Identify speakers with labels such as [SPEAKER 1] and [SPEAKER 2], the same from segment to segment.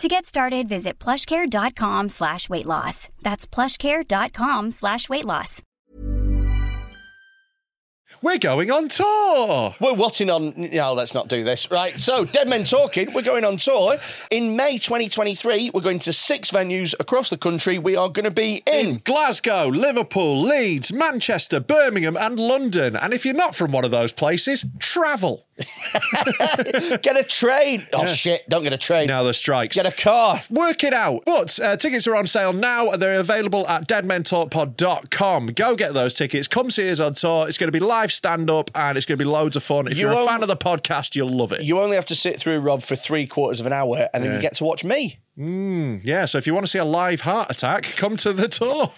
[SPEAKER 1] To get started, visit plushcare.com slash weight loss. That's plushcare.com slash weight loss.
[SPEAKER 2] We're going on tour.
[SPEAKER 3] We're watching on. No, let's not do this. Right. So, Dead Men Talking, we're going on tour. In May 2023, we're going to six venues across the country. We are going to be in.
[SPEAKER 2] Glasgow, Liverpool, Leeds, Manchester, Birmingham, and London. And if you're not from one of those places, travel.
[SPEAKER 3] get a train. Oh, shit. Don't get a train.
[SPEAKER 2] Now the strikes.
[SPEAKER 3] Get a car.
[SPEAKER 2] Work it out. But uh, tickets are on sale now. They're available at deadmentalkpod.com. Go get those tickets. Come see us on tour. It's going to be live stand up and it's going to be loads of fun. If
[SPEAKER 3] You
[SPEAKER 2] you are a
[SPEAKER 3] won't-
[SPEAKER 2] fan of the podcast, you'll love it.
[SPEAKER 3] You only have to sit through Rob for three quarters of an hour and then you get to watch me.
[SPEAKER 2] yeah, so if you want to see a live heart attack, come to the tour.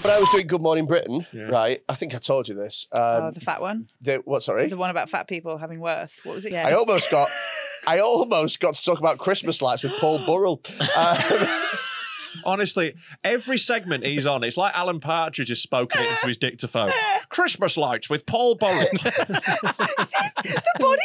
[SPEAKER 3] But I was doing Good Morning Britain, right? I think I told you this. Um,
[SPEAKER 4] oh, the fat one.
[SPEAKER 3] the, what, sorry?
[SPEAKER 4] The one about fat people having worth. What was it?
[SPEAKER 3] I almost got, I almost got to talk about Christmas lights with Paul Burrell. Um,
[SPEAKER 2] Honestly, every segment he's on, it's like Alan Partridge has spoken it into his dictaphone. Christmas lights with Paul Burrell.
[SPEAKER 4] The bodyguard?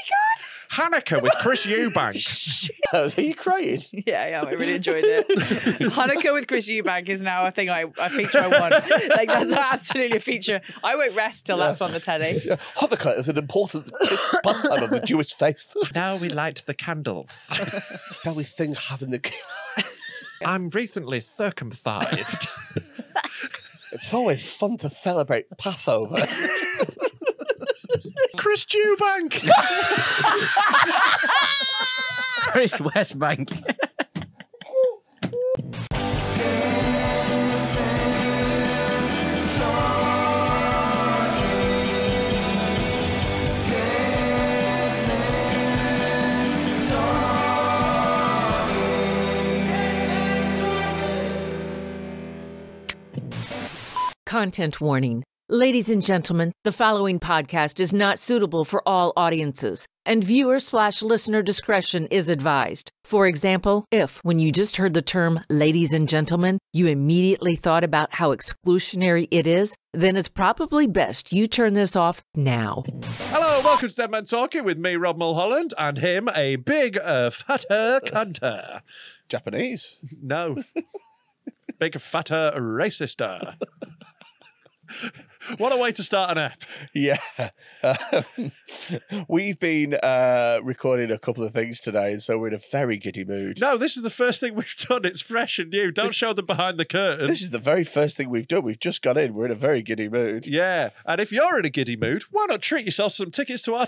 [SPEAKER 2] Hanukkah with Chris Eubanks.
[SPEAKER 3] are you crying?
[SPEAKER 4] Yeah, yeah, I really enjoyed it. Hanukkah with Chris Eubank is now a thing I a feature I want. Like that's absolutely a feature. I won't rest till that's on the telly.
[SPEAKER 3] Hanukkah is an important pastime of the Jewish faith.
[SPEAKER 2] Now we light the candles.
[SPEAKER 3] Probably things having the.
[SPEAKER 2] I'm recently circumcised.
[SPEAKER 3] It's always fun to celebrate Passover.
[SPEAKER 2] Chris Eubank.
[SPEAKER 5] Chris Westbank.
[SPEAKER 6] Content warning. Ladies and gentlemen, the following podcast is not suitable for all audiences, and viewer slash listener discretion is advised. For example, if, when you just heard the term ladies and gentlemen, you immediately thought about how exclusionary it is, then it's probably best you turn this off now.
[SPEAKER 2] Hello, welcome to Dead Man Talking with me, Rob Mulholland, and him, a big, uh, fatter cunter.
[SPEAKER 3] Japanese.
[SPEAKER 2] No. big, fatter racister. what a way to start an app.
[SPEAKER 3] Yeah. Um, we've been uh, recording a couple of things today, and so we're in a very giddy mood.
[SPEAKER 2] No, this is the first thing we've done. It's fresh and new. Don't show them behind the curtain.
[SPEAKER 3] This is the very first thing we've done. We've just got in. We're in a very giddy mood.
[SPEAKER 2] yeah, and if you're in a giddy mood, why not treat yourself to some tickets to our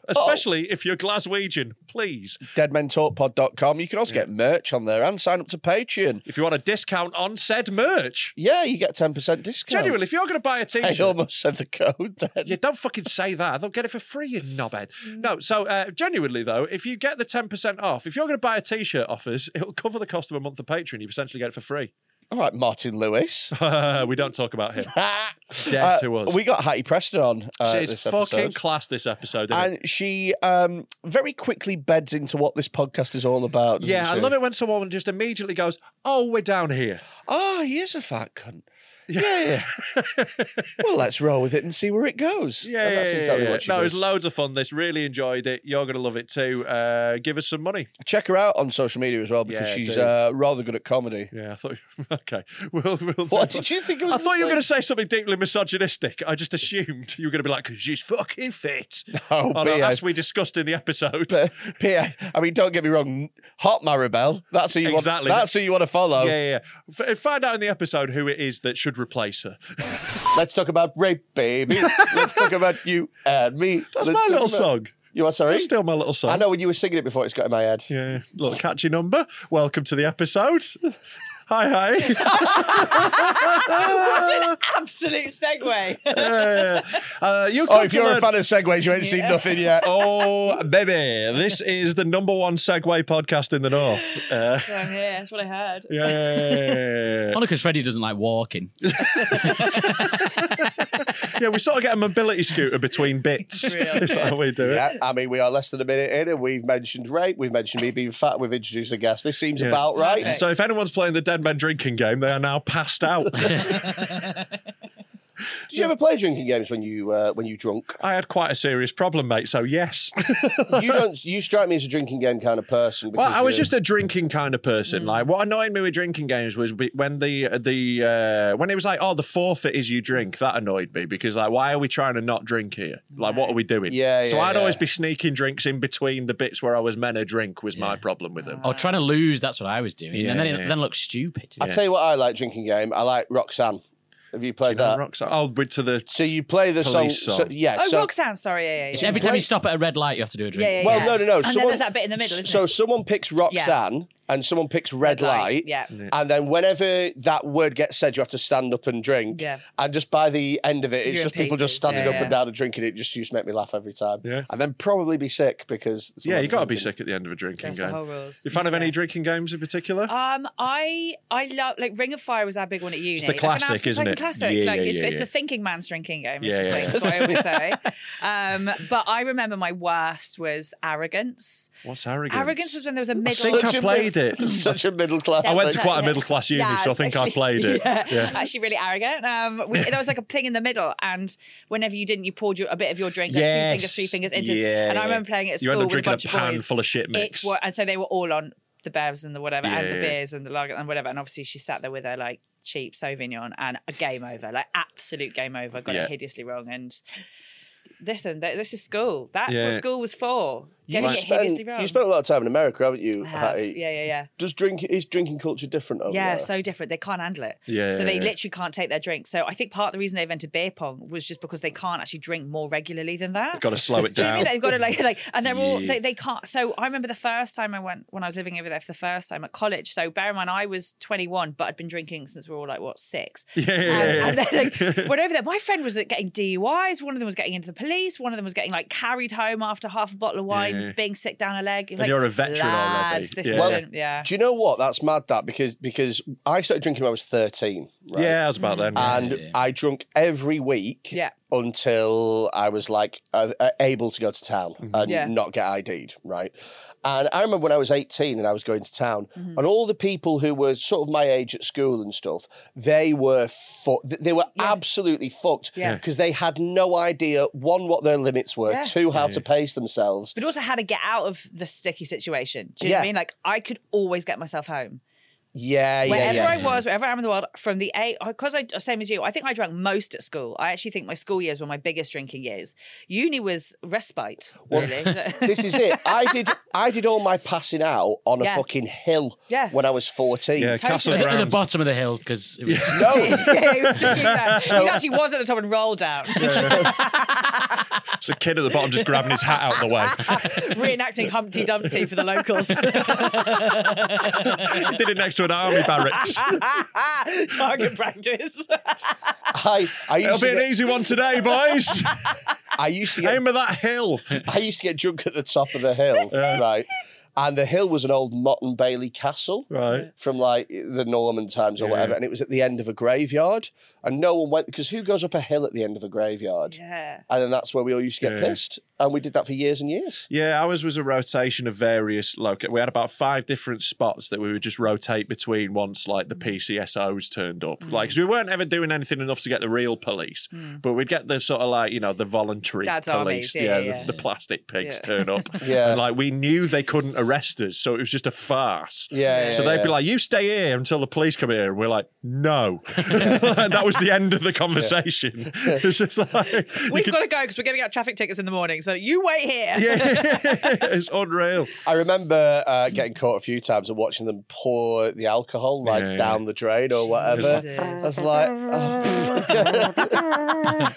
[SPEAKER 3] Oh.
[SPEAKER 2] Especially if you're Glaswegian, please.
[SPEAKER 3] Deadmentalkpod.com. You can also get merch on there and sign up to Patreon.
[SPEAKER 2] If you want a discount on said merch,
[SPEAKER 3] Yeah, you get 10% discount.
[SPEAKER 2] genuinely, if you're going to buy a
[SPEAKER 3] I
[SPEAKER 2] t-shirt,
[SPEAKER 3] almost said the code then.
[SPEAKER 2] Yeah, don't fucking say that. They'll get it for free, you knobhead.
[SPEAKER 3] Mm.
[SPEAKER 2] No, so uh, genuinely though, if you get the ten percent off, if you're going to buy a t-shirt off us, it'll cover the cost of a month of Patreon. You essentially get it for free.
[SPEAKER 3] All right, Martin Lewis.
[SPEAKER 2] we don't talk about him. Dead
[SPEAKER 3] Uh,
[SPEAKER 2] to us.
[SPEAKER 3] We got Hattie Preston on. Uh,
[SPEAKER 2] it's
[SPEAKER 3] this
[SPEAKER 2] fucking
[SPEAKER 3] episode.
[SPEAKER 2] class this episode. isn't it?
[SPEAKER 3] and she um, very quickly beds into what this podcast is all about. doesn't
[SPEAKER 2] yeah, I
[SPEAKER 3] she? Ah,
[SPEAKER 2] love it when someone just immediately goes, "Oh, we're down here."
[SPEAKER 3] Oh, he is a fat cunt. Yeah. well, let's roll with it and see where it goes.
[SPEAKER 2] Yeah,
[SPEAKER 3] And that's
[SPEAKER 2] yeah,
[SPEAKER 3] exactly
[SPEAKER 2] yeah.
[SPEAKER 3] what she
[SPEAKER 2] No, it
[SPEAKER 3] does.
[SPEAKER 2] was loads of fun. This really enjoyed it. You're gonna love it too. Uh, give us some money.
[SPEAKER 3] Check her out on social media as well because
[SPEAKER 2] Yeah,
[SPEAKER 3] she's
[SPEAKER 2] do.
[SPEAKER 3] uh, rather good at comedy.
[SPEAKER 2] Yeah, I thought. Okay, we'll. we'll
[SPEAKER 3] What did you think? It was
[SPEAKER 2] I thought you were going
[SPEAKER 3] gonna
[SPEAKER 2] to say something deeply misogynistic. I just assumed you were going to be like, because she's fucking fit.
[SPEAKER 3] Oh,
[SPEAKER 2] Although,
[SPEAKER 3] BA.
[SPEAKER 2] as we discussed in the episode.
[SPEAKER 3] Pierre, I mean, don't get me wrong. Hot Maribel. That's who you
[SPEAKER 2] Exactly.
[SPEAKER 3] want. That's who you want to follow.
[SPEAKER 2] Yeah, yeah, yeah. F- find out in the episode who it is that should replace her.
[SPEAKER 3] Let's talk about rape, baby. Let's talk about you and me.
[SPEAKER 2] That's
[SPEAKER 3] Let's
[SPEAKER 2] my
[SPEAKER 3] talk
[SPEAKER 2] little
[SPEAKER 3] about-
[SPEAKER 2] song.
[SPEAKER 3] You are sorry.
[SPEAKER 2] That's still my little song.
[SPEAKER 3] I know when you were singing it before, it's got in my head.
[SPEAKER 2] Yeah, little catchy number. Welcome to the episode. hi, hi.
[SPEAKER 4] Absolute segue.
[SPEAKER 2] Yeah, yeah. Uh, you
[SPEAKER 3] Oh,
[SPEAKER 2] come
[SPEAKER 3] if
[SPEAKER 2] to
[SPEAKER 3] you're a
[SPEAKER 2] learn-
[SPEAKER 3] fan of segues, you ain't seen nothing yet.
[SPEAKER 2] Oh, baby, this is the number one Segway podcast in the north. Uh,
[SPEAKER 4] So I'm here. That's what I heard.
[SPEAKER 2] yeah, yeah,
[SPEAKER 5] Only because Freddie doesn't like walking.
[SPEAKER 2] yeah. Yeah, we sort of get a mobility scooter between bits. Is that how we do it?
[SPEAKER 3] Yeah, I mean, we are less than a minute in, and we've mentioned rape, we've mentioned me being fat, we've introduced a guest. This seems
[SPEAKER 2] Yeah.
[SPEAKER 3] about right.
[SPEAKER 2] So if anyone's playing the dead men drinking game, they are now passed out.
[SPEAKER 3] Did you ever play drinking games when you uh, when you drunk?
[SPEAKER 2] I had quite a serious problem, mate. So yes.
[SPEAKER 3] you don't. You strike me as a drinking game kind of person.
[SPEAKER 2] Well,
[SPEAKER 3] Because
[SPEAKER 2] I was
[SPEAKER 3] you're-
[SPEAKER 2] just a drinking kind of
[SPEAKER 4] Mm.
[SPEAKER 2] person. Like, what annoyed me with drinking games was be- when the the uh, when it was like, oh, the forfeit is you drink. That annoyed me because like, why are we trying to not drink here? Like, what are we doing?
[SPEAKER 3] Yeah,
[SPEAKER 2] So
[SPEAKER 3] yeah,
[SPEAKER 2] I'd
[SPEAKER 3] yeah.
[SPEAKER 2] always be sneaking drinks in between the bits where I was meant to drink. Was my problem with
[SPEAKER 3] Oh,
[SPEAKER 2] them.
[SPEAKER 5] Or trying to lose, that's what I was doing. and then it then looked stupid.
[SPEAKER 3] I tell you what, I like drinking game. I like Roxanne. Have you played that?
[SPEAKER 2] Rocks. Oh, with to the
[SPEAKER 3] so you play the song.
[SPEAKER 2] Police
[SPEAKER 3] So,
[SPEAKER 2] song.
[SPEAKER 3] yeah.
[SPEAKER 4] Oh,
[SPEAKER 3] so,
[SPEAKER 4] Roxanne. Sorry. Yeah, yeah, yeah.
[SPEAKER 5] It's every time you stop at a red light, you have to do a drink.
[SPEAKER 4] Yeah, yeah,
[SPEAKER 3] Well, no, no, no.
[SPEAKER 4] And then there's that bit in the middle, isn't
[SPEAKER 3] so
[SPEAKER 4] it?
[SPEAKER 3] someone picks Roxanne and someone picks Red,
[SPEAKER 4] Red
[SPEAKER 3] Light.
[SPEAKER 4] Light, yeah.
[SPEAKER 3] And then whenever that word gets said, you have to stand up and drink.
[SPEAKER 4] Yeah.
[SPEAKER 3] And just by the end of it, it's
[SPEAKER 4] You're in
[SPEAKER 3] just people just
[SPEAKER 4] pieces,
[SPEAKER 3] standing
[SPEAKER 4] yeah,
[SPEAKER 3] up and
[SPEAKER 4] yeah.
[SPEAKER 3] down and drinking it. It Just used to make me laugh every time.
[SPEAKER 2] Yeah.
[SPEAKER 3] And then probably be sick because.
[SPEAKER 2] yeah, you got to be sick at the end of a drinking
[SPEAKER 4] That's the whole
[SPEAKER 2] game.
[SPEAKER 4] rules.
[SPEAKER 2] You fan of any drinking games in particular?
[SPEAKER 4] Um, I I love like Ring of Fire was our big one at uni.
[SPEAKER 2] the
[SPEAKER 4] Like, an
[SPEAKER 2] classic,
[SPEAKER 4] absolute
[SPEAKER 2] isn't
[SPEAKER 4] fucking
[SPEAKER 2] it?
[SPEAKER 4] Classic.
[SPEAKER 2] Yeah,
[SPEAKER 4] like
[SPEAKER 2] yeah,
[SPEAKER 4] it's,
[SPEAKER 2] yeah,
[SPEAKER 4] it's
[SPEAKER 2] yeah.
[SPEAKER 4] a thinking man's drinking game. Is
[SPEAKER 2] Yeah,
[SPEAKER 4] the
[SPEAKER 2] yeah,
[SPEAKER 4] thing.
[SPEAKER 2] yeah.
[SPEAKER 4] That's what I always say. um, but I remember my worst was arrogance.
[SPEAKER 2] What's arrogance?
[SPEAKER 4] Arrogance was when there was a middle.
[SPEAKER 2] think I played it.
[SPEAKER 3] Such a middle class.
[SPEAKER 2] I went to
[SPEAKER 3] thing.
[SPEAKER 2] quite a middle class uni,
[SPEAKER 4] Yeah,
[SPEAKER 2] so I think I
[SPEAKER 4] actually-
[SPEAKER 2] played it.
[SPEAKER 4] Yeah,
[SPEAKER 2] Yeah.
[SPEAKER 4] Actually, really arrogant. Um, we, there was like a thing in the middle, and whenever you didn't, you poured your, a bit of your drink, like two fingers, three
[SPEAKER 2] Yes.
[SPEAKER 4] fingers into.
[SPEAKER 2] Yeah,
[SPEAKER 4] and I
[SPEAKER 2] yeah.
[SPEAKER 4] remember playing it at
[SPEAKER 2] You end
[SPEAKER 4] school
[SPEAKER 2] up
[SPEAKER 4] with a
[SPEAKER 2] drinking a
[SPEAKER 4] bunch of
[SPEAKER 2] pan
[SPEAKER 4] boys.
[SPEAKER 2] full of shit mix.
[SPEAKER 4] It wa- and so they were all on the bevs and the whatever, and
[SPEAKER 2] Yeah.
[SPEAKER 4] the beers and the lager and whatever. And obviously, she sat there with her like cheap Sauvignon and a game over, like absolute game over. Got
[SPEAKER 2] Yeah.
[SPEAKER 4] it hideously wrong and. Listen, th- this is school. That's
[SPEAKER 2] Yeah.
[SPEAKER 4] what school was for. Getting
[SPEAKER 3] You
[SPEAKER 4] it hideously
[SPEAKER 3] spent,
[SPEAKER 4] wrong.
[SPEAKER 3] you spent a lot of time in America, haven't you?
[SPEAKER 4] I have.
[SPEAKER 3] Hattie?
[SPEAKER 4] Yeah, yeah, yeah.
[SPEAKER 3] Does drink is drinking culture different over
[SPEAKER 4] Yeah,
[SPEAKER 3] there?
[SPEAKER 4] so different. They can't handle it.
[SPEAKER 2] Yeah,
[SPEAKER 4] So
[SPEAKER 2] yeah,
[SPEAKER 4] they
[SPEAKER 2] yeah.
[SPEAKER 4] literally can't take their drink. So I think part of the reason they invented beer pong was just because they can't actually drink more regularly than that.
[SPEAKER 2] Got to slow it
[SPEAKER 4] Do you know
[SPEAKER 2] down.
[SPEAKER 4] what I mean? They've got to like, like, and they're all
[SPEAKER 2] Yeah.
[SPEAKER 4] they, they can't. So I remember the first time I went when I was living over there for the first time at college. So bear in mind I was 21, but I'd been drinking since we were all like what six.
[SPEAKER 2] Yeah, yeah,
[SPEAKER 4] And-
[SPEAKER 2] yeah,
[SPEAKER 4] and
[SPEAKER 2] yeah.
[SPEAKER 4] then, like, went over there. My friend was like, getting DUIs. One of them was getting into the police. One of them was getting like carried home after half a bottle of wine,
[SPEAKER 2] Yeah.
[SPEAKER 4] being sick down a leg.
[SPEAKER 2] And you're a veteran already.
[SPEAKER 4] Lads, this
[SPEAKER 2] Yeah.
[SPEAKER 4] yeah.
[SPEAKER 2] Well,
[SPEAKER 4] isn't, yeah.
[SPEAKER 3] Do you know what? That's mad. That because because I started drinking when I was thirteen. Right?
[SPEAKER 2] Yeah, I was about then. yeah.
[SPEAKER 3] And I drunk every week
[SPEAKER 4] Yeah.
[SPEAKER 3] until I was like uh, uh, able to go to town and
[SPEAKER 4] Yeah.
[SPEAKER 3] not get ID'd, right? And I remember when I was 18 and I was going to town,
[SPEAKER 4] Mm-hmm.
[SPEAKER 3] and all the people who were sort of my age at school and stuff, they were fu- th- they were absolutely fucked
[SPEAKER 4] Yeah.
[SPEAKER 3] because they had no idea one what their limits were,
[SPEAKER 4] Yeah.
[SPEAKER 3] two how to pace themselves.
[SPEAKER 4] but also how to get out of the sticky situation. Do you know what
[SPEAKER 3] Yeah.
[SPEAKER 4] I mean? Like I could always get myself home.
[SPEAKER 3] Yeah, yeah,
[SPEAKER 4] Wherever
[SPEAKER 3] yeah.
[SPEAKER 4] I was, wherever I am in the world, from the eight, because I, same as you, I think I drank most at school. I actually think my school years were my biggest drinking years. Uni was respite, really.
[SPEAKER 3] this is it. I did I did all my passing out on
[SPEAKER 4] Yeah.
[SPEAKER 3] a fucking hill
[SPEAKER 4] Yeah.
[SPEAKER 3] when I was 14.
[SPEAKER 2] yeah, Castle
[SPEAKER 5] At the
[SPEAKER 2] Grounds.
[SPEAKER 5] bottom of the hill, because it was
[SPEAKER 3] No,
[SPEAKER 4] yeah, it was really bad. it actually was at the top and rolled down,
[SPEAKER 2] It's a kid at the bottom just grabbing his hat out of the way.
[SPEAKER 4] reenacting Humpty Dumpty for the locals.
[SPEAKER 2] Did it next to an army barracks.
[SPEAKER 4] Target practice.
[SPEAKER 3] I, I used
[SPEAKER 2] It'll
[SPEAKER 3] to
[SPEAKER 2] be
[SPEAKER 3] get,
[SPEAKER 2] an easy one today, boys.
[SPEAKER 3] I used to get
[SPEAKER 2] Aim at that hill.
[SPEAKER 3] I used to get drunk at the top of the hill, right? And the hill was an old Mott and Bailey castle
[SPEAKER 2] Right.
[SPEAKER 3] from like the Norman times or whatever. And it was at the end of a graveyard. And no one went because who goes up a hill at the end of a graveyard?
[SPEAKER 4] Yeah.
[SPEAKER 3] And then that's where we all used to get
[SPEAKER 2] Yeah.
[SPEAKER 3] pissed. And we did that for years and years.
[SPEAKER 2] Yeah, ours was a rotation of various loca. We had about five different spots that we would just rotate between once, like
[SPEAKER 4] Mm.
[SPEAKER 2] the PCSOs turned up. Like, 'cause we weren't ever doing anything enough to get the real police, but we'd get the sort of like you know the voluntary
[SPEAKER 4] Mm. Dad's
[SPEAKER 2] police,
[SPEAKER 4] armies, yeah,
[SPEAKER 2] the-
[SPEAKER 4] yeah.
[SPEAKER 2] The, plastic pigs
[SPEAKER 4] Yeah.
[SPEAKER 2] turn up.
[SPEAKER 3] Yeah.
[SPEAKER 2] and, like we knew they couldn't arrest us, so it was just a farce.
[SPEAKER 3] Yeah, yeah,
[SPEAKER 2] so they'd
[SPEAKER 3] yeah.
[SPEAKER 2] be like, "You stay here until the police come here," and we're like, "No." and that was the end of the conversation. It's just like you
[SPEAKER 4] We've
[SPEAKER 2] could-
[SPEAKER 4] got to go because we're giving out traffic tickets in the morning. So you wait here.
[SPEAKER 2] yeah, it's unreal.
[SPEAKER 3] I remember uh, getting caught a few times and watching them pour the alcohol like
[SPEAKER 2] Yeah.
[SPEAKER 3] down the drain or whatever. That's like, oh,
[SPEAKER 2] so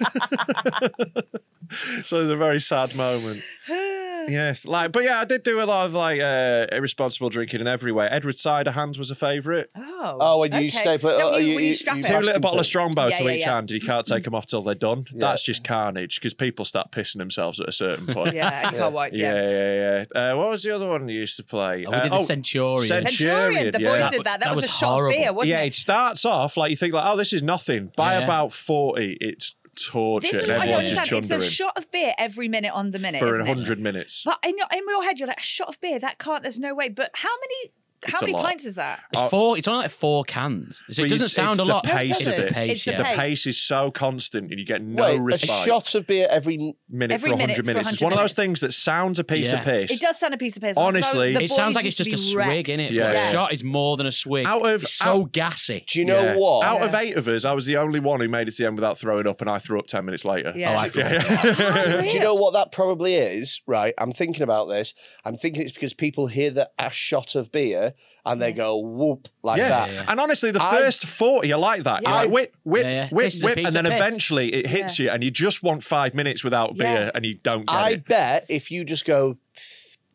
[SPEAKER 2] it was a very sad moment. yeah, like, but yeah, I did do a lot of like uh, irresponsible drinking in every way. Edward cider hands was a favourite.
[SPEAKER 4] Oh,
[SPEAKER 3] oh, when you
[SPEAKER 4] okay.
[SPEAKER 3] staple it,
[SPEAKER 4] Don't
[SPEAKER 3] oh,
[SPEAKER 4] you,
[SPEAKER 3] you-
[SPEAKER 4] when you
[SPEAKER 3] you-
[SPEAKER 4] strap
[SPEAKER 3] you
[SPEAKER 4] it
[SPEAKER 2] Two
[SPEAKER 4] on.
[SPEAKER 3] Bash
[SPEAKER 2] little
[SPEAKER 3] them
[SPEAKER 2] bottle
[SPEAKER 3] to-
[SPEAKER 2] of Strongbow
[SPEAKER 4] Yeah,
[SPEAKER 2] to
[SPEAKER 4] yeah,
[SPEAKER 2] each
[SPEAKER 4] yeah.
[SPEAKER 2] hand, and you can't take them off till they're done. That's just carnage because people start pissing themselves at a certain point.
[SPEAKER 4] Yeah, you can't wait.
[SPEAKER 2] Yeah,
[SPEAKER 4] Yeah.
[SPEAKER 2] yeah, yeah. Uh, what was the other one you used to play?
[SPEAKER 5] Oh, we
[SPEAKER 2] Uh,
[SPEAKER 5] did the Centurion.
[SPEAKER 2] Cent-
[SPEAKER 4] Centurion, the
[SPEAKER 2] yeah.
[SPEAKER 4] boys
[SPEAKER 2] That
[SPEAKER 4] did
[SPEAKER 5] wa-
[SPEAKER 4] that. That,
[SPEAKER 5] that
[SPEAKER 4] was, a
[SPEAKER 5] was
[SPEAKER 4] shot of beer,
[SPEAKER 5] horrible.
[SPEAKER 4] wasn't
[SPEAKER 2] yeah,
[SPEAKER 4] it?
[SPEAKER 2] it starts off like you think like, oh, this is nothing. By
[SPEAKER 5] Yeah.
[SPEAKER 2] about forty, it's torture.
[SPEAKER 4] This is
[SPEAKER 2] and
[SPEAKER 4] what I don't
[SPEAKER 2] everyone's just
[SPEAKER 4] understand. It's a
[SPEAKER 2] chundering
[SPEAKER 4] shot of beer every minute on the minute,
[SPEAKER 2] for
[SPEAKER 4] isn't it?
[SPEAKER 2] hundred minutes.
[SPEAKER 4] But in your, in your head, you're like a shot of beer. That can't. There's no way. But how many? How
[SPEAKER 2] It's a
[SPEAKER 4] many
[SPEAKER 2] lot.
[SPEAKER 4] pints is that?
[SPEAKER 2] Oh.
[SPEAKER 5] It's four. It's only like four cans, so
[SPEAKER 2] But
[SPEAKER 5] it
[SPEAKER 2] you-
[SPEAKER 5] doesn't
[SPEAKER 2] it's
[SPEAKER 5] sound
[SPEAKER 2] the
[SPEAKER 5] a lot.
[SPEAKER 2] pace
[SPEAKER 5] It's
[SPEAKER 4] of
[SPEAKER 5] the
[SPEAKER 4] it.
[SPEAKER 5] pace.
[SPEAKER 4] It's the
[SPEAKER 5] yeah.
[SPEAKER 2] the
[SPEAKER 4] Pace.
[SPEAKER 2] pace is so constant and you get no
[SPEAKER 3] Wait,
[SPEAKER 2] respite
[SPEAKER 3] A shot of beer every.
[SPEAKER 2] minute
[SPEAKER 4] every
[SPEAKER 2] for 100
[SPEAKER 4] minute for
[SPEAKER 2] minutes. It's
[SPEAKER 4] 100
[SPEAKER 2] one of those
[SPEAKER 4] minutes.
[SPEAKER 2] things that sounds a piece of
[SPEAKER 5] Yeah.
[SPEAKER 2] piss.
[SPEAKER 4] It does sound a piece of piss.
[SPEAKER 2] Honestly-
[SPEAKER 4] The
[SPEAKER 5] It sounds
[SPEAKER 4] boys
[SPEAKER 5] like it's
[SPEAKER 4] used
[SPEAKER 5] just a
[SPEAKER 4] to be
[SPEAKER 5] swig,
[SPEAKER 4] wrecked.
[SPEAKER 5] innit?
[SPEAKER 2] Yeah.
[SPEAKER 5] Yeah.
[SPEAKER 2] Yeah.
[SPEAKER 5] A shot is more than a swig.
[SPEAKER 2] Out of-
[SPEAKER 5] it's so
[SPEAKER 2] out-
[SPEAKER 5] gassy.
[SPEAKER 3] Do you know
[SPEAKER 2] Yeah.
[SPEAKER 3] what?
[SPEAKER 2] Out of eight of us, I was the only one who made it to the end without throwing up, and I threw up 10 minutes later.
[SPEAKER 4] Yeah. Oh, I
[SPEAKER 5] threw
[SPEAKER 3] Do you know what that probably is? Right, I'm thinking about this. I'm thinking it's because people hear the a shot of beer and
[SPEAKER 4] Mm.
[SPEAKER 3] they go whoop like
[SPEAKER 2] Yeah.
[SPEAKER 3] that.
[SPEAKER 2] and honestly, the
[SPEAKER 3] I-
[SPEAKER 2] first forty are like that. You're
[SPEAKER 3] Yeah.
[SPEAKER 2] like whip, whip,
[SPEAKER 5] Yeah, yeah.
[SPEAKER 2] whip,
[SPEAKER 5] This is a
[SPEAKER 2] whip,
[SPEAKER 5] piece
[SPEAKER 2] and then
[SPEAKER 5] of piss.
[SPEAKER 2] eventually it hits you, and you just want five minutes without beer,
[SPEAKER 4] Yeah.
[SPEAKER 2] and you don't get
[SPEAKER 3] I
[SPEAKER 2] it.
[SPEAKER 3] bet if you just go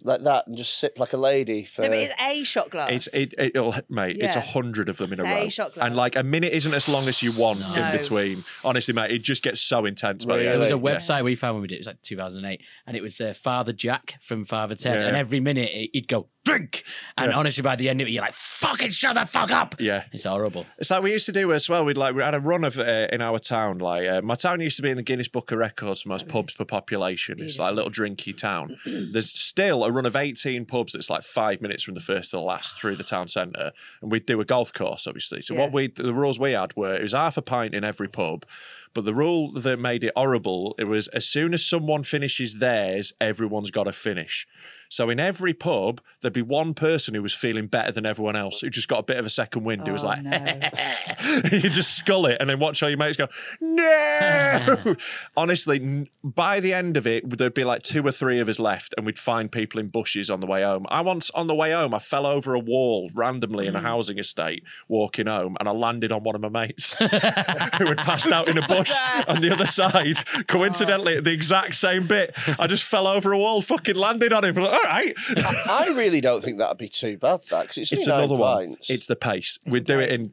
[SPEAKER 3] like that and just sip like a lady for
[SPEAKER 4] No, but it's a shot glass.
[SPEAKER 2] It's it, it'll mate. It's a
[SPEAKER 4] Yeah.
[SPEAKER 2] hundred of them in a
[SPEAKER 4] It's a
[SPEAKER 2] row,
[SPEAKER 4] shot glass.
[SPEAKER 2] and like a minute isn't as long as you want in
[SPEAKER 4] No.
[SPEAKER 2] between. Honestly, mate, it just gets so intense. by the
[SPEAKER 3] Really?
[SPEAKER 2] end.
[SPEAKER 5] There was a
[SPEAKER 3] Yeah.
[SPEAKER 5] website we found when we did it, it was like 2008, and it was uh, Father Jack from Father Ted.
[SPEAKER 2] Yeah.
[SPEAKER 5] And every minute he- he'd go, drink. And honestly, by the end of it, you're like, fucking shut the fuck up.
[SPEAKER 2] Yeah.
[SPEAKER 5] It's horrible.
[SPEAKER 2] It's like we used to do as well. We'd like we had a run of uh, in our town. Like uh, my town used to be in the Guinness Book of Records for most pubs per population. It's like a little drinky town. There's still a run of 18 pubs that's like five minutes from the first to the last through the town centre, and we'd do a golf course obviously. So what we the rules we had were it was half a pint in every pub, but the rule that made it horrible it was as soon as someone finishes theirs, everyone's got to finish. So in every pub, there'd be one person who was feeling better than everyone else, who just got a bit of a second wind, who was like, you just skull it and then watch all your mates go, no. Honestly, n- by the end of it, there'd be like two or three of us left and we'd find people in bushes on the way home. I once, on the way home, I fell over a wall randomly in a housing estate walking home and I landed on one of my mates who had passed out in a bush on the other side. Coincidentally, at the exact same bit, I just fell over a wall, fucking landed on him. Like, all right.
[SPEAKER 3] I really don't think that'd be too bad, that because it's,
[SPEAKER 2] it's
[SPEAKER 3] only nine
[SPEAKER 2] another one.
[SPEAKER 3] pints.
[SPEAKER 2] It's the pace. we do it in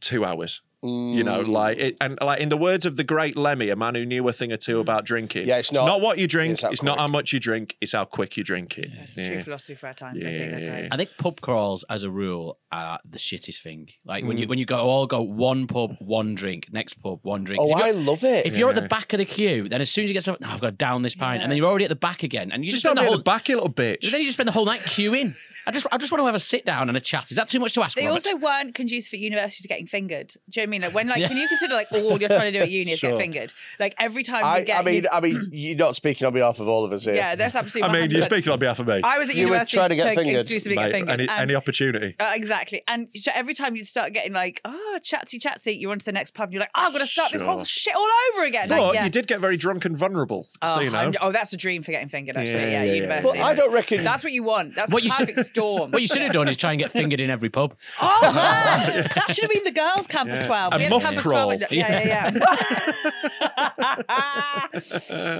[SPEAKER 2] two hours. You know,
[SPEAKER 3] Mm.
[SPEAKER 2] like it, and like in the words of the great Lemmy, a man who knew a thing or two about drinking.
[SPEAKER 3] Mm. Yeah, it's not-
[SPEAKER 2] what you drink.
[SPEAKER 3] it's
[SPEAKER 2] It's,
[SPEAKER 3] how
[SPEAKER 2] not
[SPEAKER 3] quick.
[SPEAKER 2] how much you drink. It's how quick you drink it.
[SPEAKER 4] That's true philosophy for our times. I think. Okay.
[SPEAKER 5] I think pub crawls, as a rule, are the shittest thing. Like
[SPEAKER 2] Mm.
[SPEAKER 5] when you when you go all go one pub, one drink, next pub, one drink. 'Cause
[SPEAKER 3] oh,
[SPEAKER 5] if
[SPEAKER 3] I
[SPEAKER 5] you're-
[SPEAKER 3] love it.
[SPEAKER 5] If you're at the back of the queue, then as soon as you get to, no, I've got to down this pint, and then you're already at the back again, and you
[SPEAKER 2] Just
[SPEAKER 5] just,
[SPEAKER 2] don't be
[SPEAKER 5] spend the
[SPEAKER 2] at
[SPEAKER 5] whole
[SPEAKER 2] the back, you little bitch.
[SPEAKER 5] Then you just spend the whole night queuing. I just, I just want to have a sit down and a chat. Is that too much to ask?
[SPEAKER 4] They
[SPEAKER 5] Robert?
[SPEAKER 4] also weren't conducive at university to getting fingered. Do you know what I mean? Like when, like, can you consider like all you're trying to do at uni is get fingered? Like every time you
[SPEAKER 3] I,
[SPEAKER 4] get,
[SPEAKER 3] I mean,
[SPEAKER 4] you-
[SPEAKER 3] I mean, you're not speaking on behalf of all of us here.
[SPEAKER 4] yeah, that's
[SPEAKER 2] I
[SPEAKER 4] absolutely.
[SPEAKER 2] mean, you're
[SPEAKER 4] 100%.
[SPEAKER 2] speaking on behalf of me.
[SPEAKER 4] I was at
[SPEAKER 3] You were
[SPEAKER 4] university
[SPEAKER 3] trying to get fingered,
[SPEAKER 4] exclusively
[SPEAKER 2] mate.
[SPEAKER 4] get fingered.
[SPEAKER 2] any,
[SPEAKER 4] and-
[SPEAKER 2] any opportunity.
[SPEAKER 4] Uh, exactly. And so every time you'd start getting like, oh, chatsy, chatsy, you're on to the next pub. And you're like, oh, I've got to start this
[SPEAKER 2] Sure.
[SPEAKER 4] whole shit all over again.
[SPEAKER 2] But
[SPEAKER 4] Like, yeah.
[SPEAKER 2] you did get very drunk and vulnerable.
[SPEAKER 4] Oh,
[SPEAKER 2] so you know.
[SPEAKER 4] I'm- oh, that's a dream for getting fingered, actually.
[SPEAKER 2] Yeah, yeah,
[SPEAKER 4] Yeah,
[SPEAKER 2] yeah.
[SPEAKER 4] university.
[SPEAKER 3] But I don't reckon.
[SPEAKER 4] That's what you want. That's
[SPEAKER 5] What
[SPEAKER 4] the
[SPEAKER 5] you should-
[SPEAKER 4] perfect storm.
[SPEAKER 5] What you should have done is try and get fingered in every pub.
[SPEAKER 4] oh, man! that should have been the girls' campus
[SPEAKER 2] Yeah.
[SPEAKER 4] 12.
[SPEAKER 2] A
[SPEAKER 4] we had
[SPEAKER 2] moth
[SPEAKER 4] campus
[SPEAKER 2] crawl.
[SPEAKER 4] 12. Yeah, yeah,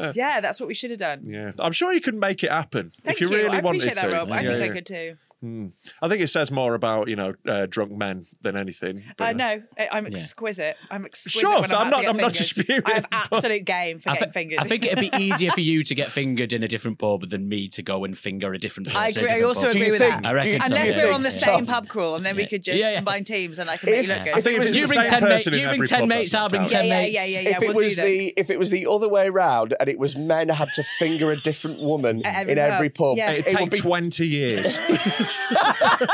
[SPEAKER 4] yeah. yeah, that's what we should have done.
[SPEAKER 2] yeah, I'm sure you can make it happen
[SPEAKER 4] Thank
[SPEAKER 2] if you, really
[SPEAKER 4] I
[SPEAKER 2] wanted
[SPEAKER 4] appreciate that,
[SPEAKER 2] to.
[SPEAKER 4] Rob. I
[SPEAKER 2] Yeah,
[SPEAKER 4] think
[SPEAKER 2] yeah.
[SPEAKER 4] I could too.
[SPEAKER 2] I think it says more about you know uh, drunk men than anything. but,
[SPEAKER 4] I
[SPEAKER 2] uh,
[SPEAKER 4] know. I- I'm exquisite. I'm exquisite.
[SPEAKER 2] Sure,
[SPEAKER 4] when
[SPEAKER 2] I'm
[SPEAKER 4] I'm, about
[SPEAKER 2] not-
[SPEAKER 4] to get
[SPEAKER 2] I'm not
[SPEAKER 4] fingered.
[SPEAKER 2] disputing,
[SPEAKER 4] I have
[SPEAKER 2] but-
[SPEAKER 4] absolute game for
[SPEAKER 5] I,
[SPEAKER 4] getting
[SPEAKER 5] thi-
[SPEAKER 4] fingered.
[SPEAKER 5] I think it'd be easier for you to get fingered in a different pub than me to go and finger a different person.
[SPEAKER 4] I
[SPEAKER 5] in a
[SPEAKER 4] agree. I
[SPEAKER 5] different
[SPEAKER 4] also
[SPEAKER 5] pub.
[SPEAKER 3] Do
[SPEAKER 4] agree
[SPEAKER 3] you
[SPEAKER 4] with
[SPEAKER 3] think-
[SPEAKER 4] that.
[SPEAKER 5] I reckon
[SPEAKER 3] do you
[SPEAKER 5] so,
[SPEAKER 4] Unless
[SPEAKER 5] yeah.
[SPEAKER 4] we're on the
[SPEAKER 5] Yeah.
[SPEAKER 4] same pub crawl, and then we
[SPEAKER 5] Yeah.
[SPEAKER 4] could just
[SPEAKER 5] Yeah, yeah.
[SPEAKER 4] combine teams, and I can make
[SPEAKER 3] If-
[SPEAKER 4] you look
[SPEAKER 3] I
[SPEAKER 4] good.
[SPEAKER 2] I think if it's
[SPEAKER 5] You
[SPEAKER 2] the
[SPEAKER 5] bring
[SPEAKER 2] same
[SPEAKER 5] 10 mate-
[SPEAKER 2] person in
[SPEAKER 5] you bring
[SPEAKER 2] every
[SPEAKER 5] 10
[SPEAKER 2] pub,
[SPEAKER 5] mates,
[SPEAKER 2] that's
[SPEAKER 5] I'll
[SPEAKER 2] not
[SPEAKER 5] bring
[SPEAKER 2] counting.
[SPEAKER 4] yeah,
[SPEAKER 5] 10
[SPEAKER 4] yeah,
[SPEAKER 5] mates.
[SPEAKER 4] yeah, yeah, yeah.
[SPEAKER 3] if
[SPEAKER 4] we'll
[SPEAKER 3] it
[SPEAKER 4] do
[SPEAKER 3] was
[SPEAKER 4] this.
[SPEAKER 3] the if it was the other way round and it was men had to finger a different woman
[SPEAKER 4] At every
[SPEAKER 3] in every
[SPEAKER 4] pub,
[SPEAKER 3] pub,
[SPEAKER 4] yeah.
[SPEAKER 2] It'd
[SPEAKER 3] it
[SPEAKER 2] take
[SPEAKER 3] would be
[SPEAKER 2] 20 years.
[SPEAKER 4] and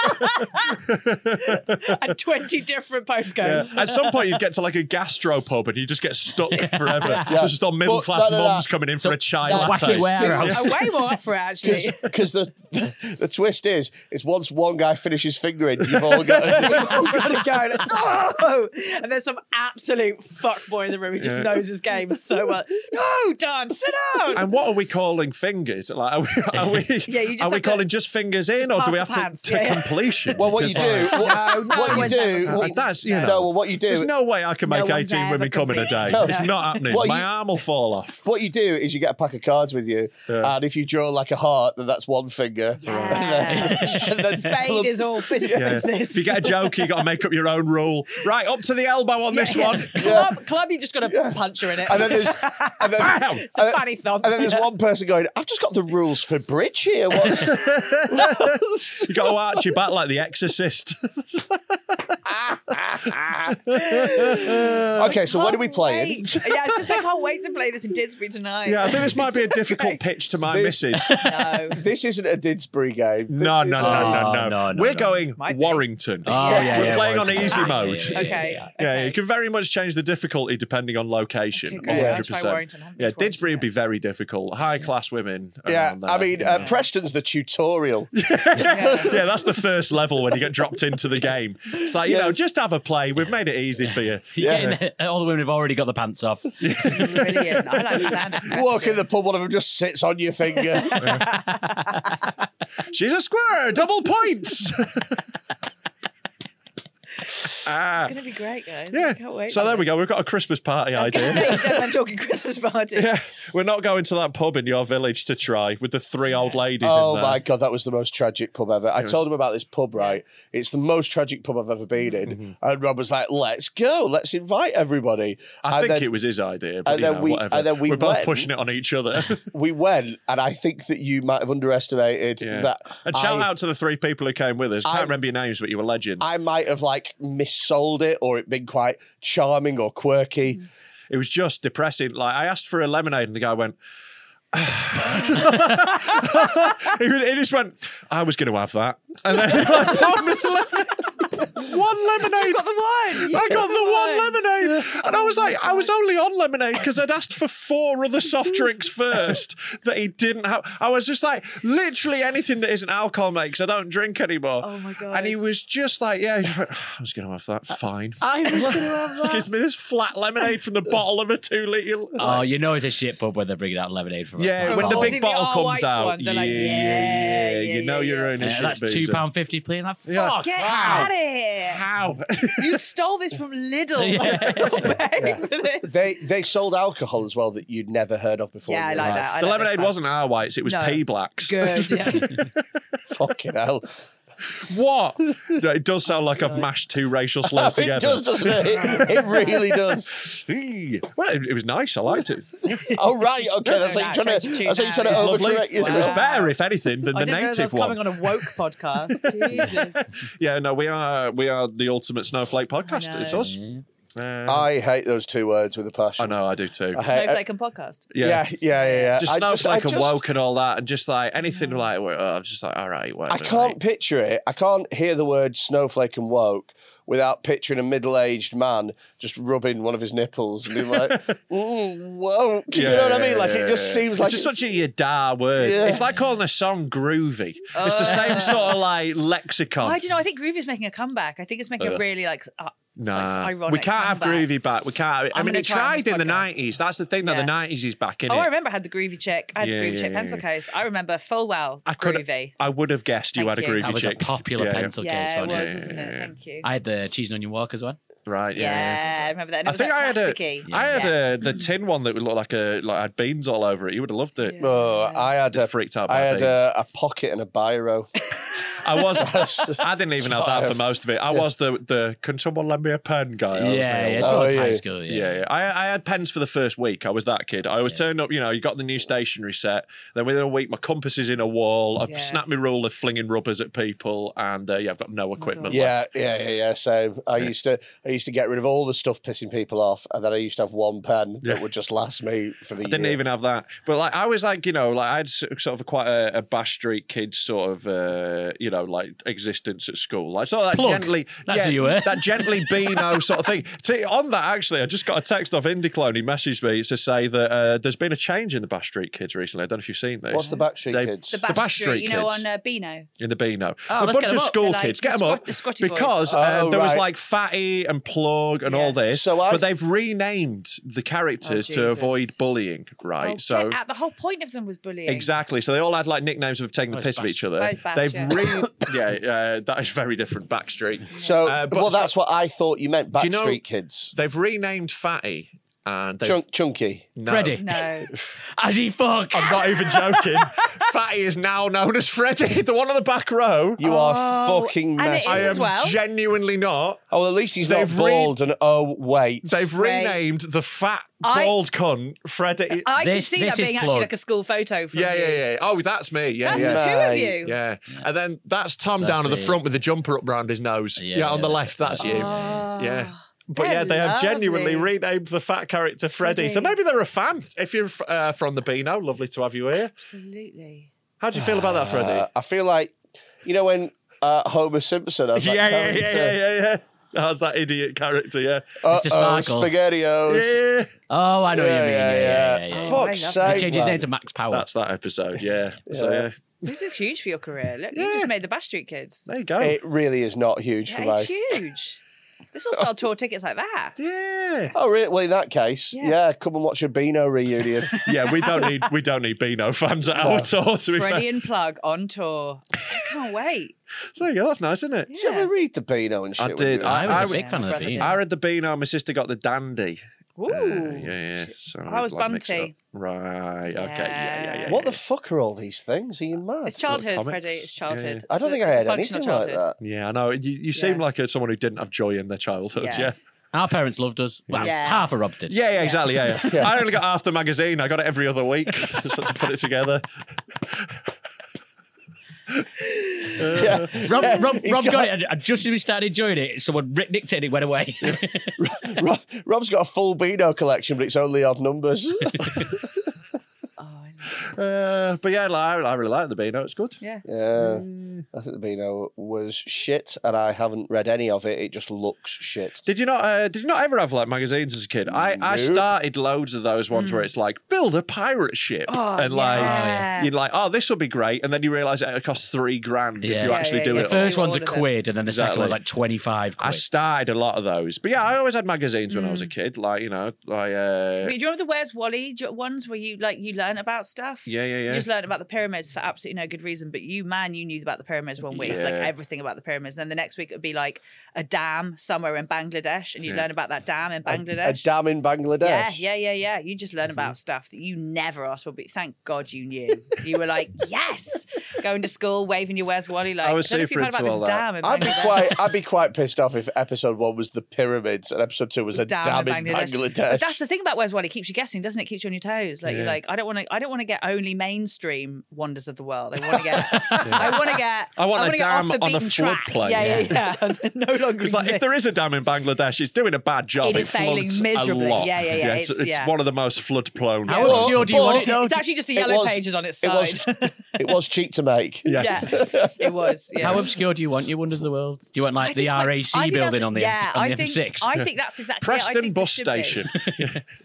[SPEAKER 4] 20 different postcodes.
[SPEAKER 2] At some point, you'd get to like a gastro pub and you just get stuck forever. There's just all middle
[SPEAKER 3] But
[SPEAKER 2] class
[SPEAKER 3] no, no, no.
[SPEAKER 2] mums coming in for a chai
[SPEAKER 5] Wacky
[SPEAKER 2] latte.
[SPEAKER 4] I'm
[SPEAKER 5] warehouse.
[SPEAKER 4] way more up Oh, for it, actually.
[SPEAKER 3] because the the twist is is once one guy finishes fingering, you've all got.
[SPEAKER 4] We've all got to go. Like, no! Oh! And there's some absolute fuckboy in the room who just knows his game so well. No, Dan, sit down.
[SPEAKER 2] And what are we calling fingers? Like, are we, are we,
[SPEAKER 4] Yeah, you just
[SPEAKER 2] are we
[SPEAKER 4] have to
[SPEAKER 2] calling just fingers in,
[SPEAKER 4] just
[SPEAKER 2] or
[SPEAKER 4] pass
[SPEAKER 2] do we
[SPEAKER 4] the
[SPEAKER 2] have
[SPEAKER 4] pants,
[SPEAKER 2] to, to
[SPEAKER 4] yeah, yeah.
[SPEAKER 2] completion?
[SPEAKER 3] Well, what you
[SPEAKER 2] Because,
[SPEAKER 3] do,
[SPEAKER 2] like,
[SPEAKER 3] what,
[SPEAKER 4] no
[SPEAKER 3] what you
[SPEAKER 4] one's
[SPEAKER 3] do,
[SPEAKER 4] ever
[SPEAKER 3] what,
[SPEAKER 2] and that's you
[SPEAKER 3] no,
[SPEAKER 2] know.
[SPEAKER 3] well, what you do,
[SPEAKER 2] There's no way I can
[SPEAKER 4] No
[SPEAKER 2] make
[SPEAKER 4] one's
[SPEAKER 2] 18 women
[SPEAKER 4] ever
[SPEAKER 2] come in a day.
[SPEAKER 4] completed. No.
[SPEAKER 2] It's not happening.
[SPEAKER 3] Well,
[SPEAKER 2] My
[SPEAKER 3] you-
[SPEAKER 2] arm will fall off.
[SPEAKER 3] what you do is you get a pack of cards with you, and if you draw like a heart, then that's one finger.
[SPEAKER 4] Yeah.
[SPEAKER 3] And then
[SPEAKER 4] Spade
[SPEAKER 3] club-
[SPEAKER 4] is all physical
[SPEAKER 2] Yeah.
[SPEAKER 4] business.
[SPEAKER 2] If you get a joke, you got to make up your own rule. Right, up to the elbow on this
[SPEAKER 4] Yeah.
[SPEAKER 2] one.
[SPEAKER 4] Club, club, you've just got to punch her in it.
[SPEAKER 3] and then there's and then,
[SPEAKER 2] Bam!
[SPEAKER 3] and
[SPEAKER 4] it's a
[SPEAKER 3] then-
[SPEAKER 4] funny thump.
[SPEAKER 3] and then there's one person going, I've just got the rules for bridge here. What's
[SPEAKER 2] You got to arch your back like the exorcist.
[SPEAKER 3] okay? So what are we
[SPEAKER 4] Can't
[SPEAKER 3] playing?
[SPEAKER 4] Oh, wait. yeah, I was gonna say, I can't wait to play this in Didsbury tonight.
[SPEAKER 2] yeah, I think this might be a difficult pitch to my missus.
[SPEAKER 4] No.
[SPEAKER 3] This isn't a Didsbury game. This
[SPEAKER 2] No,
[SPEAKER 3] is
[SPEAKER 2] no,
[SPEAKER 3] a-
[SPEAKER 2] no,
[SPEAKER 5] Oh,
[SPEAKER 2] no, no,
[SPEAKER 5] no, no,
[SPEAKER 2] We're
[SPEAKER 5] no.
[SPEAKER 2] going
[SPEAKER 4] Might be.
[SPEAKER 2] Warrington.
[SPEAKER 5] Oh, yeah,
[SPEAKER 2] We're
[SPEAKER 5] yeah,
[SPEAKER 2] playing
[SPEAKER 5] Warrington.
[SPEAKER 2] on easy
[SPEAKER 5] Yeah,
[SPEAKER 2] mode.
[SPEAKER 5] yeah, yeah,
[SPEAKER 4] Okay.
[SPEAKER 5] yeah.
[SPEAKER 2] Yeah,
[SPEAKER 4] okay.
[SPEAKER 2] you can very much change the difficulty depending on location.
[SPEAKER 4] Okay, great.
[SPEAKER 2] 100%.
[SPEAKER 4] I'll try Warrington. I haven't been
[SPEAKER 2] yeah,
[SPEAKER 4] to Warrington
[SPEAKER 2] Didsbury would be very difficult. High class women.
[SPEAKER 3] Yeah,
[SPEAKER 2] around there.
[SPEAKER 3] I mean, uh, Preston's the tutorial.
[SPEAKER 2] yeah, that's the first level when you get dropped into the game. It's like, you know,
[SPEAKER 3] Yes.
[SPEAKER 2] just have a play. We've made it easy for you.
[SPEAKER 5] You're getting- all the women have already got the pants off.
[SPEAKER 4] Brilliant. I like the sound of that.
[SPEAKER 3] Walk in the pub, one of them just sits on your finger.
[SPEAKER 2] She's a square, double points.
[SPEAKER 4] It's
[SPEAKER 2] Ah,
[SPEAKER 4] going to be great, guys. I
[SPEAKER 2] yeah.
[SPEAKER 4] can't wait.
[SPEAKER 2] So there we go. We've got a Christmas party
[SPEAKER 4] I was going to
[SPEAKER 2] idea.
[SPEAKER 4] say, definitely talking Christmas party.
[SPEAKER 2] We're not going to that pub in your village to try with the three old ladies
[SPEAKER 3] oh
[SPEAKER 2] in there.
[SPEAKER 3] my god, that was the most tragic pub ever. I told him about this pub, right? It's the most tragic pub I've ever been in.
[SPEAKER 2] Mm-hmm.
[SPEAKER 3] And Rob was like, "Let's go, let's invite everybody."
[SPEAKER 2] I
[SPEAKER 3] and
[SPEAKER 2] think
[SPEAKER 3] then
[SPEAKER 2] it was his idea, but
[SPEAKER 3] and
[SPEAKER 2] you
[SPEAKER 3] then
[SPEAKER 2] know,
[SPEAKER 3] we-
[SPEAKER 2] whatever.
[SPEAKER 3] and then we
[SPEAKER 2] We're both
[SPEAKER 3] went.
[SPEAKER 2] pushing it on each other.
[SPEAKER 3] we went, and I think that you might have underestimated
[SPEAKER 2] Yeah.
[SPEAKER 3] that.
[SPEAKER 2] and shout
[SPEAKER 3] I,
[SPEAKER 2] out to the three people who came with us. Can't
[SPEAKER 3] I-
[SPEAKER 2] remember your names, but you were legends.
[SPEAKER 3] I might have like missold it, or it been quite charming or quirky.
[SPEAKER 2] Mm-hmm. it was just depressing. Like I asked for a lemonade, and the guy went. he, was- he just went. I was going to have that, and then he, like, poured me the lemon- one lemonade.
[SPEAKER 4] Got the wine.
[SPEAKER 2] I got the one lemonade, and I was like, I was only on lemonade because I'd asked for four other soft drinks first that he didn't have. I was just like, literally anything that isn't alcohol, mate, 'cause I don't drink anymore.
[SPEAKER 4] Oh my God.
[SPEAKER 2] And he was just like, yeah, he just went, I was going to have that. Fine.
[SPEAKER 5] I was going to have
[SPEAKER 2] Just gives me this flat lemonade from the bottle of a two litre.
[SPEAKER 5] Oh, you know it's a shit pub when they're bringing out lemonade from. a
[SPEAKER 2] Yeah,
[SPEAKER 5] pint
[SPEAKER 2] when the
[SPEAKER 5] bottle.
[SPEAKER 4] bottles.
[SPEAKER 2] big
[SPEAKER 4] Is it the
[SPEAKER 2] bottle comes
[SPEAKER 4] all-white
[SPEAKER 2] out,
[SPEAKER 4] one?
[SPEAKER 2] yeah,
[SPEAKER 4] They're like,
[SPEAKER 2] yeah,
[SPEAKER 4] yeah,
[SPEAKER 2] yeah, You
[SPEAKER 4] yeah,
[SPEAKER 2] know
[SPEAKER 4] yeah.
[SPEAKER 2] you're owning
[SPEAKER 5] Yeah,
[SPEAKER 2] shit.
[SPEAKER 5] Uh, that's
[SPEAKER 2] boozer.
[SPEAKER 5] two pound fifty, please. Like,
[SPEAKER 2] Yeah.
[SPEAKER 5] fuck.
[SPEAKER 4] Get
[SPEAKER 5] wow.
[SPEAKER 4] out of here.
[SPEAKER 2] How?
[SPEAKER 4] You stole this from Lidl.
[SPEAKER 5] Yeah.
[SPEAKER 4] You're paying for this.
[SPEAKER 3] They they sold alcohol as well that you'd never heard of before.
[SPEAKER 4] Yeah, I
[SPEAKER 3] in your
[SPEAKER 4] like
[SPEAKER 3] life.
[SPEAKER 4] that. I
[SPEAKER 2] the
[SPEAKER 4] like
[SPEAKER 2] lemonade
[SPEAKER 4] those
[SPEAKER 2] wasn't our whites; it was
[SPEAKER 4] No.
[SPEAKER 2] pea blacks.
[SPEAKER 4] Good. Yeah.
[SPEAKER 3] Fucking hell.
[SPEAKER 2] What? Yeah, it does sound like I've mashed two racial slurs together.
[SPEAKER 3] It does, doesn't it? It, it really does.
[SPEAKER 2] Hey. Well, it, it was nice. I liked it. It
[SPEAKER 3] Oh, right. Okay. That's
[SPEAKER 4] no,
[SPEAKER 3] how you're
[SPEAKER 4] no,
[SPEAKER 3] trying
[SPEAKER 4] change
[SPEAKER 3] to,
[SPEAKER 4] it
[SPEAKER 3] that's how
[SPEAKER 4] now.
[SPEAKER 3] you're trying to
[SPEAKER 4] It's
[SPEAKER 2] was lovely.
[SPEAKER 3] overcorrect
[SPEAKER 2] It
[SPEAKER 3] yourself.
[SPEAKER 2] was better, if anything, than
[SPEAKER 4] I
[SPEAKER 2] the
[SPEAKER 4] didn't know that was
[SPEAKER 2] native one.
[SPEAKER 4] coming on a woke podcast. Jesus.
[SPEAKER 2] Yeah, no, we are we are the ultimate snowflake podcast.
[SPEAKER 4] know.
[SPEAKER 2] It's us. Uh,
[SPEAKER 3] I hate those two words with a passion.
[SPEAKER 2] I know, I do too.
[SPEAKER 3] I hate-
[SPEAKER 4] Snowflake and podcast.
[SPEAKER 2] yeah.
[SPEAKER 3] yeah, yeah, yeah, yeah.
[SPEAKER 2] Just
[SPEAKER 3] I
[SPEAKER 2] snowflake
[SPEAKER 3] I
[SPEAKER 2] and woke and all that, and just like anything like, oh, I'm just like, all right, whatever.
[SPEAKER 3] I can't
[SPEAKER 2] mate.
[SPEAKER 3] picture it. I can't hear the word snowflake and woke without picturing a middle-aged man just rubbing one of his nipples and being like, mm, woke. you know what I mean? Like it just seems like
[SPEAKER 2] it's just such a yada word.
[SPEAKER 3] Yeah. Uh.
[SPEAKER 2] It's like calling a song groovy. It's the same sort of like lexicon.
[SPEAKER 4] I don't know. I think Groovy is making a comeback. I think it's making a really like, uh, it's, like,
[SPEAKER 2] Nah.
[SPEAKER 4] ironic.
[SPEAKER 2] we can't have
[SPEAKER 4] comeback.
[SPEAKER 2] groovy back. We can't. i
[SPEAKER 4] I'm
[SPEAKER 2] mean,
[SPEAKER 4] gonna
[SPEAKER 2] it
[SPEAKER 4] try on
[SPEAKER 2] tried
[SPEAKER 4] this
[SPEAKER 2] in the
[SPEAKER 4] podcast.
[SPEAKER 2] nineties. That's the thing. That
[SPEAKER 4] Yeah.
[SPEAKER 2] the nineties is back in
[SPEAKER 4] Oh,
[SPEAKER 2] it.
[SPEAKER 4] I remember I had the groovy check. I had
[SPEAKER 2] Yeah,
[SPEAKER 4] the groovy
[SPEAKER 2] yeah,
[SPEAKER 4] check
[SPEAKER 2] yeah,
[SPEAKER 4] pencil
[SPEAKER 2] yeah.
[SPEAKER 4] case. I remember full well.
[SPEAKER 2] I could.
[SPEAKER 4] groovy.
[SPEAKER 2] I would have guessed you
[SPEAKER 4] Thank
[SPEAKER 2] had a
[SPEAKER 4] you.
[SPEAKER 2] groovy
[SPEAKER 5] That was
[SPEAKER 2] chick.
[SPEAKER 5] a popular
[SPEAKER 2] Yeah, yeah.
[SPEAKER 5] pencil case,
[SPEAKER 4] Yeah, it
[SPEAKER 5] wasn't
[SPEAKER 4] was,
[SPEAKER 5] it?
[SPEAKER 4] wasn't it? Thank you.
[SPEAKER 5] I had the cheese and onion walkers one.
[SPEAKER 2] Right. Yeah.
[SPEAKER 4] yeah,
[SPEAKER 2] yeah.
[SPEAKER 4] I remember that. And it
[SPEAKER 2] I
[SPEAKER 4] was
[SPEAKER 2] think
[SPEAKER 4] like
[SPEAKER 2] I had a,
[SPEAKER 4] plasticky.
[SPEAKER 2] I had a, the tin one that would look like a like had beans all over it. You would have loved it.
[SPEAKER 3] Oh, I had a
[SPEAKER 2] Freaked out
[SPEAKER 3] I
[SPEAKER 2] by
[SPEAKER 3] had
[SPEAKER 2] beans.
[SPEAKER 3] a, a pocket and a biro.
[SPEAKER 2] I was. I didn't even have that for most of it. I was the the. Can someone lend me a pen, guy? I
[SPEAKER 5] yeah,
[SPEAKER 2] was
[SPEAKER 5] yeah,
[SPEAKER 2] the-
[SPEAKER 5] it's all
[SPEAKER 3] Oh,
[SPEAKER 5] it's high
[SPEAKER 3] yeah.
[SPEAKER 5] school. Yeah.
[SPEAKER 2] yeah, yeah. I, I had pens for the first week. I was that kid. I was turned up, you know, you got the new stationery set. Then within a week, my compass is in a wall. I've
[SPEAKER 4] Yeah.
[SPEAKER 2] snapped my ruler flinging rubbers at people. And uh, yeah, I've got no equipment left.
[SPEAKER 3] Yeah, yeah, yeah, yeah. So I used to, I used to get rid of all the stuff pissing people off, and then I used to have one pen that would just last me for the
[SPEAKER 2] I didn't
[SPEAKER 3] year.
[SPEAKER 2] even have that. But like I was like, you know, like I had s- sort of quite a, a Bash Street kid sort of, uh, you know, like existence at school. Like sort of that
[SPEAKER 5] Plug.
[SPEAKER 2] gently,
[SPEAKER 5] That's who you were.
[SPEAKER 2] that gently Beano sort of thing. See, on that actually, I just got a text off IndieClone. He messaged me to say that uh, there's been a change in the Bash Street kids recently. I don't know if you've seen this.
[SPEAKER 3] What's the Backstreet
[SPEAKER 2] They-
[SPEAKER 3] Kids?
[SPEAKER 4] The
[SPEAKER 2] The
[SPEAKER 4] Bash,
[SPEAKER 2] Bash
[SPEAKER 4] Street,
[SPEAKER 2] Street
[SPEAKER 4] you know,
[SPEAKER 2] kids.
[SPEAKER 4] on uh, Beano.
[SPEAKER 2] in the Beano. a
[SPEAKER 5] Oh, let's
[SPEAKER 2] bunch of
[SPEAKER 5] get 'em up.
[SPEAKER 2] school
[SPEAKER 4] They're like
[SPEAKER 2] kids. get
[SPEAKER 4] the
[SPEAKER 2] them up.
[SPEAKER 4] squat- the squatty boys.
[SPEAKER 2] because uh,
[SPEAKER 3] Oh,
[SPEAKER 2] there was
[SPEAKER 3] right.
[SPEAKER 2] like Fatty and Plug and all this.
[SPEAKER 3] So I-
[SPEAKER 2] but they've renamed the characters to
[SPEAKER 4] Jesus.
[SPEAKER 2] avoid bullying, right?
[SPEAKER 4] Oh,
[SPEAKER 2] so
[SPEAKER 4] get out. the whole point of them was bullying.
[SPEAKER 2] Exactly. So they all had like nicknames of taking the
[SPEAKER 5] Oh,
[SPEAKER 2] piss of
[SPEAKER 5] Bash-
[SPEAKER 2] each other.
[SPEAKER 4] Oh, Bash,
[SPEAKER 2] They've
[SPEAKER 4] yeah.
[SPEAKER 2] re- yeah, uh, that is very different. Backstreet.
[SPEAKER 3] So,
[SPEAKER 2] Uh, but-
[SPEAKER 3] well, that's what I thought you meant. Backstreet
[SPEAKER 2] you know-
[SPEAKER 3] Kids,
[SPEAKER 2] They've renamed Fatty and they've,
[SPEAKER 3] Chunk, Chunky.
[SPEAKER 2] no.
[SPEAKER 5] Freddy.
[SPEAKER 4] No.
[SPEAKER 5] As he fuck.
[SPEAKER 2] I'm not even joking. Fatty is now known as Freddy, the one on the back row.
[SPEAKER 3] You
[SPEAKER 4] Oh,
[SPEAKER 3] are fucking
[SPEAKER 4] and it
[SPEAKER 3] messy.
[SPEAKER 4] is
[SPEAKER 2] I
[SPEAKER 4] as
[SPEAKER 2] am
[SPEAKER 4] well.
[SPEAKER 2] genuinely not.
[SPEAKER 3] Oh, at least he's
[SPEAKER 2] They've
[SPEAKER 3] not
[SPEAKER 2] re-
[SPEAKER 3] bald. and oh, wait,
[SPEAKER 2] They've
[SPEAKER 4] Right.
[SPEAKER 2] renamed the fat
[SPEAKER 4] I- Uh,
[SPEAKER 2] bald cunt Freddy.
[SPEAKER 4] I
[SPEAKER 5] This-
[SPEAKER 4] can see
[SPEAKER 5] this
[SPEAKER 4] that
[SPEAKER 5] is
[SPEAKER 4] being actually
[SPEAKER 5] plug.
[SPEAKER 4] like a school photo from
[SPEAKER 2] yeah,
[SPEAKER 4] you.
[SPEAKER 2] yeah, yeah. Oh, that's me. Yeah,
[SPEAKER 4] That's
[SPEAKER 2] yeah.
[SPEAKER 4] the two of
[SPEAKER 3] Mate.
[SPEAKER 4] you.
[SPEAKER 2] Yeah. And then that's Tom down at the
[SPEAKER 5] it.
[SPEAKER 2] front with the jumper up round his nose. Yeah,
[SPEAKER 5] Yeah,
[SPEAKER 2] on
[SPEAKER 5] yeah,
[SPEAKER 2] the
[SPEAKER 5] that-
[SPEAKER 2] left, that's you.
[SPEAKER 4] Oh,
[SPEAKER 2] Yeah. But
[SPEAKER 4] They're
[SPEAKER 2] yeah, they have genuinely
[SPEAKER 4] lovely.
[SPEAKER 2] renamed the fat character Freddy. So
[SPEAKER 4] Freddy.
[SPEAKER 2] maybe they're a fan. If you're uh, from the Beano, lovely to have you here.
[SPEAKER 4] Absolutely.
[SPEAKER 2] How do you feel about that, Freddy?
[SPEAKER 3] Uh, I feel like you know when uh, Homer Simpson has that
[SPEAKER 2] yeah, yeah,
[SPEAKER 3] character.
[SPEAKER 2] yeah, yeah, yeah, yeah. How's that idiot character? Yeah.
[SPEAKER 3] Uh-oh,
[SPEAKER 5] Mr. Sparkle.
[SPEAKER 3] SpaghettiOs.
[SPEAKER 2] Yeah.
[SPEAKER 5] Oh, I know what you mean. Yeah, yeah, yeah. yeah,
[SPEAKER 4] Fuck.
[SPEAKER 3] Fuck's
[SPEAKER 4] I love
[SPEAKER 3] sake.
[SPEAKER 5] He changed his
[SPEAKER 3] man.
[SPEAKER 5] name to Max Power.
[SPEAKER 2] That's that episode. Yeah. So yeah.
[SPEAKER 4] This is huge for your career. Look, you just made the Bash Street Kids.
[SPEAKER 2] There you go.
[SPEAKER 3] It really is not huge for
[SPEAKER 4] That
[SPEAKER 3] me.
[SPEAKER 4] is huge. This will sell tour tickets like that.
[SPEAKER 2] yeah.
[SPEAKER 3] Oh, really? Well, in that case,
[SPEAKER 4] Yeah.
[SPEAKER 3] yeah, come and watch a Beano reunion.
[SPEAKER 2] Yeah, we don't need we don't need Beano fans at our tour to be
[SPEAKER 4] Freddie
[SPEAKER 2] fair.
[SPEAKER 4] and Plug on tour. I can't wait.
[SPEAKER 2] So yeah, that's nice, isn't it?
[SPEAKER 3] Did you
[SPEAKER 4] Yeah.
[SPEAKER 3] ever read the Beano and shit?
[SPEAKER 2] I
[SPEAKER 3] when
[SPEAKER 2] did.
[SPEAKER 3] you were-
[SPEAKER 5] I was
[SPEAKER 2] I
[SPEAKER 5] a
[SPEAKER 2] would-
[SPEAKER 5] big fan of the
[SPEAKER 4] Brother
[SPEAKER 5] bean.
[SPEAKER 4] did.
[SPEAKER 2] I read the Beano. My sister got the Dandy.
[SPEAKER 4] Ooh. Oh,
[SPEAKER 2] Uh, yeah, yeah. So
[SPEAKER 4] I was
[SPEAKER 2] like, mix it
[SPEAKER 4] Bunty.
[SPEAKER 2] up. Right. Okay. Yeah, yeah, yeah.
[SPEAKER 3] what the
[SPEAKER 2] yeah.
[SPEAKER 3] fuck are all these things? Are you mad?
[SPEAKER 4] It's childhood,
[SPEAKER 2] comics.
[SPEAKER 4] Freddie. It's
[SPEAKER 2] Yeah, yeah.
[SPEAKER 4] childhood.
[SPEAKER 3] I don't think I
[SPEAKER 4] It's a
[SPEAKER 3] had
[SPEAKER 4] function
[SPEAKER 3] anything
[SPEAKER 4] of
[SPEAKER 3] like
[SPEAKER 4] childhood.
[SPEAKER 3] that.
[SPEAKER 2] Yeah, I know. You, you seem
[SPEAKER 4] Yeah.
[SPEAKER 2] like a, someone who didn't have joy in their childhood. Yeah.
[SPEAKER 4] Yeah.
[SPEAKER 2] Yeah,
[SPEAKER 5] Our parents loved us. Well,
[SPEAKER 4] Yeah.
[SPEAKER 5] half of Rob's did.
[SPEAKER 2] yeah, exactly. Yeah, yeah. I only got half the magazine. I got it every other week so to put it together.
[SPEAKER 3] Yeah.
[SPEAKER 5] Rob,
[SPEAKER 3] Yeah,
[SPEAKER 5] Rob,
[SPEAKER 3] he's
[SPEAKER 5] Rob got, it, and- and just as we started enjoying it, someone Rick nicked it and it went away.
[SPEAKER 3] Rob, Rob's got a full Beano collection, but it's only odd numbers.
[SPEAKER 4] Mm-hmm. Oh, I know.
[SPEAKER 2] Uh, but yeah, like, I, I really like the Beano. It's good.
[SPEAKER 4] yeah.
[SPEAKER 3] yeah.
[SPEAKER 4] Mm.
[SPEAKER 3] I think the Beano was shit, and I haven't read any of it. It just looks shit.
[SPEAKER 2] Did you not? Uh, did you not ever have like magazines as a kid? I, I
[SPEAKER 3] Nope.
[SPEAKER 2] started loads of those ones where it's like build a pirate ship
[SPEAKER 4] Mm. Oh,
[SPEAKER 2] and like
[SPEAKER 4] yeah.
[SPEAKER 2] you're like oh this will be great and then you realise it costs three grand if
[SPEAKER 5] Yeah.
[SPEAKER 2] you
[SPEAKER 5] Yeah,
[SPEAKER 2] actually
[SPEAKER 4] yeah,
[SPEAKER 2] do
[SPEAKER 4] yeah.
[SPEAKER 5] the
[SPEAKER 2] it. all.
[SPEAKER 5] first one's a
[SPEAKER 4] All of it.
[SPEAKER 5] quid, and then the second
[SPEAKER 2] Exactly.
[SPEAKER 5] one's like 25 quid.
[SPEAKER 2] I started a lot of those, but yeah, I always had magazines when I
[SPEAKER 4] Mm.
[SPEAKER 2] was a kid. Like you know, like uh,
[SPEAKER 4] Do you remember the Where's Wally j- ones where you like you learn about stuff?
[SPEAKER 2] Yeah, yeah, yeah.
[SPEAKER 4] You just learn about the pyramids for absolutely no good reason. But you, man, you knew about the pyramids one week, like
[SPEAKER 2] Yeah.
[SPEAKER 4] everything about the pyramids. And then the next week it would be like a dam somewhere in Bangladesh, and you learn about that dam in
[SPEAKER 3] A
[SPEAKER 4] Bangladesh.
[SPEAKER 3] dam in Bangladesh.
[SPEAKER 4] yeah, yeah, yeah, yeah. You just learn about
[SPEAKER 2] Mm-hmm.
[SPEAKER 4] stuff that you never asked for, but thank God you knew. you were like, yes, going to school, waving your Where's Wally. Like,
[SPEAKER 2] I was
[SPEAKER 4] don't know if
[SPEAKER 2] super
[SPEAKER 4] you've heard
[SPEAKER 2] into
[SPEAKER 4] about this
[SPEAKER 2] all that.
[SPEAKER 4] dam in
[SPEAKER 3] I'd be
[SPEAKER 4] Bangladesh.
[SPEAKER 3] quite, I'd be quite pissed off if episode one was the pyramids and episode two was a
[SPEAKER 4] Dam
[SPEAKER 3] dam,
[SPEAKER 4] in
[SPEAKER 3] in
[SPEAKER 4] Bangladesh.
[SPEAKER 3] Bangladesh.
[SPEAKER 4] But that's the thing about Where's Wally. It keeps you guessing, doesn't it? it keeps you on your toes. Like you're like, I don't want to. I don't want to get only mainstream wonders of the world. I want to get. I want to get.
[SPEAKER 2] I want a
[SPEAKER 4] wanna get
[SPEAKER 2] dam
[SPEAKER 4] off the
[SPEAKER 2] on a
[SPEAKER 4] beaten track.
[SPEAKER 2] floodplain.
[SPEAKER 4] Yeah, yeah, yeah. That no longer
[SPEAKER 2] Because like, if there
[SPEAKER 4] exists.
[SPEAKER 2] is a dam in Bangladesh, it's doing a bad job.
[SPEAKER 4] It is failing
[SPEAKER 2] floods
[SPEAKER 4] miserably.
[SPEAKER 2] A lot.
[SPEAKER 4] Yeah, yeah, yeah,
[SPEAKER 2] it's
[SPEAKER 4] it's-
[SPEAKER 2] it's
[SPEAKER 4] yeah.
[SPEAKER 2] one of the most flood prone.
[SPEAKER 5] How obscure do you want it?
[SPEAKER 3] but-
[SPEAKER 5] though?
[SPEAKER 4] it's actually just a
[SPEAKER 3] It
[SPEAKER 4] yellow
[SPEAKER 3] was-
[SPEAKER 4] pages on its
[SPEAKER 3] it
[SPEAKER 4] side.
[SPEAKER 3] was- it was cheap to make.
[SPEAKER 2] Yeah.
[SPEAKER 4] yeah, it was. Yeah.
[SPEAKER 5] How obscure do you want your Wonders of the World? Do you want
[SPEAKER 4] I
[SPEAKER 5] like the
[SPEAKER 4] think, like,
[SPEAKER 5] RAC
[SPEAKER 4] I think
[SPEAKER 5] building
[SPEAKER 4] that's-
[SPEAKER 5] on the,
[SPEAKER 4] yeah,
[SPEAKER 5] M- on
[SPEAKER 4] I
[SPEAKER 5] the
[SPEAKER 4] think,
[SPEAKER 5] M6?
[SPEAKER 4] I think that's exactly. it. I
[SPEAKER 2] Preston
[SPEAKER 4] think there
[SPEAKER 2] bus
[SPEAKER 4] should be.
[SPEAKER 2] station.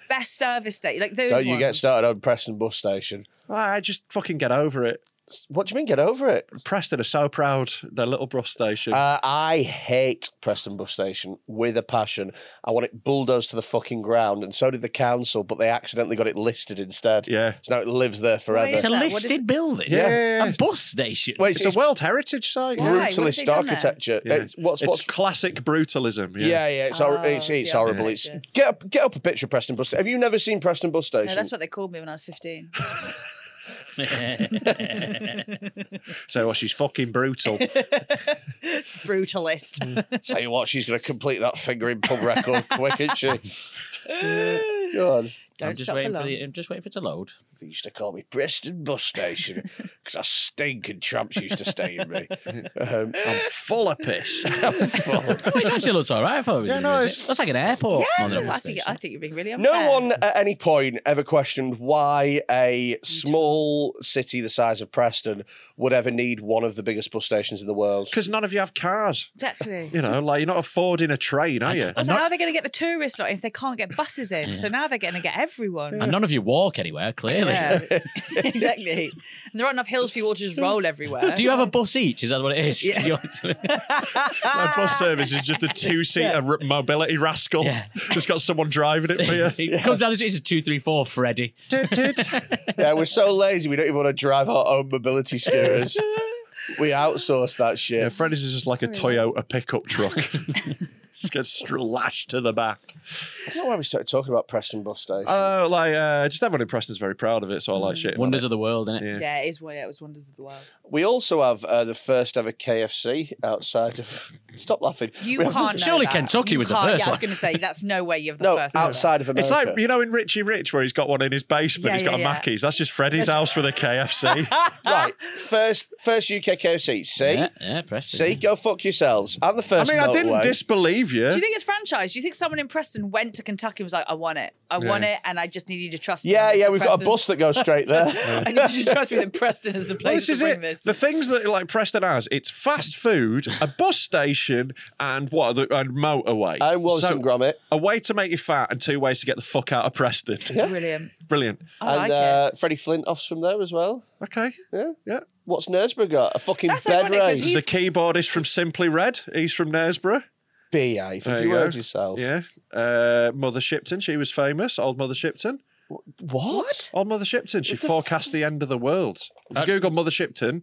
[SPEAKER 4] Best service station. Like those.
[SPEAKER 3] Don't you get
[SPEAKER 4] ones.
[SPEAKER 3] started on Preston bus station.
[SPEAKER 2] I just fucking get over it.
[SPEAKER 3] What do you mean? Get over it.
[SPEAKER 2] Preston are so proud. Their little bus station.
[SPEAKER 3] Uh, I hate Preston bus station with a passion. I want it bulldozed to the fucking ground, and so did the council, but they accidentally got it listed instead.
[SPEAKER 2] Yeah.
[SPEAKER 3] So now it lives there forever.
[SPEAKER 4] is
[SPEAKER 5] it's a
[SPEAKER 4] that? What is-
[SPEAKER 5] listed building.
[SPEAKER 2] Yeah.
[SPEAKER 5] A bus station.
[SPEAKER 3] Wait,
[SPEAKER 2] it's, a World Heritage Site.
[SPEAKER 4] Why? What have they
[SPEAKER 3] brutalist
[SPEAKER 4] done there?
[SPEAKER 3] architecture.
[SPEAKER 2] Yeah.
[SPEAKER 3] It's, what's,
[SPEAKER 2] It's
[SPEAKER 3] what's,
[SPEAKER 2] classic brutalism. Yeah.
[SPEAKER 3] yeah, yeah, it's, hor-
[SPEAKER 4] Oh,
[SPEAKER 3] it's,
[SPEAKER 4] it's
[SPEAKER 3] it's
[SPEAKER 4] the
[SPEAKER 3] horrible. It's
[SPEAKER 4] architecture.
[SPEAKER 3] get up, get up a picture of Preston bus. Have you never seen Preston bus station?
[SPEAKER 4] No, that's what they called me when I was fifteen.
[SPEAKER 2] So oh, she's fucking brutal.
[SPEAKER 5] Mm.
[SPEAKER 4] Brutalist.
[SPEAKER 3] Tell you what, she's going to complete that finger in pub record quick, isn't she? God.
[SPEAKER 4] Don't
[SPEAKER 5] I'm just
[SPEAKER 4] stop for
[SPEAKER 5] waiting for,
[SPEAKER 4] long.
[SPEAKER 5] the, I'm just waiting for it to load.
[SPEAKER 3] They used to call me Preston Bus Station because I stink and tramps used to stay in me. Um,
[SPEAKER 2] I'm full of piss.
[SPEAKER 5] Which actually looks all right. I thought it was
[SPEAKER 2] Yeah,
[SPEAKER 5] gonna
[SPEAKER 2] no,
[SPEAKER 5] be,
[SPEAKER 2] it's-
[SPEAKER 5] it looks like an airport. more than a
[SPEAKER 4] I
[SPEAKER 5] bus
[SPEAKER 4] think,
[SPEAKER 5] station.
[SPEAKER 4] I think you're being really
[SPEAKER 3] no
[SPEAKER 4] unfair.
[SPEAKER 3] one at any point ever questioned why a small city the size of Preston would ever need one of the biggest bus stations in the world.
[SPEAKER 2] Because none of you have cars.
[SPEAKER 4] Exactly. Oh,
[SPEAKER 2] You know, like you're not affording a train, are you?
[SPEAKER 4] Also, how are they going to get the tourists lot in if they can't get buses in? So now they're going to get everyone.
[SPEAKER 5] And none of you walk anywhere, clearly.
[SPEAKER 4] Yeah, exactly. And there aren't enough hills for you all to just roll everywhere.
[SPEAKER 5] Do you have a bus each? Is that what it is? Yeah.
[SPEAKER 2] My
[SPEAKER 4] Ah.
[SPEAKER 2] bus service is just a two-seater r- mobility rascal.
[SPEAKER 5] Yeah.
[SPEAKER 2] Just got someone driving it for you.
[SPEAKER 5] it comes down to it's a two, three, four, Freddy.
[SPEAKER 2] Tit, tit.
[SPEAKER 3] yeah, we're so lazy we don't even want to drive our own mobility scooters. we outsource that shit.
[SPEAKER 2] Yeah, Freddy's is just like a Toyota pickup truck. just gets str- lashed to the back.
[SPEAKER 3] I don't know why we started talking about Preston Bus Station.
[SPEAKER 2] Oh, like uh, just everyone in Preston's very proud of it, so I like shit. about
[SPEAKER 5] Wonders
[SPEAKER 2] it.
[SPEAKER 5] of the world, innit?
[SPEAKER 2] Yeah.
[SPEAKER 4] Yeah, it is. one- Yeah, it was Wonders of the World.
[SPEAKER 3] we also have uh, the first ever KFC outside of. Stop laughing.
[SPEAKER 4] You
[SPEAKER 3] We have-
[SPEAKER 4] can't. know
[SPEAKER 5] Surely
[SPEAKER 4] that.
[SPEAKER 5] Kentucky
[SPEAKER 4] You
[SPEAKER 5] was the
[SPEAKER 4] can't-
[SPEAKER 5] first
[SPEAKER 4] Yeah, I was
[SPEAKER 5] one.
[SPEAKER 4] going to say that's no way you're the
[SPEAKER 3] No,
[SPEAKER 4] first.
[SPEAKER 3] outside of America.
[SPEAKER 2] It's like you know in Richie Rich where he's got one in his basement.
[SPEAKER 4] Yeah,
[SPEAKER 2] he's
[SPEAKER 4] yeah,
[SPEAKER 2] got a
[SPEAKER 4] yeah.
[SPEAKER 2] Mackey's. That's just Freddy's house with a KFC.
[SPEAKER 3] right, first first UK KFC. See,
[SPEAKER 5] Yeah, yeah, Preston.
[SPEAKER 3] see, go fuck yourselves. I'm the
[SPEAKER 2] I
[SPEAKER 3] first.
[SPEAKER 2] mean, I didn't
[SPEAKER 3] motorway.
[SPEAKER 2] disbelieve you.
[SPEAKER 4] Do you think it's franchise? Do you think someone in Preston went to Kentucky and was like, I want it, I want it, and I just need you to trust me.
[SPEAKER 3] Yeah,
[SPEAKER 4] that
[SPEAKER 3] yeah, we've got a
[SPEAKER 4] Preston's-
[SPEAKER 3] bus that goes straight there.
[SPEAKER 4] I need you to trust me that Preston is the
[SPEAKER 2] Well,
[SPEAKER 4] place
[SPEAKER 2] this is
[SPEAKER 4] to bring
[SPEAKER 2] it.
[SPEAKER 4] this.
[SPEAKER 2] The things that like Preston has, it's fast food, a bus station, and what the, and motorway.
[SPEAKER 3] And Wilson
[SPEAKER 2] So,
[SPEAKER 3] Gromit.
[SPEAKER 2] a way to make you fat and two ways to get the fuck out of Preston.
[SPEAKER 4] Brilliant.
[SPEAKER 2] Brilliant.
[SPEAKER 4] I
[SPEAKER 3] and
[SPEAKER 4] like
[SPEAKER 3] uh, Freddie Flintoff's from there as well.
[SPEAKER 2] Okay.
[SPEAKER 3] Yeah.
[SPEAKER 2] Yeah.
[SPEAKER 3] What's Knaresborough got? A fucking
[SPEAKER 4] That's
[SPEAKER 3] bed
[SPEAKER 4] ironic 'cause
[SPEAKER 3] race.
[SPEAKER 4] he's-
[SPEAKER 2] The keyboardist from Simply Red. He's from Knaresborough.
[SPEAKER 3] Behave,
[SPEAKER 2] There
[SPEAKER 3] if
[SPEAKER 2] you
[SPEAKER 3] you
[SPEAKER 2] go.
[SPEAKER 3] heard yourself.
[SPEAKER 2] Yeah. Uh, Mother Shipton. She was famous. Old Mother Shipton.
[SPEAKER 3] What?
[SPEAKER 2] Old Mother Shipton. She forecast the end of the world. If you Google Mother Shipton,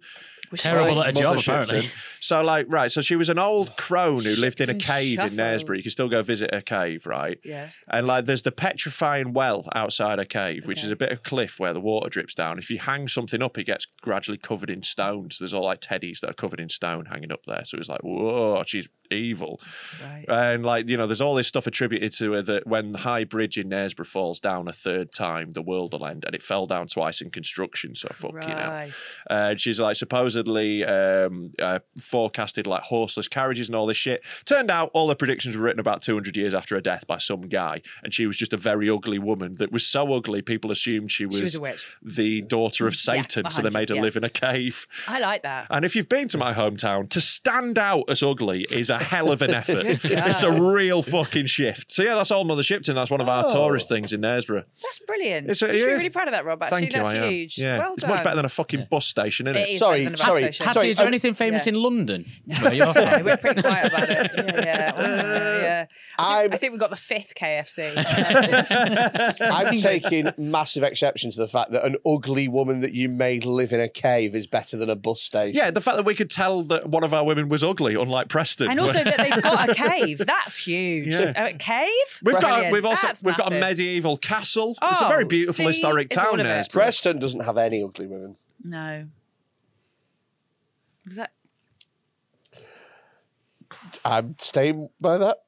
[SPEAKER 4] it.
[SPEAKER 5] Terrible
[SPEAKER 2] Right,
[SPEAKER 5] at a job,
[SPEAKER 2] Mother
[SPEAKER 5] apparently.
[SPEAKER 2] Shipton. So, like, right. So she was an old crone who lived in a
[SPEAKER 4] Shipton
[SPEAKER 2] cave in
[SPEAKER 4] Shuffle.
[SPEAKER 2] Knaresborough. You can still go visit her cave, right?
[SPEAKER 4] Yeah.
[SPEAKER 2] And like, there's the petrifying well outside her cave, which is a bit of cliff where the water drips down. If you hang something up, it gets gradually covered in stone. So there's all like teddies that are covered in stone hanging up there. So it was like, whoa, she's evil.
[SPEAKER 4] Right.
[SPEAKER 2] And like, you know, there's all this stuff attributed to her that when the high bridge in Knaresborough falls down a third time, the world will end. And it fell down twice in construction. So fucking hell.
[SPEAKER 4] Christ.
[SPEAKER 2] Uh, and she's like supposedly um, uh, forecasted like horseless carriages and all this shit. Turned out all the predictions were written about 200 years after her death by some guy, and she was just a very ugly woman that was so ugly people assumed she was,
[SPEAKER 4] She was a witch.
[SPEAKER 2] the daughter of Satan. so they
[SPEAKER 4] 100,
[SPEAKER 2] made her
[SPEAKER 4] yeah.
[SPEAKER 2] live in a cave.
[SPEAKER 4] I like that.
[SPEAKER 2] And if you've been to my hometown, to stand out as ugly is a hell of an effort. it's a real fucking shift. So yeah, that's all Mother Shipton. That's one of
[SPEAKER 4] Oh.
[SPEAKER 2] our tourist things in Knaresborough.
[SPEAKER 4] That's brilliant.
[SPEAKER 2] It's
[SPEAKER 4] It's
[SPEAKER 2] a-
[SPEAKER 4] should
[SPEAKER 2] yeah.
[SPEAKER 4] be really proud of that, Rob. Actually,
[SPEAKER 2] Thank you.
[SPEAKER 4] that's
[SPEAKER 2] I am.
[SPEAKER 4] huge.
[SPEAKER 2] Yeah,
[SPEAKER 4] Well
[SPEAKER 2] it's
[SPEAKER 4] done.
[SPEAKER 2] much better than a fucking bus station, isn't
[SPEAKER 4] It
[SPEAKER 2] it?
[SPEAKER 4] is
[SPEAKER 3] Sorry,
[SPEAKER 4] better than a bus
[SPEAKER 3] sorry.
[SPEAKER 4] station.
[SPEAKER 5] Hattie,
[SPEAKER 3] Sorry,
[SPEAKER 5] is there
[SPEAKER 3] I-
[SPEAKER 5] anything famous
[SPEAKER 4] Yeah.
[SPEAKER 5] in London? That's where you're from.
[SPEAKER 4] Yeah, we're pretty quiet about it. Yeah, yeah. Oh,
[SPEAKER 2] Uh,
[SPEAKER 4] yeah. I, think,
[SPEAKER 3] I'm-
[SPEAKER 4] I think we got the fifth KFC.
[SPEAKER 3] I'm taking massive exception to the fact that an ugly woman that you made live in a cave is better than a bus station.
[SPEAKER 2] Yeah, the fact that we could tell that one of our women was ugly, unlike Preston.
[SPEAKER 4] and also that they've got a cave. That's huge.
[SPEAKER 2] Yeah.
[SPEAKER 4] A cave?
[SPEAKER 2] we've got
[SPEAKER 4] Brilliant.
[SPEAKER 2] we've also
[SPEAKER 4] That's
[SPEAKER 2] we've got a
[SPEAKER 4] massive.
[SPEAKER 2] medieval castle. it's a very
[SPEAKER 4] Oh,
[SPEAKER 2] beautiful
[SPEAKER 4] see,
[SPEAKER 2] historic
[SPEAKER 4] it's
[SPEAKER 2] town.
[SPEAKER 4] all of
[SPEAKER 2] There,
[SPEAKER 4] it.
[SPEAKER 2] It's brilliant.
[SPEAKER 3] Preston doesn't have any ugly women.
[SPEAKER 4] No. Was that?
[SPEAKER 3] I'm staying by that.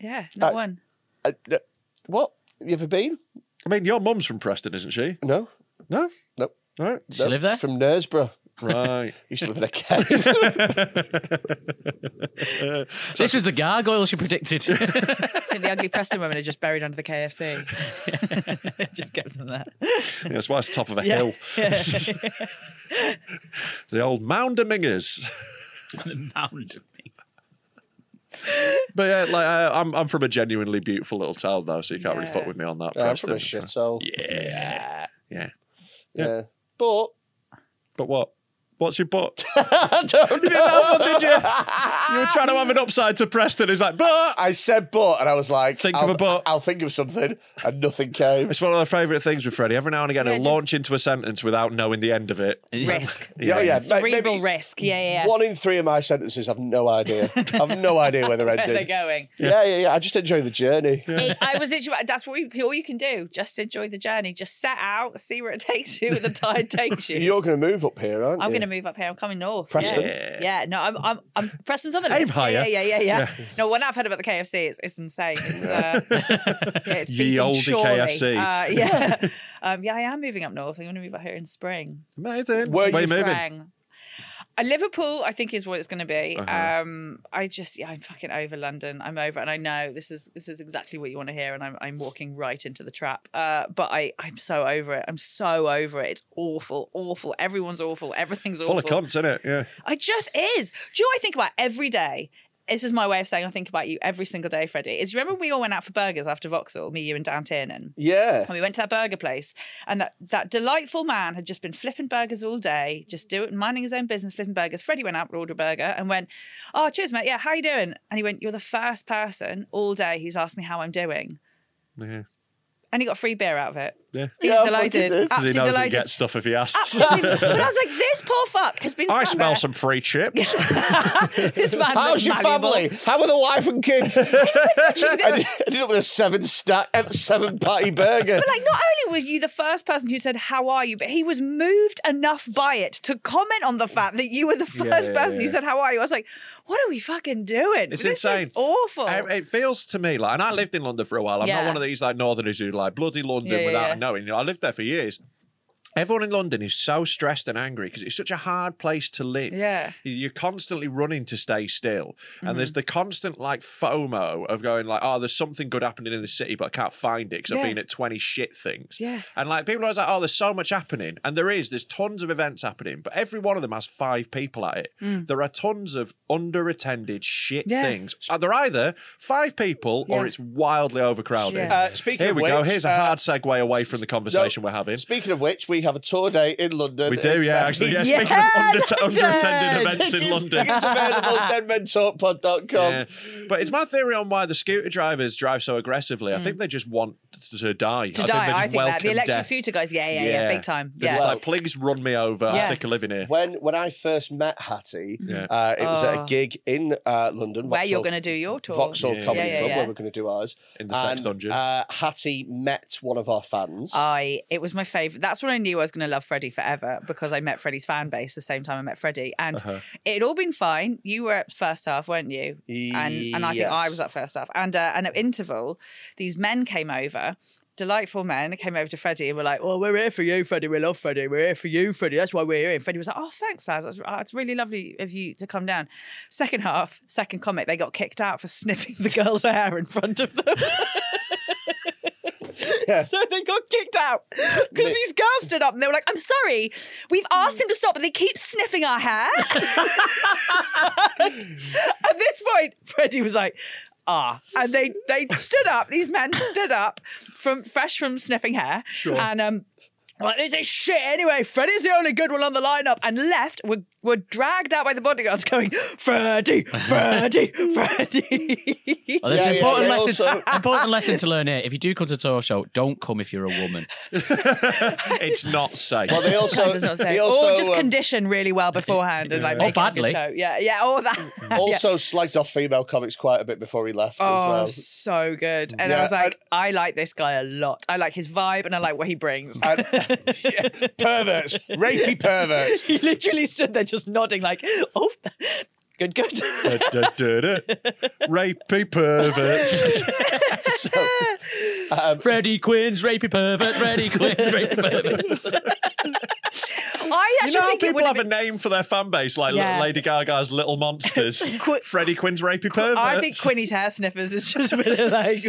[SPEAKER 4] Yeah, not
[SPEAKER 3] Uh,
[SPEAKER 4] one.
[SPEAKER 3] I- no- what? You ever been?
[SPEAKER 2] I mean, your mum's from Preston, isn't she?
[SPEAKER 3] No.
[SPEAKER 2] No,
[SPEAKER 3] Nope.
[SPEAKER 2] all right,
[SPEAKER 5] Does she live there?
[SPEAKER 3] From Knaresborough.
[SPEAKER 2] right.
[SPEAKER 3] Used to live in a cave.
[SPEAKER 5] this was the gargoyle she predicted.
[SPEAKER 4] I think the ugly Preston women are just buried under the KFC. just get from that.
[SPEAKER 2] Yeah, that's why it's top of a
[SPEAKER 4] Yeah.
[SPEAKER 2] hill. the old mound of mingers.
[SPEAKER 5] Mound.
[SPEAKER 2] But yeah, like uh, I'm, I'm from a genuinely beautiful little town though, so you can't really
[SPEAKER 4] Yeah.
[SPEAKER 2] fuck with me on that.
[SPEAKER 3] I'm from
[SPEAKER 2] Preston.
[SPEAKER 3] a shithole.
[SPEAKER 2] Yeah, yeah.
[SPEAKER 3] Yeah. But
[SPEAKER 2] But what? What's your butt?
[SPEAKER 3] I don't
[SPEAKER 2] You didn't have one, did you? You were
[SPEAKER 3] know.
[SPEAKER 2] trying to have an upside to Preston. He's like, but
[SPEAKER 3] I said but, and I was like,
[SPEAKER 2] Think of
[SPEAKER 3] I'll,
[SPEAKER 2] a but.
[SPEAKER 3] I'll think of something, and nothing came.
[SPEAKER 2] it's one of my favourite things with Freddie. Every now and again, he'll launch into a sentence without knowing the end of it.
[SPEAKER 4] risk.
[SPEAKER 3] Yeah, yeah. ma-
[SPEAKER 4] Cerebral
[SPEAKER 3] maybe
[SPEAKER 4] risk. Yeah, yeah, yeah.
[SPEAKER 3] One in three of my sentences, I've no idea. I've no idea where they're
[SPEAKER 4] Where they're
[SPEAKER 3] ending.
[SPEAKER 4] going.
[SPEAKER 3] Yeah, yeah, yeah. I just enjoy the journey.
[SPEAKER 4] It- I was enjoy- that's what you, all you can do. Just enjoy the journey. Just set out, see where it takes you, and the tide takes you.
[SPEAKER 3] You're going to move up here, aren't
[SPEAKER 4] I'm
[SPEAKER 3] you?
[SPEAKER 4] going to move up here. I'm coming north.
[SPEAKER 3] Preston?
[SPEAKER 4] Yeah, yeah. no, I'm I'm I'm Preston's on the
[SPEAKER 2] Aim
[SPEAKER 4] list. Yeah,
[SPEAKER 2] higher.
[SPEAKER 4] yeah, yeah, yeah, yeah. No, when I've heard about the KFC, it's it's insane. It's, uh, yeah, it's
[SPEAKER 2] Ye
[SPEAKER 4] beating
[SPEAKER 2] olde
[SPEAKER 4] surely.
[SPEAKER 2] KFC.
[SPEAKER 4] Uh, yeah, um, yeah. I am moving up north. I'm going to move up here in spring.
[SPEAKER 2] Amazing.
[SPEAKER 3] Where
[SPEAKER 2] Where,
[SPEAKER 3] are
[SPEAKER 2] are you moving?
[SPEAKER 4] Frank. Uh, Liverpool, I think, is what it's going to be.
[SPEAKER 2] Uh-huh.
[SPEAKER 4] Um, I just, yeah, I'm fucking over London. I'm over, and I know this is this is exactly what you want to hear, and I'm I'm walking right into the trap. Uh, but I I'm so over it. I'm so over it. It's awful, awful. Everyone's awful. Everything's
[SPEAKER 2] Full
[SPEAKER 4] awful.
[SPEAKER 2] of cunts, isn't it? Yeah.
[SPEAKER 4] I just is. Do you know what I think about every day? This is my way of saying I think about you every single day, Freddie. Is you remember when we all went out for burgers after Vauxhall, me, you, and Dan Tiernan?
[SPEAKER 3] Yeah.
[SPEAKER 4] And we went to that burger place, and that, that delightful man had just been flipping burgers all day, just doing minding his own business, flipping burgers. Freddie went out, ordered a burger, and went, "Oh, cheers, mate. Yeah, how you doing?" And he went, "You're the first person all day who's asked me how I'm doing."
[SPEAKER 2] Yeah.
[SPEAKER 4] And he got free beer out of it.
[SPEAKER 2] Yeah.
[SPEAKER 4] He's
[SPEAKER 3] Yeah, I
[SPEAKER 4] delighted.
[SPEAKER 3] fucking did.
[SPEAKER 2] Because he
[SPEAKER 4] Absolutely
[SPEAKER 2] knows
[SPEAKER 4] delighted.
[SPEAKER 2] he gets stuff if he asks.
[SPEAKER 4] Absolutely. but I was like, this poor fuck has been.
[SPEAKER 2] I
[SPEAKER 4] sat
[SPEAKER 2] smell
[SPEAKER 4] there.
[SPEAKER 2] some free chips.
[SPEAKER 4] this man
[SPEAKER 3] How's
[SPEAKER 4] looks
[SPEAKER 3] your
[SPEAKER 4] malleable.
[SPEAKER 3] family? How are the wife and kids? I ended up with a seven stack, seven patty burger.
[SPEAKER 4] But like, not only was you the first person who said "How are you," but he was moved enough by it to comment on the fact that you were the first
[SPEAKER 2] Yeah, yeah,
[SPEAKER 4] person who
[SPEAKER 2] yeah.
[SPEAKER 4] said "How are you." I was like, "What are we fucking doing?
[SPEAKER 2] It's
[SPEAKER 4] this
[SPEAKER 2] insane.
[SPEAKER 4] Is awful."
[SPEAKER 2] I- it feels to me like, and I lived in London for a while. I'm
[SPEAKER 4] Yeah.
[SPEAKER 2] not one of these like Northerners who like bloody London
[SPEAKER 4] Yeah, yeah,
[SPEAKER 2] without
[SPEAKER 4] yeah.
[SPEAKER 2] knowing. You know, I lived there for years. Everyone in London is so stressed and angry because it's such a hard place to live.
[SPEAKER 4] Yeah.
[SPEAKER 2] you're constantly running to stay still, and
[SPEAKER 4] Mm-hmm.
[SPEAKER 2] there's the constant like FOMO of going like, oh, there's something good happening in the city, but I can't find it because
[SPEAKER 4] Yeah.
[SPEAKER 2] I've been at twenty shit things.
[SPEAKER 4] Yeah.
[SPEAKER 2] and like people are always like, oh, there's so much happening, and there is. There's tons of events happening, but every one of them has five people at it. There are tons of underattended shit
[SPEAKER 4] Mm. Yeah.
[SPEAKER 2] things. Uh, They're either five people or
[SPEAKER 4] Yeah.
[SPEAKER 2] it's wildly overcrowded.
[SPEAKER 4] Yeah.
[SPEAKER 3] Uh, speaking
[SPEAKER 2] Here
[SPEAKER 3] of
[SPEAKER 2] we
[SPEAKER 3] which,
[SPEAKER 2] go. Here's a
[SPEAKER 3] uh,
[SPEAKER 2] hard segue away from the conversation
[SPEAKER 3] no,
[SPEAKER 2] we're having.
[SPEAKER 3] Speaking uh, of which, we have a tour date in London.
[SPEAKER 2] We do,
[SPEAKER 3] in
[SPEAKER 2] yeah,
[SPEAKER 3] May.
[SPEAKER 2] actually. Yeah,
[SPEAKER 4] Yeah,
[SPEAKER 2] speaking of under-
[SPEAKER 4] London!
[SPEAKER 2] underattended events in
[SPEAKER 3] Tickets-
[SPEAKER 2] London.
[SPEAKER 3] Tickets available at deadmentalkpod.com.
[SPEAKER 2] Yeah. But it's my theory on why the scooter drivers drive so aggressively. I think they just want to, to die.
[SPEAKER 4] Mm. to die, I
[SPEAKER 2] just
[SPEAKER 4] think that the
[SPEAKER 2] welcome
[SPEAKER 4] electric
[SPEAKER 2] death.
[SPEAKER 4] scooter guys, yeah, yeah, yeah, big time.
[SPEAKER 2] They're
[SPEAKER 4] Yeah,
[SPEAKER 2] just like, please run me over.
[SPEAKER 4] Yeah.
[SPEAKER 2] I'm sick of living here.
[SPEAKER 3] When when I first met Hattie,
[SPEAKER 2] Yeah.
[SPEAKER 3] uh, it was at
[SPEAKER 4] Oh.
[SPEAKER 3] a gig in uh, London.
[SPEAKER 4] where you're
[SPEAKER 3] Vauxhall-
[SPEAKER 4] going to do your tour?
[SPEAKER 3] Vauxhall
[SPEAKER 2] Yeah.
[SPEAKER 3] Comedy
[SPEAKER 4] Yeah, yeah,
[SPEAKER 3] Club,
[SPEAKER 4] yeah.
[SPEAKER 3] where we're going to do ours.
[SPEAKER 2] In the sex
[SPEAKER 3] And,
[SPEAKER 2] dungeon.
[SPEAKER 3] Uh, Hattie met one of our fans.
[SPEAKER 4] I it was my favorite. That's when I knew I was going to love Freddie forever because I met Freddie's fan base the same time I met Freddie, and it had all been fine. You were at first half, weren't you? And and I think I
[SPEAKER 3] Yes.
[SPEAKER 4] was at first half, and uh, and at interval, these men came over. Delightful men came over to Freddie and were like, "Oh, we're here for you, Freddie. We love Freddie. We're here for you, Freddie. That's why we're here." And Freddie was like, "Oh, thanks, lads. That's, uh, it's really lovely of you to come down." Second half, second comic, they got kicked out for sniffing the girl's hair in front of them. So they got kicked out because these girls stood up and they were like, I'm sorry, we've asked him to stop, but they keep sniffing our hair. At this point, Freddie was like, ah. And they they stood up, these men stood up from fresh from sniffing hair. Sure. And um were like, this is shit anyway. Freddie's the only good one on the lineup and left. Were, were dragged out by the bodyguards going, Freddie, Freddie, Freddie.
[SPEAKER 5] Well, there's
[SPEAKER 3] Yeah,
[SPEAKER 5] an
[SPEAKER 3] yeah,
[SPEAKER 5] important,
[SPEAKER 3] yeah,
[SPEAKER 5] lesson,
[SPEAKER 3] also-
[SPEAKER 5] important lesson to learn here. If you do come to a tour show, don't come if you're a woman.
[SPEAKER 2] it's not safe.
[SPEAKER 3] Well, they also,
[SPEAKER 4] Guys, it's not
[SPEAKER 3] they
[SPEAKER 4] safe.
[SPEAKER 3] also
[SPEAKER 4] or just
[SPEAKER 3] um,
[SPEAKER 4] condition really well beforehand and like
[SPEAKER 5] Or
[SPEAKER 4] make it a good
[SPEAKER 5] badly.
[SPEAKER 4] show. Yeah, yeah, all that. Yeah.
[SPEAKER 3] also slagged off female comics quite a bit before he left
[SPEAKER 4] Oh,
[SPEAKER 3] as
[SPEAKER 4] so good. And I
[SPEAKER 3] Yeah,
[SPEAKER 4] was like, I, like this guy a lot. I like his vibe and I like what he brings.
[SPEAKER 3] well. And, yeah, perverts, rapey perverts.
[SPEAKER 4] he literally stood there just nodding, like, oh, good, good.
[SPEAKER 2] Da, da, da, da. Rapey perverts.
[SPEAKER 3] Um,
[SPEAKER 5] Freddie Quinn's rapey pervert. Freddie Quinn's rapey pervert.
[SPEAKER 4] I
[SPEAKER 2] You
[SPEAKER 4] actually
[SPEAKER 2] know how
[SPEAKER 4] think it
[SPEAKER 2] people
[SPEAKER 4] would
[SPEAKER 2] have
[SPEAKER 4] have
[SPEAKER 2] a
[SPEAKER 4] been.
[SPEAKER 2] name for their fan base, like
[SPEAKER 4] Yeah.
[SPEAKER 2] little Lady Gaga's Little Monsters,
[SPEAKER 4] Qu-
[SPEAKER 2] Freddie Quinn's Rapey Perverts.
[SPEAKER 4] I think Quinny's hair sniffers is just really like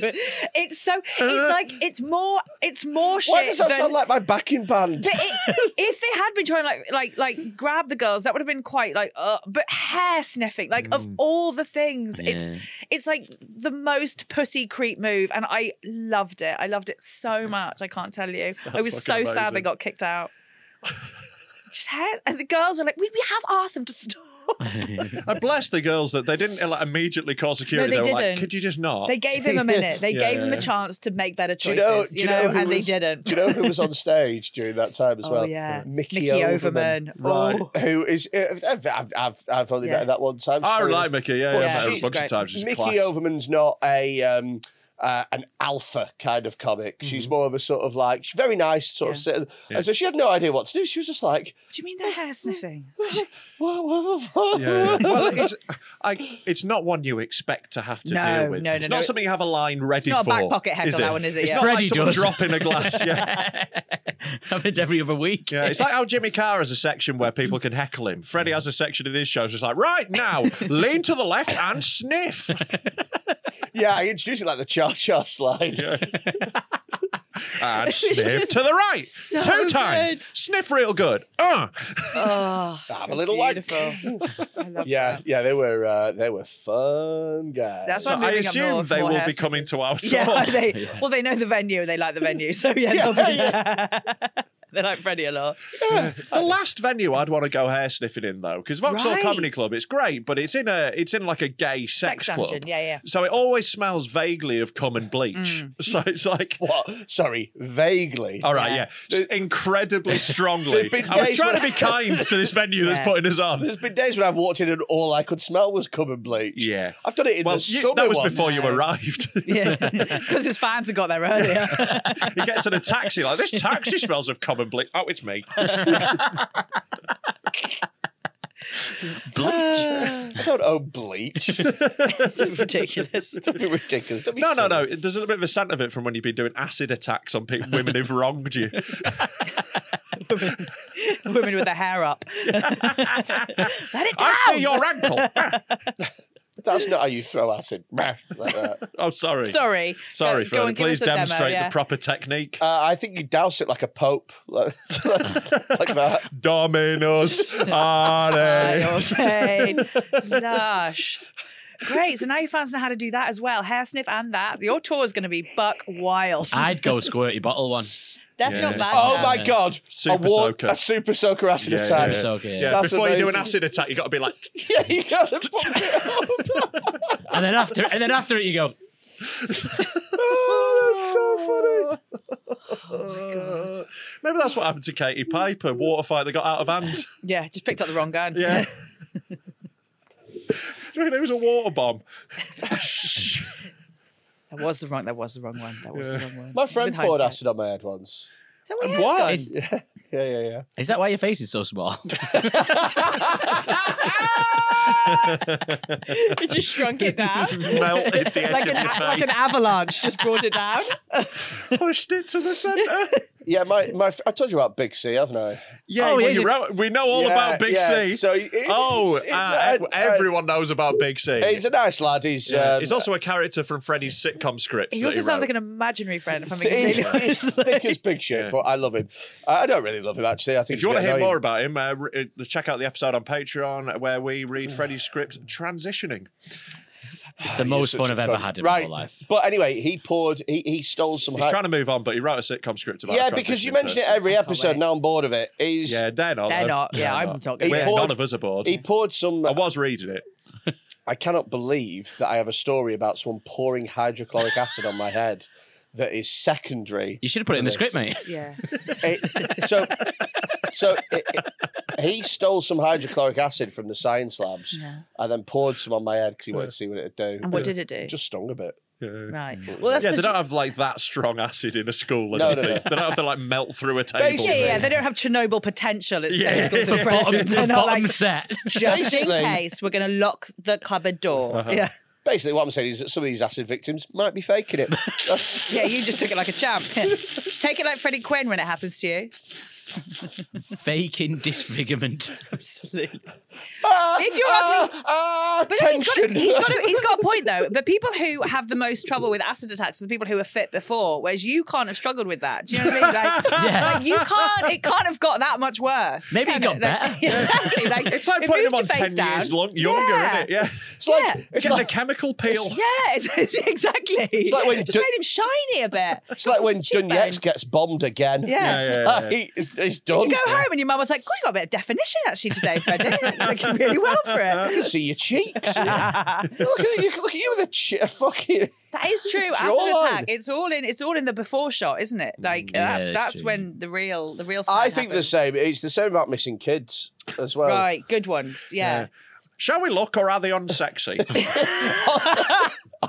[SPEAKER 4] it's so it's like it's more it's more shit.
[SPEAKER 3] Why does that
[SPEAKER 4] than-
[SPEAKER 3] sound like my backing band?
[SPEAKER 4] But it, if they had been trying to like like like grab the girls, that would have been quite like. Uh, but hair sniffing, like of
[SPEAKER 3] Mm.
[SPEAKER 4] all the things,
[SPEAKER 5] Yeah.
[SPEAKER 4] it's it's like the most pussy creep move, and I loved it. I loved it so much. I can't tell you. I was so
[SPEAKER 2] fucking
[SPEAKER 4] sad they
[SPEAKER 2] amazing.
[SPEAKER 4] got kicked out. just hair. And the girls were like, we, we have asked them to stop.
[SPEAKER 2] I Uh, bless the girls that they didn't uh, like, immediately call security.
[SPEAKER 4] they
[SPEAKER 2] they, were
[SPEAKER 4] didn't.
[SPEAKER 2] like, could you just not?
[SPEAKER 4] They gave him a minute. They
[SPEAKER 2] Yeah.
[SPEAKER 4] gave him a chance to make better
[SPEAKER 3] Do you know-
[SPEAKER 4] choices,
[SPEAKER 3] do
[SPEAKER 4] you
[SPEAKER 3] you
[SPEAKER 4] know,
[SPEAKER 3] know who
[SPEAKER 4] and
[SPEAKER 3] was-
[SPEAKER 4] they didn't.
[SPEAKER 3] Do you know who was on stage during that time as
[SPEAKER 4] oh,
[SPEAKER 3] well?
[SPEAKER 4] yeah.
[SPEAKER 3] Mickey,
[SPEAKER 4] Overman.
[SPEAKER 2] Right.
[SPEAKER 4] Oh.
[SPEAKER 3] Who is? uh, I've, I've, I've, I've only
[SPEAKER 4] Yeah.
[SPEAKER 3] met her that one time.
[SPEAKER 2] I
[SPEAKER 3] Sorry.
[SPEAKER 2] like Ah, Mickey. Yeah, yeah,
[SPEAKER 3] Well,
[SPEAKER 2] I've met her a
[SPEAKER 3] she's
[SPEAKER 2] bunch of
[SPEAKER 4] great.
[SPEAKER 2] times. She's
[SPEAKER 3] Mickey
[SPEAKER 2] class.
[SPEAKER 3] Overman's not a um, uh, an alpha kind of comic. She's more of a sort of like she's very nice sort of.
[SPEAKER 4] Mm-hmm. Yeah.
[SPEAKER 3] Sit- And so she had no idea what to do. She was just like,
[SPEAKER 4] Do you mean the hair sniffing?
[SPEAKER 3] "Wha- wha- wha- wha-
[SPEAKER 2] Yeah. well, it's I, it's not one you expect to have to
[SPEAKER 4] No,
[SPEAKER 2] deal with.
[SPEAKER 4] no, no,
[SPEAKER 2] It's
[SPEAKER 4] no.
[SPEAKER 2] not something you have a line ready
[SPEAKER 4] not a
[SPEAKER 2] for.
[SPEAKER 4] back pocket heckle,
[SPEAKER 2] is it?
[SPEAKER 4] that one, is it?
[SPEAKER 2] It's
[SPEAKER 4] Yeah.
[SPEAKER 2] not
[SPEAKER 5] Freddie
[SPEAKER 2] like someone
[SPEAKER 5] does.
[SPEAKER 2] dropping a glass. Yeah.
[SPEAKER 5] Happens every other week.
[SPEAKER 2] Yeah, it's like how Jimmy Carr has a section where people can heckle him. Freddie has a section of his shows just like, right now, lean to the left and sniff.
[SPEAKER 3] yeah." I introduced it like the cha cha slide.
[SPEAKER 2] And sniff to the right.
[SPEAKER 4] so
[SPEAKER 2] Two times.
[SPEAKER 4] good.
[SPEAKER 2] Sniff real good. Uh.
[SPEAKER 4] Oh,
[SPEAKER 3] Have a little one.
[SPEAKER 4] I love
[SPEAKER 3] Yeah, yeah, they were uh, they were fun guys.
[SPEAKER 4] That's
[SPEAKER 2] So
[SPEAKER 4] why I'm
[SPEAKER 2] I
[SPEAKER 4] moving up
[SPEAKER 2] assume
[SPEAKER 4] north,
[SPEAKER 2] they
[SPEAKER 4] more
[SPEAKER 2] will
[SPEAKER 4] hair
[SPEAKER 2] be coming to our tour.
[SPEAKER 4] Yeah, they, well, they know the venue and they like the venue, so yeah, they'll be there. they like Freddie a lot.
[SPEAKER 2] The last venue I'd want to go hair sniffing in though, because Vauxhall
[SPEAKER 4] Right.
[SPEAKER 2] Comedy Club, it's great, but it's in a it's in like a gay sex,
[SPEAKER 4] Sex
[SPEAKER 2] club.
[SPEAKER 4] dungeon, yeah, yeah.
[SPEAKER 2] So it always smells vaguely of cum and bleach.
[SPEAKER 4] Mm.
[SPEAKER 2] So it's like.
[SPEAKER 3] what? Sorry, vaguely.
[SPEAKER 2] All right, yeah, S- incredibly strongly.
[SPEAKER 3] There've been
[SPEAKER 2] I was
[SPEAKER 3] days
[SPEAKER 2] trying to
[SPEAKER 3] when-
[SPEAKER 2] be kind to this venue that's putting us on.
[SPEAKER 3] There's been days when I've walked in and all I could smell was cum and bleach.
[SPEAKER 2] Yeah.
[SPEAKER 3] I've done it in
[SPEAKER 2] well,
[SPEAKER 3] the
[SPEAKER 2] you-
[SPEAKER 3] summer.
[SPEAKER 2] that was
[SPEAKER 3] once.
[SPEAKER 2] before you arrived.
[SPEAKER 4] Yeah, it's because his fans had got there earlier.
[SPEAKER 2] he gets in a taxi like this. Taxi smells of cum and bleach. Oh, it's me.
[SPEAKER 3] I don't owe bleach.
[SPEAKER 4] it's ridiculous.
[SPEAKER 3] That'd be ridiculous. Don't be
[SPEAKER 2] No, no,
[SPEAKER 3] silly.
[SPEAKER 2] no. There's a little bit of a scent of it from when you've been doing acid attacks on people, women who've wronged you.
[SPEAKER 4] Women with their hair up. Let it down.
[SPEAKER 2] I see your ankle.
[SPEAKER 3] That's not how you throw acid. like that.
[SPEAKER 2] oh, sorry.
[SPEAKER 4] Sorry.
[SPEAKER 2] Sorry,
[SPEAKER 4] Go- go
[SPEAKER 2] Freddie.
[SPEAKER 4] and give
[SPEAKER 2] Please
[SPEAKER 4] us a demo,
[SPEAKER 2] demonstrate
[SPEAKER 4] yeah.
[SPEAKER 2] the proper technique.
[SPEAKER 3] Uh, I think you douse it like a pope, like, like that.
[SPEAKER 2] Dominus Are.
[SPEAKER 4] Wild. Lush. Great. So now your fans know how to do that as well. Hair sniff and that. Your tour is going to be buck wild.
[SPEAKER 5] I'd go squirty bottle one.
[SPEAKER 4] That's not bad.
[SPEAKER 3] Oh
[SPEAKER 4] Sam.
[SPEAKER 3] my god!
[SPEAKER 2] Super
[SPEAKER 3] a, war-
[SPEAKER 2] soaker.
[SPEAKER 3] a super soaker acid
[SPEAKER 2] Yeah,
[SPEAKER 3] attack.
[SPEAKER 2] yeah,
[SPEAKER 5] So okay.
[SPEAKER 2] Yeah,
[SPEAKER 3] That's
[SPEAKER 2] before you do an
[SPEAKER 3] amazing.
[SPEAKER 2] acid attack, you got to be like,
[SPEAKER 3] Yeah, you guys have pumped it up.
[SPEAKER 5] And then after and then after it you go,
[SPEAKER 3] oh, that's
[SPEAKER 2] Oh, maybe that's what happened to Katie Piper. Water fight, they got out of hand.
[SPEAKER 4] Yeah, just picked up the wrong gun.
[SPEAKER 2] Yeah. Do you reckon it was a water bomb.
[SPEAKER 4] That was the wrong. That was the wrong one. That was the wrong one.
[SPEAKER 3] so funny. My friend
[SPEAKER 4] With
[SPEAKER 3] poured
[SPEAKER 4] hindsight.
[SPEAKER 3] acid on my head once.
[SPEAKER 4] Is that what you
[SPEAKER 2] What?
[SPEAKER 4] have done?
[SPEAKER 3] Yeah, yeah, yeah.
[SPEAKER 5] Is that why your face is so small?
[SPEAKER 4] It just shrunk it down.
[SPEAKER 2] Melted the edge
[SPEAKER 4] Like
[SPEAKER 2] of
[SPEAKER 4] an,
[SPEAKER 2] your
[SPEAKER 4] a-
[SPEAKER 2] face.
[SPEAKER 4] like an avalanche just brought it down.
[SPEAKER 2] Pushed it to the centre.
[SPEAKER 3] Yeah, my, my I told you about Big C, haven't I?
[SPEAKER 2] Yeah,
[SPEAKER 5] Oh,
[SPEAKER 2] well,
[SPEAKER 5] yeah,
[SPEAKER 2] you
[SPEAKER 5] yeah.
[SPEAKER 2] wrote, we know all
[SPEAKER 3] Yeah,
[SPEAKER 2] about Big
[SPEAKER 3] yeah.
[SPEAKER 2] C.
[SPEAKER 3] So it- it-
[SPEAKER 2] oh,
[SPEAKER 3] it's- it-
[SPEAKER 2] ah, ev-
[SPEAKER 3] uh,
[SPEAKER 2] everyone knows about Big C.
[SPEAKER 3] He's a nice lad. He's
[SPEAKER 2] Yeah,
[SPEAKER 3] um,
[SPEAKER 2] he's also a character from Freddy's sitcom script.
[SPEAKER 4] He
[SPEAKER 2] that
[SPEAKER 4] also sounds
[SPEAKER 2] wrote.
[SPEAKER 4] like an imaginary friend. If I'm being
[SPEAKER 3] he's,
[SPEAKER 4] completely honest.
[SPEAKER 3] he's thick as big shit, but I love him. Uh, I don't really love him actually. I think
[SPEAKER 2] If you want to hear more
[SPEAKER 3] more about.
[SPEAKER 2] about him, uh, re- uh, check out the episode on Patreon where we read Freddie's script, Transitioning.
[SPEAKER 5] It's the most fun I've ever had in
[SPEAKER 3] right.
[SPEAKER 5] my life.
[SPEAKER 3] But anyway, he poured. He, he stole some.
[SPEAKER 2] He's
[SPEAKER 3] hy-
[SPEAKER 2] trying to move on, but he wrote a sitcom script about
[SPEAKER 3] yeah,
[SPEAKER 2] a
[SPEAKER 3] because you
[SPEAKER 2] transitioning
[SPEAKER 3] mention it
[SPEAKER 2] person.
[SPEAKER 3] every episode.
[SPEAKER 4] wait.
[SPEAKER 3] Now I'm bored of it. He's
[SPEAKER 2] Yeah, they're not.
[SPEAKER 4] They're
[SPEAKER 2] though.
[SPEAKER 4] not. Yeah, I'm not gonna
[SPEAKER 2] We're-
[SPEAKER 3] He poured-
[SPEAKER 2] None of us are bored.
[SPEAKER 3] he poured some.
[SPEAKER 2] I was reading it.
[SPEAKER 3] I cannot believe that I have a story about someone pouring hydrochloric acid on my head. That is secondary.
[SPEAKER 5] You should have put it in the script, mate.
[SPEAKER 4] Yeah.
[SPEAKER 3] It- Eh, so, so it, it- he stole some hydrochloric acid from the science labs and then poured some on my head because he wanted to see what it'd do.
[SPEAKER 4] And what did it do?
[SPEAKER 3] Just stung a bit.
[SPEAKER 4] right. Well, that's
[SPEAKER 2] Yeah, they
[SPEAKER 4] 'cause
[SPEAKER 2] don't
[SPEAKER 4] you-
[SPEAKER 2] have like that strong acid in a school. or
[SPEAKER 3] No, no,
[SPEAKER 2] anything.
[SPEAKER 3] no.
[SPEAKER 2] They don't have to like melt through a table.
[SPEAKER 3] Basically-
[SPEAKER 4] yeah, yeah, they don't have Chernobyl potential. It's
[SPEAKER 2] Yeah.
[SPEAKER 4] yeah. for
[SPEAKER 2] For
[SPEAKER 4] president.
[SPEAKER 5] Bottom,
[SPEAKER 4] They're
[SPEAKER 5] the
[SPEAKER 4] not
[SPEAKER 5] bottom
[SPEAKER 4] like
[SPEAKER 5] set.
[SPEAKER 4] just in
[SPEAKER 3] Basically-
[SPEAKER 4] case we're going to lock the cupboard door. Yeah.
[SPEAKER 3] Basically, what I'm saying is that some of these acid victims might be faking it. That's-
[SPEAKER 4] Yeah, you just took it like a champ. Just take it like Freddie Quinn when it happens to you.
[SPEAKER 5] Faking disfigurement.
[SPEAKER 4] Absolutely.
[SPEAKER 3] Ah,
[SPEAKER 4] If you're
[SPEAKER 3] ah,
[SPEAKER 4] ugly-
[SPEAKER 3] ah,
[SPEAKER 4] But no, he's got,
[SPEAKER 3] tension.
[SPEAKER 4] he's got a, he's got a point though. The people who have the most trouble with acid attacks are the people who are fit before, whereas you can't have struggled with that. Do you know what I mean? Like,
[SPEAKER 5] Yeah.
[SPEAKER 4] like, you can't. It can't have got that much worse.
[SPEAKER 5] Maybe
[SPEAKER 4] can
[SPEAKER 5] it
[SPEAKER 4] Like,
[SPEAKER 5] got better.
[SPEAKER 4] exactly. Like,
[SPEAKER 2] It's like
[SPEAKER 4] it
[SPEAKER 2] putting
[SPEAKER 4] moved
[SPEAKER 2] them on
[SPEAKER 4] your face
[SPEAKER 2] 10 years
[SPEAKER 4] down.
[SPEAKER 2] long, younger,
[SPEAKER 4] yeah.
[SPEAKER 2] isn't it? Yeah.
[SPEAKER 3] It's like,
[SPEAKER 4] Yeah.
[SPEAKER 3] it's
[SPEAKER 2] Get
[SPEAKER 3] like
[SPEAKER 2] the chemical peel.
[SPEAKER 4] Yeah, it's, it's- exactly. It's
[SPEAKER 3] like when
[SPEAKER 4] just
[SPEAKER 3] Dun-
[SPEAKER 4] made him shiny a bit.
[SPEAKER 3] It's like when
[SPEAKER 4] Cheekbones.
[SPEAKER 3] Donetsk gets bombed again.
[SPEAKER 4] Yeah.
[SPEAKER 2] Yeah, yeah, yeah,
[SPEAKER 3] It's It's done.
[SPEAKER 4] You go home and your mum was like, "God, you got a bit of definition actually today, Freddie. Looking really well for
[SPEAKER 3] I
[SPEAKER 4] it."
[SPEAKER 3] can see your cheeks. look, at you, look at you with a, ch- a fucking.
[SPEAKER 4] That is true. Acid
[SPEAKER 3] Jawline.
[SPEAKER 4] attack. It's all in. It's all in the before shot, isn't it? Like that's
[SPEAKER 5] Mm, it's
[SPEAKER 4] that's
[SPEAKER 5] true.
[SPEAKER 4] when the real the real.
[SPEAKER 3] I
[SPEAKER 4] sign
[SPEAKER 3] think the
[SPEAKER 4] happens.
[SPEAKER 3] same. It's the same about missing kids as well.
[SPEAKER 4] right. Good ones. Yeah.
[SPEAKER 2] Shall we look or are they unsexy?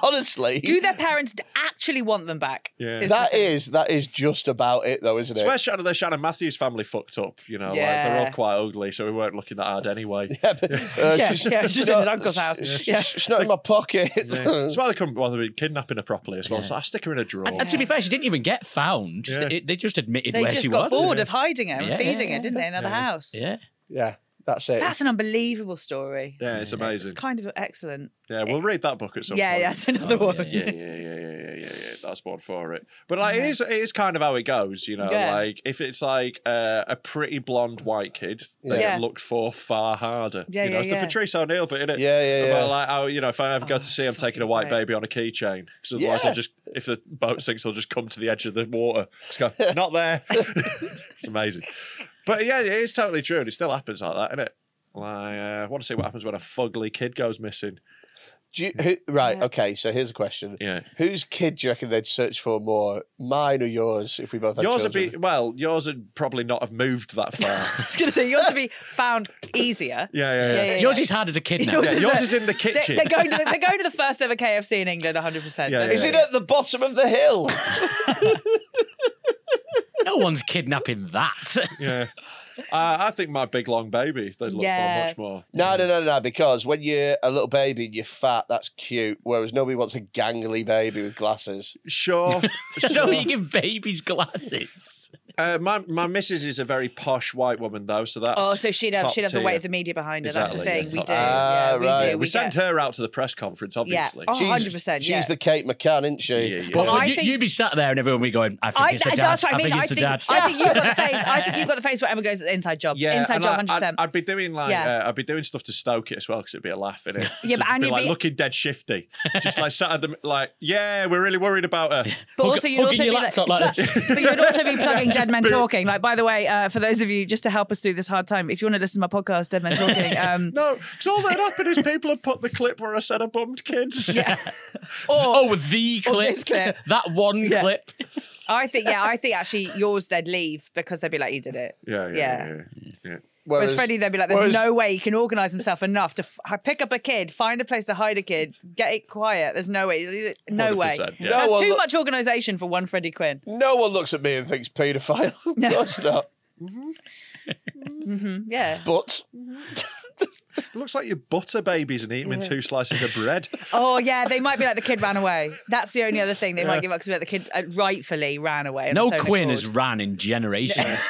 [SPEAKER 3] Honestly,
[SPEAKER 4] Do their parents d- actually want them back?
[SPEAKER 2] Yeah.
[SPEAKER 4] Is the
[SPEAKER 3] that
[SPEAKER 4] thing.
[SPEAKER 3] is that is just about it though, isn't it?
[SPEAKER 2] It's where Shannon, the Shannon Matthews family fucked up, you know, like they're
[SPEAKER 4] Yeah.
[SPEAKER 2] all quite ugly, so we weren't looking that hard anyway.
[SPEAKER 3] yeah, but, uh,
[SPEAKER 4] Yeah, yeah, it's just in his uncle's house.
[SPEAKER 3] It's,
[SPEAKER 4] Yeah.
[SPEAKER 3] it's not in my pocket.
[SPEAKER 2] It's why they couldn't bother with kidnapping her properly as well. So I stick her in a drawer.
[SPEAKER 5] And, and to be fair, she didn't even get found.
[SPEAKER 2] Yeah.
[SPEAKER 5] They, they just admitted
[SPEAKER 4] They
[SPEAKER 5] where
[SPEAKER 4] just
[SPEAKER 5] she
[SPEAKER 4] got
[SPEAKER 5] was.
[SPEAKER 4] bored of hiding her and
[SPEAKER 5] Yeah.
[SPEAKER 4] feeding her, didn't they? In another house.
[SPEAKER 5] Yeah.
[SPEAKER 3] yeah, that's it.
[SPEAKER 4] That's an unbelievable story.
[SPEAKER 2] yeah, it's
[SPEAKER 4] It's
[SPEAKER 2] amazing.
[SPEAKER 4] kind of excellent.
[SPEAKER 2] Yeah, we'll read that book at some
[SPEAKER 4] yeah,
[SPEAKER 2] point.
[SPEAKER 4] that's another one.
[SPEAKER 2] yeah, yeah, yeah, yeah, yeah, yeah, yeah. That's one for it. But like, it is, it is kind of how it goes, you know.
[SPEAKER 4] Yeah.
[SPEAKER 2] Like, if it's like uh, a pretty blonde white kid, they
[SPEAKER 4] Yeah.
[SPEAKER 2] get looked for far harder.
[SPEAKER 4] Yeah,
[SPEAKER 2] you know,
[SPEAKER 4] yeah,
[SPEAKER 2] it's
[SPEAKER 4] yeah. Oh,
[SPEAKER 2] the Patrice O'Neill bit, innit?
[SPEAKER 3] Yeah, yeah, yeah.
[SPEAKER 2] About like, how you know, if I ever go to sea, I'm taking a white
[SPEAKER 4] fucking right.
[SPEAKER 2] baby on a keychain because otherwise,
[SPEAKER 3] Yeah.
[SPEAKER 2] I'll just if the boat sinks, I'll just come to the edge of the water. Just go, not there. it's amazing. But yeah, it is totally true, and it still happens like that, innit? Like, uh, I want to see what happens when a fugly kid goes missing.
[SPEAKER 3] Do you, who, right, okay. So here's a question:
[SPEAKER 2] Yeah.
[SPEAKER 3] Whose kid do you reckon they'd search for more, mine or yours? If we both had
[SPEAKER 2] yours would
[SPEAKER 3] children?
[SPEAKER 2] be well. Yours would probably not have moved that far.
[SPEAKER 4] I was going to say yours would be found easier.
[SPEAKER 2] yeah, yeah, yeah.
[SPEAKER 4] Yeah, yeah,
[SPEAKER 5] Yours
[SPEAKER 4] yeah.
[SPEAKER 5] is harder to kidnap.
[SPEAKER 4] Yours
[SPEAKER 2] Yeah,
[SPEAKER 4] is
[SPEAKER 2] yours
[SPEAKER 4] a-
[SPEAKER 2] is in the
[SPEAKER 4] They,
[SPEAKER 2] kitchen.
[SPEAKER 4] they're going to the, they're going to the first ever KFC in England, 100. percent
[SPEAKER 2] Yeah,
[SPEAKER 3] Is it at the bottom of the hill?
[SPEAKER 5] No one's kidnapping that.
[SPEAKER 2] yeah. Uh, I think my big long baby. They'd look
[SPEAKER 4] Yeah.
[SPEAKER 2] for much more.
[SPEAKER 3] no, no, no, no. Because when you're a little baby and you're fat, that's cute. Whereas nobody wants a gangly baby with glasses.
[SPEAKER 2] Sure.
[SPEAKER 5] no, you give babies glasses.
[SPEAKER 2] uh, my my missus is a very posh white woman though, so that's
[SPEAKER 4] Oh, so she'd have
[SPEAKER 2] top
[SPEAKER 4] she'd have the weight
[SPEAKER 2] tier.
[SPEAKER 4] of the media behind her.
[SPEAKER 2] Exactly, yeah,
[SPEAKER 4] That's the thing.
[SPEAKER 2] top
[SPEAKER 4] we do.
[SPEAKER 2] tier.
[SPEAKER 3] Ah,
[SPEAKER 4] yeah, we
[SPEAKER 3] right.
[SPEAKER 4] do.
[SPEAKER 2] We,
[SPEAKER 4] We,
[SPEAKER 2] sent
[SPEAKER 4] get-
[SPEAKER 2] her out to the press conference, obviously.
[SPEAKER 4] Yeah. Oh,
[SPEAKER 3] She's-
[SPEAKER 4] 100%.
[SPEAKER 3] She's
[SPEAKER 4] yeah.
[SPEAKER 3] the Kate McCann, isn't she?
[SPEAKER 2] Yeah, yeah,
[SPEAKER 5] But
[SPEAKER 4] Well, I
[SPEAKER 5] you,
[SPEAKER 4] think-
[SPEAKER 5] would be sat there and everyone would be going, I think
[SPEAKER 4] I,
[SPEAKER 5] it's the
[SPEAKER 4] I-
[SPEAKER 5] dad.
[SPEAKER 4] that's what I mean.
[SPEAKER 5] think
[SPEAKER 4] I
[SPEAKER 5] it's the
[SPEAKER 4] think,
[SPEAKER 5] dad.
[SPEAKER 4] I think you've got the face. I think you've got the face. Whatever goes inside job,
[SPEAKER 2] Yeah,
[SPEAKER 4] inside
[SPEAKER 2] and
[SPEAKER 4] job,
[SPEAKER 2] I,
[SPEAKER 4] 100.
[SPEAKER 2] I'd,
[SPEAKER 4] percent
[SPEAKER 2] I'd be doing like
[SPEAKER 4] Yeah.
[SPEAKER 2] uh, I'd be doing stuff to stoke it as well because it'd be a laugh in it.
[SPEAKER 4] Yeah, but- and
[SPEAKER 2] be
[SPEAKER 4] you'd
[SPEAKER 2] like
[SPEAKER 4] be-
[SPEAKER 2] looking dead shifty, just like sat at them like yeah, we're really worried about her.
[SPEAKER 4] But
[SPEAKER 5] Hug-
[SPEAKER 4] also, you'd also
[SPEAKER 5] hugging
[SPEAKER 4] be
[SPEAKER 5] your
[SPEAKER 4] like,
[SPEAKER 5] laptop like this.
[SPEAKER 4] but you'd also be plugging Dead Men Talking. Like, by the way, uh, for those of you just to help us through this hard time, if you want to listen to my podcast, Dead Men Talking, um,
[SPEAKER 2] No, because all that happened is people had put the clip where I said I bummed kids.
[SPEAKER 4] yeah,
[SPEAKER 5] Oh,
[SPEAKER 4] or
[SPEAKER 5] with the
[SPEAKER 4] Or
[SPEAKER 5] clip.
[SPEAKER 4] this clip.
[SPEAKER 5] that one
[SPEAKER 4] Yeah.
[SPEAKER 5] clip.
[SPEAKER 4] I think, yeah, I think actually yours they'd leave because they'd be like, you did it.
[SPEAKER 2] Yeah, yeah, yeah. yeah, yeah.
[SPEAKER 4] Whereas Freddie, they'd be like, there's
[SPEAKER 3] whereas-
[SPEAKER 4] no way he can organise himself enough to f- pick up a kid, find a place to hide a kid, get it quiet. There's no way. No way.
[SPEAKER 2] 100%, yeah.
[SPEAKER 3] No
[SPEAKER 4] That's
[SPEAKER 3] one
[SPEAKER 4] too
[SPEAKER 3] lo-
[SPEAKER 4] much organisation for one Freddie Quinn.
[SPEAKER 3] No one looks at me and thinks paedophile. no, it's not.
[SPEAKER 4] Yeah.
[SPEAKER 3] But
[SPEAKER 2] It looks like you butter babies and eat them in two slices of bread.
[SPEAKER 4] Oh, yeah, they might be like, the kid ran away. That's the only other thing they might give up because like, the kid uh, rightfully ran away. on
[SPEAKER 5] No
[SPEAKER 4] its own
[SPEAKER 5] Quinn
[SPEAKER 4] accord.
[SPEAKER 5] has ran in generations.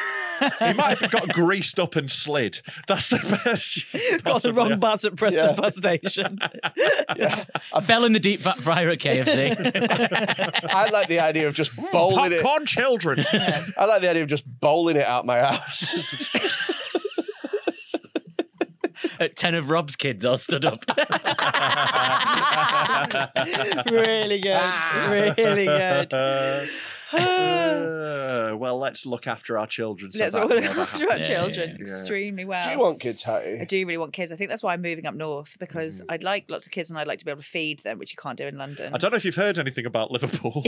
[SPEAKER 2] You might have got greased up and slid. That's the best. you
[SPEAKER 4] got the
[SPEAKER 2] possibly
[SPEAKER 4] wrong
[SPEAKER 2] have.
[SPEAKER 4] bus at Preston
[SPEAKER 3] Yeah.
[SPEAKER 4] bus station.
[SPEAKER 5] I fell in the deep fat fryer at KFC.
[SPEAKER 3] I like the idea of just bowling it.
[SPEAKER 2] Mm, Popcorn children.
[SPEAKER 3] I like the idea of just bowling it out my house.
[SPEAKER 5] at ten of Rob's kids all stood up.
[SPEAKER 4] really good. Really good.
[SPEAKER 2] Uh, well, let's look after our children. So
[SPEAKER 4] Let's
[SPEAKER 2] that
[SPEAKER 4] all
[SPEAKER 2] never
[SPEAKER 4] look after our
[SPEAKER 2] happens.
[SPEAKER 4] children
[SPEAKER 2] Yeah.
[SPEAKER 4] extremely well.
[SPEAKER 3] Do you want kids,
[SPEAKER 4] I
[SPEAKER 3] Hattie?
[SPEAKER 4] do really want kids. I think that's why I'm moving up north because I'd like lots of kids and I'd like to be able to feed them, which you can't do in London.
[SPEAKER 2] Mm. I don't know if you've heard anything about Liverpool.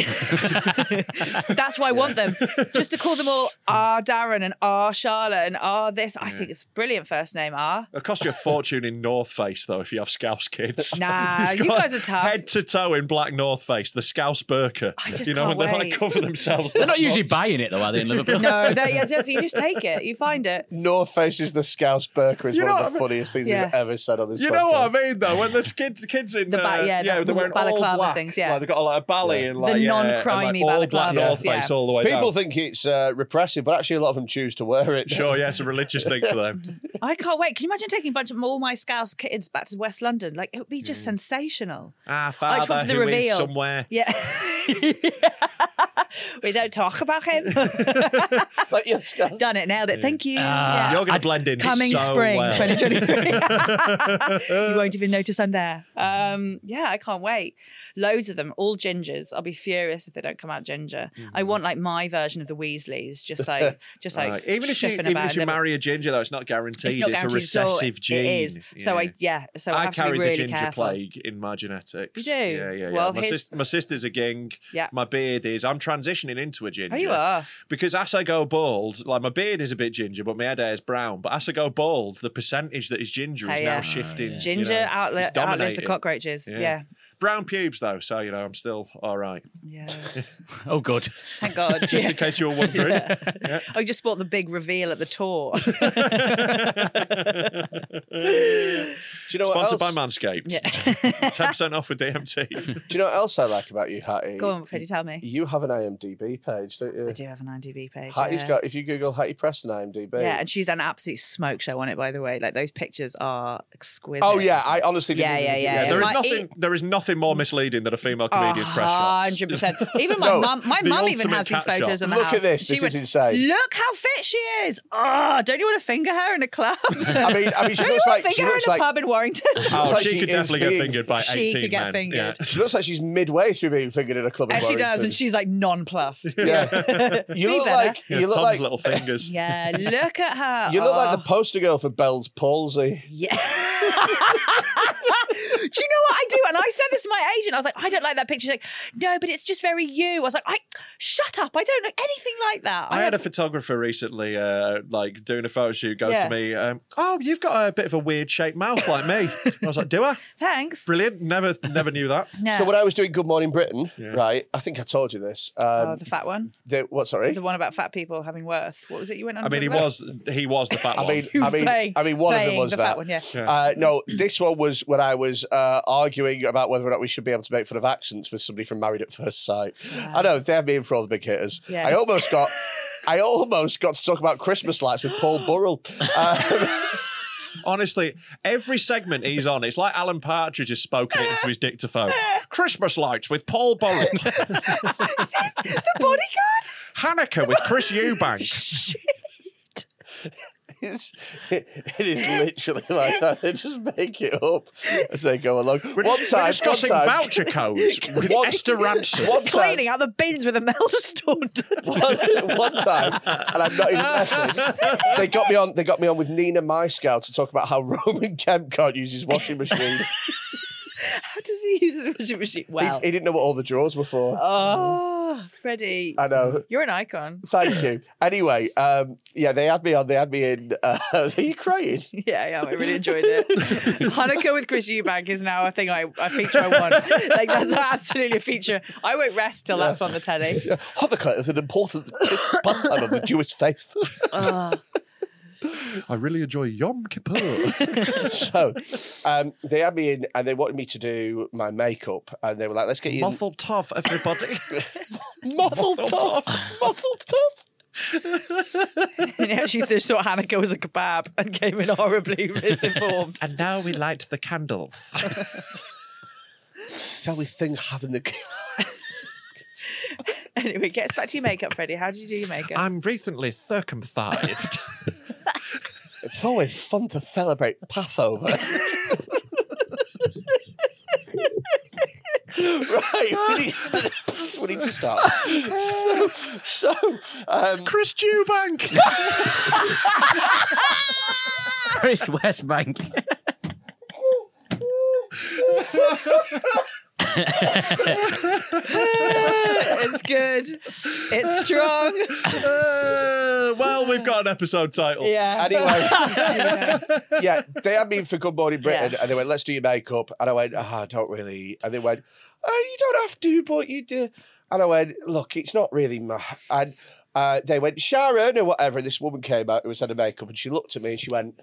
[SPEAKER 4] That's why I want them. Just to call them all R Darren and R Charlotte and R this. I think it's a brilliant first name, "Ah." R.
[SPEAKER 2] It'll cost you a fortune in North Face, though, if you have Scouse kids.
[SPEAKER 4] Nah,
[SPEAKER 2] He's
[SPEAKER 4] you
[SPEAKER 2] got
[SPEAKER 4] guys are tough.
[SPEAKER 2] Head to toe in black North Face, the Scouse burqa.
[SPEAKER 4] I just
[SPEAKER 2] you know,
[SPEAKER 4] can't
[SPEAKER 2] when they want
[SPEAKER 4] wait.
[SPEAKER 2] to cover themselves.
[SPEAKER 5] They're not usually buying it though, are they? In Liverpool.
[SPEAKER 4] No, that, yes, yes, you just take it. You find it.
[SPEAKER 3] North Faces the Scouse Burker is
[SPEAKER 2] You know
[SPEAKER 3] one
[SPEAKER 2] what
[SPEAKER 3] of the
[SPEAKER 2] I mean?
[SPEAKER 3] funniest things
[SPEAKER 4] Yeah.
[SPEAKER 3] we've ever said on this
[SPEAKER 2] You know what
[SPEAKER 3] podcast.
[SPEAKER 2] I mean, though. When there's kids, kids in
[SPEAKER 4] The
[SPEAKER 2] uh,
[SPEAKER 4] ba- yeah,
[SPEAKER 2] yeah,
[SPEAKER 4] the
[SPEAKER 2] they're wearing all
[SPEAKER 4] balaclava
[SPEAKER 2] black.
[SPEAKER 4] things, yeah.
[SPEAKER 2] like, they've got a like, a ballet and like yeah, and, like,
[SPEAKER 4] non-crimey
[SPEAKER 2] all black
[SPEAKER 4] balaclavas,
[SPEAKER 2] North Face
[SPEAKER 4] yeah.
[SPEAKER 2] all the way
[SPEAKER 3] People
[SPEAKER 2] down.
[SPEAKER 3] think it's uh, repressive, but actually a lot of them choose to wear it.
[SPEAKER 2] sure, yeah, it's a religious thing for them.
[SPEAKER 4] I can't wait. Can you imagine taking a bunch of all my Scouse kids back to West London? Like, it would be just sensational.
[SPEAKER 2] Ah,
[SPEAKER 4] I just
[SPEAKER 2] father,
[SPEAKER 4] want the
[SPEAKER 2] who is
[SPEAKER 4] reveal.
[SPEAKER 2] somewhere.
[SPEAKER 4] Yeah. we don't talk about him.
[SPEAKER 3] Like, yes, guys.
[SPEAKER 4] Done it, nailed it. Thank you.
[SPEAKER 5] Ah,
[SPEAKER 2] You're going to blend in
[SPEAKER 4] Coming
[SPEAKER 2] so
[SPEAKER 4] spring
[SPEAKER 2] well.
[SPEAKER 4] 2023. you won't even notice I'm there. Um, yeah, I can't wait. Loads of them, all gingers. I'll be furious if they don't come out ginger.
[SPEAKER 2] Mm.
[SPEAKER 4] I want like my version of the Weasleys, just like just like
[SPEAKER 2] Right. Even if you
[SPEAKER 4] shifting
[SPEAKER 2] even
[SPEAKER 4] about
[SPEAKER 2] if you
[SPEAKER 4] living-
[SPEAKER 2] marry a ginger, though, it's not guaranteed. It's,
[SPEAKER 4] not guaranteed,
[SPEAKER 2] a recessive
[SPEAKER 4] so
[SPEAKER 2] gene.
[SPEAKER 4] It is. So
[SPEAKER 2] Yeah.
[SPEAKER 4] I yeah. So I,
[SPEAKER 2] I
[SPEAKER 4] have to be
[SPEAKER 2] carried
[SPEAKER 4] really
[SPEAKER 2] the ginger
[SPEAKER 4] careful.
[SPEAKER 2] plague in my genetics.
[SPEAKER 4] You do?
[SPEAKER 2] Yeah, yeah, yeah.
[SPEAKER 4] Well,
[SPEAKER 2] my,
[SPEAKER 4] his-
[SPEAKER 2] sis- my sister's a ging.
[SPEAKER 4] Yeah.
[SPEAKER 2] My beard is. I'm transitioning into a ginger.
[SPEAKER 4] Oh, you are.
[SPEAKER 2] Because as I go bald, like my beard is a bit ginger, but my head hair is brown. But as I go bald, the percentage that is ginger is
[SPEAKER 4] Oh, yeah.
[SPEAKER 2] now shifting. you
[SPEAKER 4] Ginger
[SPEAKER 2] know, it's
[SPEAKER 4] outlet outlives the
[SPEAKER 2] dominating.
[SPEAKER 4] cockroaches.
[SPEAKER 2] Yeah.
[SPEAKER 4] yeah.
[SPEAKER 2] Brown pubes, though, so you know I'm still all right.
[SPEAKER 4] Yeah.
[SPEAKER 5] oh, good.
[SPEAKER 4] Thank God.
[SPEAKER 2] Just in case you were wondering.
[SPEAKER 4] I just bought the big reveal at the tour.
[SPEAKER 3] Do you know what
[SPEAKER 2] Sponsored
[SPEAKER 3] else?
[SPEAKER 2] by Manscaped. Ten percent off with DMT.
[SPEAKER 3] Do you know what else I like about you, Hattie?
[SPEAKER 4] Go on, Freddie, tell me.
[SPEAKER 3] You have an IMDb page, don't you?
[SPEAKER 4] I do have an IMDb page.
[SPEAKER 3] Hattie's
[SPEAKER 4] yeah.
[SPEAKER 3] got. If you Google Hattie Preston IMDb,
[SPEAKER 4] Yeah, and she's done an absolute smoke show on it, by the way. Like those pictures are exquisite.
[SPEAKER 3] oh yeah, I honestly didn't
[SPEAKER 4] Yeah,
[SPEAKER 3] even
[SPEAKER 4] yeah,
[SPEAKER 3] give
[SPEAKER 4] yeah,
[SPEAKER 3] you-
[SPEAKER 4] yeah.
[SPEAKER 2] there is
[SPEAKER 4] My-
[SPEAKER 2] nothing.
[SPEAKER 4] it-
[SPEAKER 2] there is nothing more misleading than a female comedian's press shots.
[SPEAKER 4] hundred percent. Even my
[SPEAKER 3] No,
[SPEAKER 4] mum, my
[SPEAKER 2] the
[SPEAKER 4] mum even
[SPEAKER 2] ultimate
[SPEAKER 4] has these
[SPEAKER 2] cat
[SPEAKER 4] photos
[SPEAKER 2] shot.
[SPEAKER 4] in the
[SPEAKER 3] Look at
[SPEAKER 4] house.
[SPEAKER 3] this. This is insane.
[SPEAKER 4] Look how fit she is. Oh, don't you want to finger her in a club?
[SPEAKER 3] I mean, I mean, she
[SPEAKER 4] don't you
[SPEAKER 3] looks
[SPEAKER 4] want
[SPEAKER 3] like
[SPEAKER 4] to
[SPEAKER 3] she
[SPEAKER 4] finger her in
[SPEAKER 3] looks
[SPEAKER 4] a
[SPEAKER 3] like
[SPEAKER 4] pub in Warrington?
[SPEAKER 2] Oh,
[SPEAKER 3] like
[SPEAKER 2] she,
[SPEAKER 3] she
[SPEAKER 2] could
[SPEAKER 3] is
[SPEAKER 2] definitely
[SPEAKER 3] being-
[SPEAKER 2] get fingered by
[SPEAKER 4] She
[SPEAKER 2] 18
[SPEAKER 4] could get
[SPEAKER 2] men.
[SPEAKER 4] fingered.
[SPEAKER 2] Yeah.
[SPEAKER 3] She looks like she's midway through being fingered in a club. in
[SPEAKER 4] And she does,
[SPEAKER 3] Warrington.
[SPEAKER 4] and she's like nonplussed.
[SPEAKER 3] Yeah. you
[SPEAKER 4] Be
[SPEAKER 3] look
[SPEAKER 4] better.
[SPEAKER 3] like
[SPEAKER 2] Yeah,
[SPEAKER 3] you look
[SPEAKER 2] Tom's
[SPEAKER 3] like
[SPEAKER 2] little fingers.
[SPEAKER 4] Yeah, look at her.
[SPEAKER 3] you look like
[SPEAKER 4] Oh.
[SPEAKER 3] the poster girl for Bell's palsy.
[SPEAKER 4] Yeah. do you know what I do? And I said this to my agent. I was like, I don't like that picture. She's like, no, but it's just very you. I was like, I shut up. I don't look anything like that.
[SPEAKER 2] I had a
[SPEAKER 4] don't-
[SPEAKER 2] photographer recently, uh, like doing a photo shoot, go
[SPEAKER 4] Yeah.
[SPEAKER 2] to me, um, "Oh, you've got a bit of a weird shaped mouth like me." I was like, "Do I?
[SPEAKER 4] thanks.
[SPEAKER 2] Brilliant. Never, never knew that."
[SPEAKER 4] No.
[SPEAKER 3] So when I was doing Good Morning Britain, right? I think I told you this. Um,
[SPEAKER 4] oh, the fat one.
[SPEAKER 3] the- what? Sorry.
[SPEAKER 4] The one about fat people having worth. What was it you went on?
[SPEAKER 2] I mean, he was, he was the fat
[SPEAKER 3] I
[SPEAKER 2] one.
[SPEAKER 3] mean, I mean,
[SPEAKER 4] Playing-
[SPEAKER 3] I mean, one of them
[SPEAKER 4] playing
[SPEAKER 3] was
[SPEAKER 4] the
[SPEAKER 3] that.
[SPEAKER 4] fat one, yeah.
[SPEAKER 3] Uh, no, this one was when I was uh, arguing about whether or not we should be able to make fun of accents with somebody from Married at First Sight. I know they're being for all the big hitters.
[SPEAKER 4] Yeah.
[SPEAKER 3] I almost got, I almost got to talk about Christmas lights with Paul Burrell. Uh,
[SPEAKER 2] Honestly, every segment he's on, it's like Alan Partridge has spoken it into his dictaphone. Christmas lights with Paul Burrell,
[SPEAKER 4] The bodyguard?
[SPEAKER 2] Hanukkah with Chris Eubanks.
[SPEAKER 3] it's, it is literally like that. They just make it up as they go along. one time,
[SPEAKER 2] We're discussing
[SPEAKER 3] one time,
[SPEAKER 2] voucher codes with
[SPEAKER 3] One-
[SPEAKER 2] Esther Ranson.
[SPEAKER 3] One time,
[SPEAKER 4] Cleaning out the bins with a Meldstone.
[SPEAKER 3] one, one time, and I'm not even messing. They got me on. They got me on with Nina Myskow to talk about how Roman Kemp can't use his washing machine.
[SPEAKER 4] How does he use his washing machine? Wow.
[SPEAKER 3] He, he didn't know what all the drawers were for.
[SPEAKER 4] Oh, Freddie.
[SPEAKER 3] I know.
[SPEAKER 4] You're an icon.
[SPEAKER 3] Thank you. Anyway, um, yeah, they had me on. They had me in. Uh, are you crying?
[SPEAKER 4] Yeah, yeah, I really enjoyed it. Hanukkah with Chris Eubank is now a thing I a feature I want. Like that's absolutely a feature. I won't rest till that's on the telly.
[SPEAKER 3] Hanukkah is an important pastime of the Jewish faith.
[SPEAKER 2] I really enjoy Yom Kippur.
[SPEAKER 3] so um, they had me in, and they wanted me to do my makeup, and they were like, "Let's get you in-
[SPEAKER 2] Muffled tough, everybody.
[SPEAKER 3] muffled top, muffled top."
[SPEAKER 4] And actually, they thought Hanukkah was a kebab and came in horribly misinformed.
[SPEAKER 2] and now we light the candles.
[SPEAKER 3] Shall we think having the
[SPEAKER 4] Anyway, gets back to your makeup, Freddie. How did you do your makeup?
[SPEAKER 2] I'm recently circumcised.
[SPEAKER 3] It's always fun to celebrate Passover. right, we need, we need to start. So, so um,
[SPEAKER 2] Chris Dewbank.
[SPEAKER 5] Chris Westbank.
[SPEAKER 4] it's good. It's strong.
[SPEAKER 2] Uh, well, we've got an episode title.
[SPEAKER 4] Yeah.
[SPEAKER 3] anyway, yeah, they had me for Good Morning Britain, and they went, "Let's do your makeup," and I went, "Ah, I don't really," and they went, oh, "You don't have to, but you do," and I went, "Look, it's not really my," and uh, they went, "Sharon" or whatever, and this woman came out who was had her makeup, and she looked at me and she went.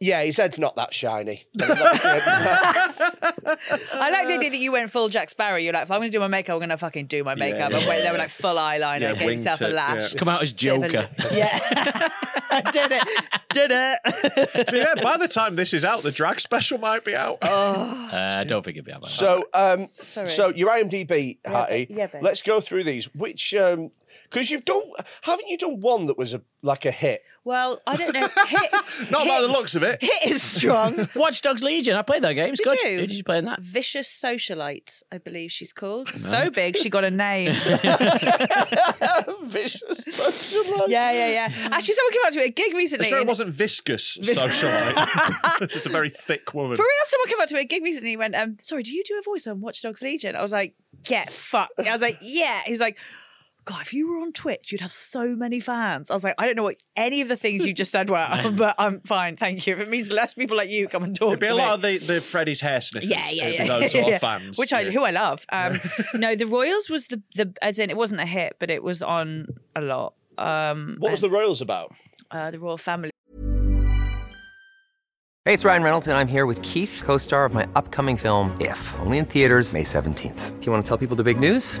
[SPEAKER 3] Yeah, his head's not that shiny. yeah,
[SPEAKER 4] I like the idea that you went full Jack Sparrow. You're like, if I'm going to do my makeup, I'm going to fucking do my makeup.
[SPEAKER 2] yeah,
[SPEAKER 4] and went there with like full eyeliner,
[SPEAKER 2] Yeah,
[SPEAKER 4] gave yourself a
[SPEAKER 2] wingtip,
[SPEAKER 4] lash.
[SPEAKER 2] yeah.
[SPEAKER 5] Come out as Joker.
[SPEAKER 4] Yeah. did it. Did it.
[SPEAKER 2] But yeah, by the time this is out, the drag special might be out.
[SPEAKER 5] Uh, I don't think it'd be out. by now.
[SPEAKER 3] So, um,
[SPEAKER 4] Sorry.
[SPEAKER 3] so your IMDb, Hattie.
[SPEAKER 4] yeah, babe.
[SPEAKER 3] Let's go through these. Which, um, because you've done, haven't you done one that was a like a hit?
[SPEAKER 4] well, I don't know. Hit,
[SPEAKER 2] Not by
[SPEAKER 4] hit-
[SPEAKER 2] the looks of it.
[SPEAKER 4] Hit is strong.
[SPEAKER 5] Watch Dogs Legion. I played that game. It's
[SPEAKER 4] Did
[SPEAKER 5] good.
[SPEAKER 4] you?
[SPEAKER 5] Who did you play in that?
[SPEAKER 4] Vicious socialite, I believe she's called. So big, she got a name.
[SPEAKER 3] Vicious. social life.
[SPEAKER 4] yeah, yeah, yeah. Actually, someone came up to me at a gig
[SPEAKER 2] I'm
[SPEAKER 4] recently.
[SPEAKER 2] sure it
[SPEAKER 4] and-
[SPEAKER 2] wasn't viscous
[SPEAKER 4] Vis-
[SPEAKER 2] socialite. Just a very thick woman.
[SPEAKER 4] For real, someone came up to me at a gig recently and went, um, sorry, do you do a voice on Watch Dogs Legion? I was like, get fucked. I was like, yeah. He was like, God, if you were on Twitch, you'd have so many fans. I was like, I don't know what any of the things you just said were, but I'm fine, thank you. If it means less people like you come and talk
[SPEAKER 2] It'd be
[SPEAKER 4] to
[SPEAKER 2] a
[SPEAKER 4] me.
[SPEAKER 2] lot of the, the Freddy's hair sniffers.
[SPEAKER 4] yeah, yeah,
[SPEAKER 2] It'd
[SPEAKER 4] yeah.
[SPEAKER 2] be Those sort
[SPEAKER 4] Yeah.
[SPEAKER 2] of fans.
[SPEAKER 4] Which I,
[SPEAKER 2] Yeah.
[SPEAKER 4] who I love. Um, no, the Royals was the the as in it wasn't a hit, but it was on a lot. Um,
[SPEAKER 3] What was the Royals about?
[SPEAKER 4] uh, the Royal Family?
[SPEAKER 7] Hey, it's Ryan Reynolds, and I'm here with Keith, co star of my upcoming film, If, only in theaters, May 17th. Do you want to tell people the big news?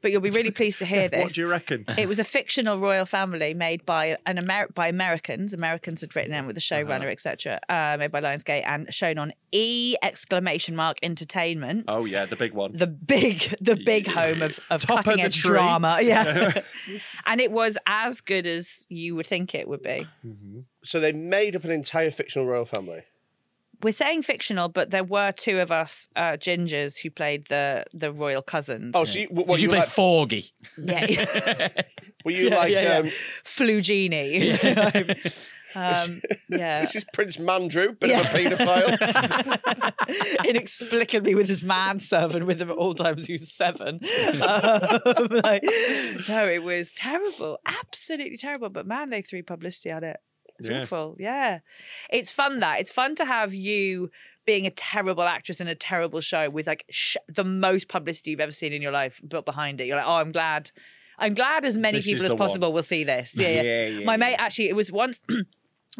[SPEAKER 4] But you'll be really pleased to hear this.
[SPEAKER 2] What do you reckon?
[SPEAKER 4] It was a fictional royal family made by an Amer- by Americans. Americans had written in with the
[SPEAKER 2] Uh-huh.
[SPEAKER 4] showrunner, etc. Uh, made by Lionsgate and shown on E exclamation mark Entertainment.
[SPEAKER 2] Oh, yeah, the big one.
[SPEAKER 4] The big, the big home of, of
[SPEAKER 2] Top of the
[SPEAKER 4] cutting edge
[SPEAKER 2] tree.
[SPEAKER 4] drama, yeah. and it was as good as you would think it would be.
[SPEAKER 3] So they made up an entire fictional royal family.
[SPEAKER 4] We're saying fictional, but there were two of us uh, gingers who played the the royal cousins.
[SPEAKER 3] Oh, so you, what,
[SPEAKER 5] Did you
[SPEAKER 3] were
[SPEAKER 5] play
[SPEAKER 3] like,
[SPEAKER 5] Forgy?
[SPEAKER 4] yeah,
[SPEAKER 3] were you like,
[SPEAKER 4] yeah,
[SPEAKER 3] um,
[SPEAKER 4] flu genie. um, yeah,
[SPEAKER 3] this is Prince Mandrew, bit of
[SPEAKER 4] Yeah.
[SPEAKER 3] a paedophile?
[SPEAKER 4] inexplicably with his manservant with him at all times. He was seven. Um, like, no, it was terrible, absolutely terrible. But man, they threw publicity on it. It's
[SPEAKER 2] Yeah.
[SPEAKER 4] awful. Yeah, it's fun that it's fun to have you being a terrible actress in a terrible show with like sh- the most publicity you've ever seen in your life built behind it. You're like, oh, I'm glad. I'm glad as many
[SPEAKER 2] This is
[SPEAKER 4] people as
[SPEAKER 2] the one.
[SPEAKER 4] possible will see this. Yeah, yeah. My mate actually, it was once. I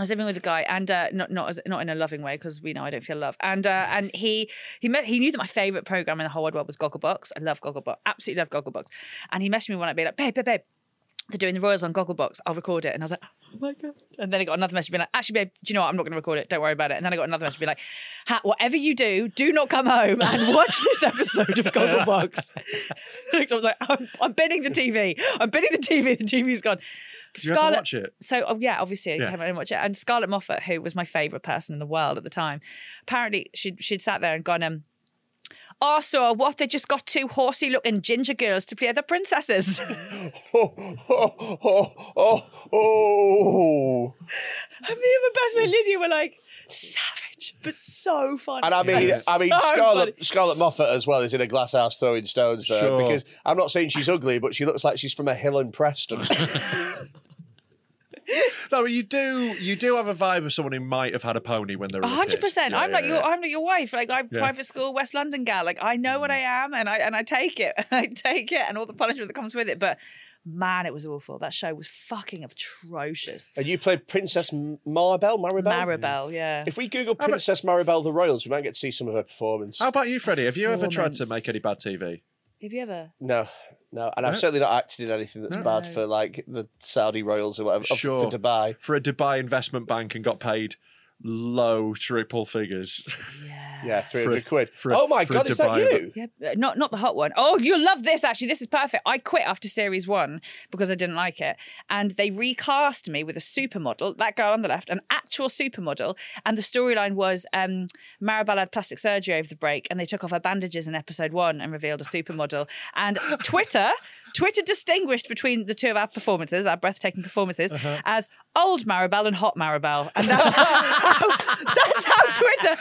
[SPEAKER 4] was living with a guy, and uh, not not as, not in a loving way because we know I don't feel love. And uh, and he he met he knew that my favorite program in the whole wide world was Gogglebox. I love Gogglebox, absolutely love Gogglebox. And he messaged me one night, being like, babe, babe, babe, they're doing the Royals on Gogglebox. I'll record it. And I was like, oh my God. And then I got another message being like, actually, babe, do you know what? I'm not going to record it. Don't worry about it. And then I got another message being like, "Ha- whatever you do, do not come home and watch this episode of Gogglebox. so I was like, I'm, I'm binning the TV. I'm binning the TV. The TV's gone.
[SPEAKER 2] Did you ever watch it?
[SPEAKER 4] So oh, yeah, obviously I came home and watched it. And Scarlett Moffat, who was my favourite person in the world at the time, apparently she'd she'd sat there and gone, um, oh, so what? They just got two horsey looking ginger girls to play the princesses.
[SPEAKER 3] oh, oh, oh, oh, oh.
[SPEAKER 4] And me and my best mate Lydia were like, savage, but so funny.
[SPEAKER 3] And I mean,
[SPEAKER 4] Yes.
[SPEAKER 3] I mean,
[SPEAKER 4] So funny.
[SPEAKER 3] Scarlett, Scarlett Moffat as well is in a glass house throwing stones there
[SPEAKER 2] Sure.
[SPEAKER 3] because I'm not saying she's ugly, but she looks like she's from a hill in Preston.
[SPEAKER 2] No, but you do. You do have a vibe of someone who might have had a pony when they were
[SPEAKER 4] A
[SPEAKER 2] a kid.
[SPEAKER 4] hundred percent.
[SPEAKER 2] Yeah,
[SPEAKER 4] I'm
[SPEAKER 2] yeah,
[SPEAKER 4] not your.
[SPEAKER 2] yeah.
[SPEAKER 4] I'm not your wife. Like I'm
[SPEAKER 2] Yeah.
[SPEAKER 4] private school West London gal. Like I know what I am, and I and I take it. I take it, and all the punishment that comes with it. But man, it was awful. That show was fucking atrocious.
[SPEAKER 3] and you played Princess M- Maribel? Maribel?
[SPEAKER 4] Maribel, yeah.
[SPEAKER 3] If we Google Princess Maribel the Royals, we might get to see some of her performance.
[SPEAKER 2] How about you, Freddie? Have you ever tried to
[SPEAKER 4] Performance.
[SPEAKER 2] make any bad TV?
[SPEAKER 4] Have you ever?
[SPEAKER 3] No, no, and I've
[SPEAKER 2] No?
[SPEAKER 3] certainly not acted in anything that's bad for like the Saudi royals or whatever
[SPEAKER 2] Sure.
[SPEAKER 3] for Dubai.
[SPEAKER 2] For a Dubai investment bank and got paid low triple figures.
[SPEAKER 4] Yeah.
[SPEAKER 3] Yeah, 300
[SPEAKER 2] For a-
[SPEAKER 3] quid.
[SPEAKER 2] for a-
[SPEAKER 3] oh my
[SPEAKER 2] for a
[SPEAKER 3] God, is that
[SPEAKER 2] Dubai,
[SPEAKER 3] you?
[SPEAKER 4] Yeah, but uh, not not the hot one. Oh, you'll love this actually. This is perfect. I quit after series one because I didn't like it, and they recast me with a supermodel, that girl on the left, an actual supermodel. And the storyline was um, Maribel had plastic surgery over the break, and they took off her bandages in episode one and revealed a supermodel. And Twitter, Twitter distinguished between the two of our performances, our breathtaking performances, as old Maribel and hot Maribel, and that's how, that's how Twitter.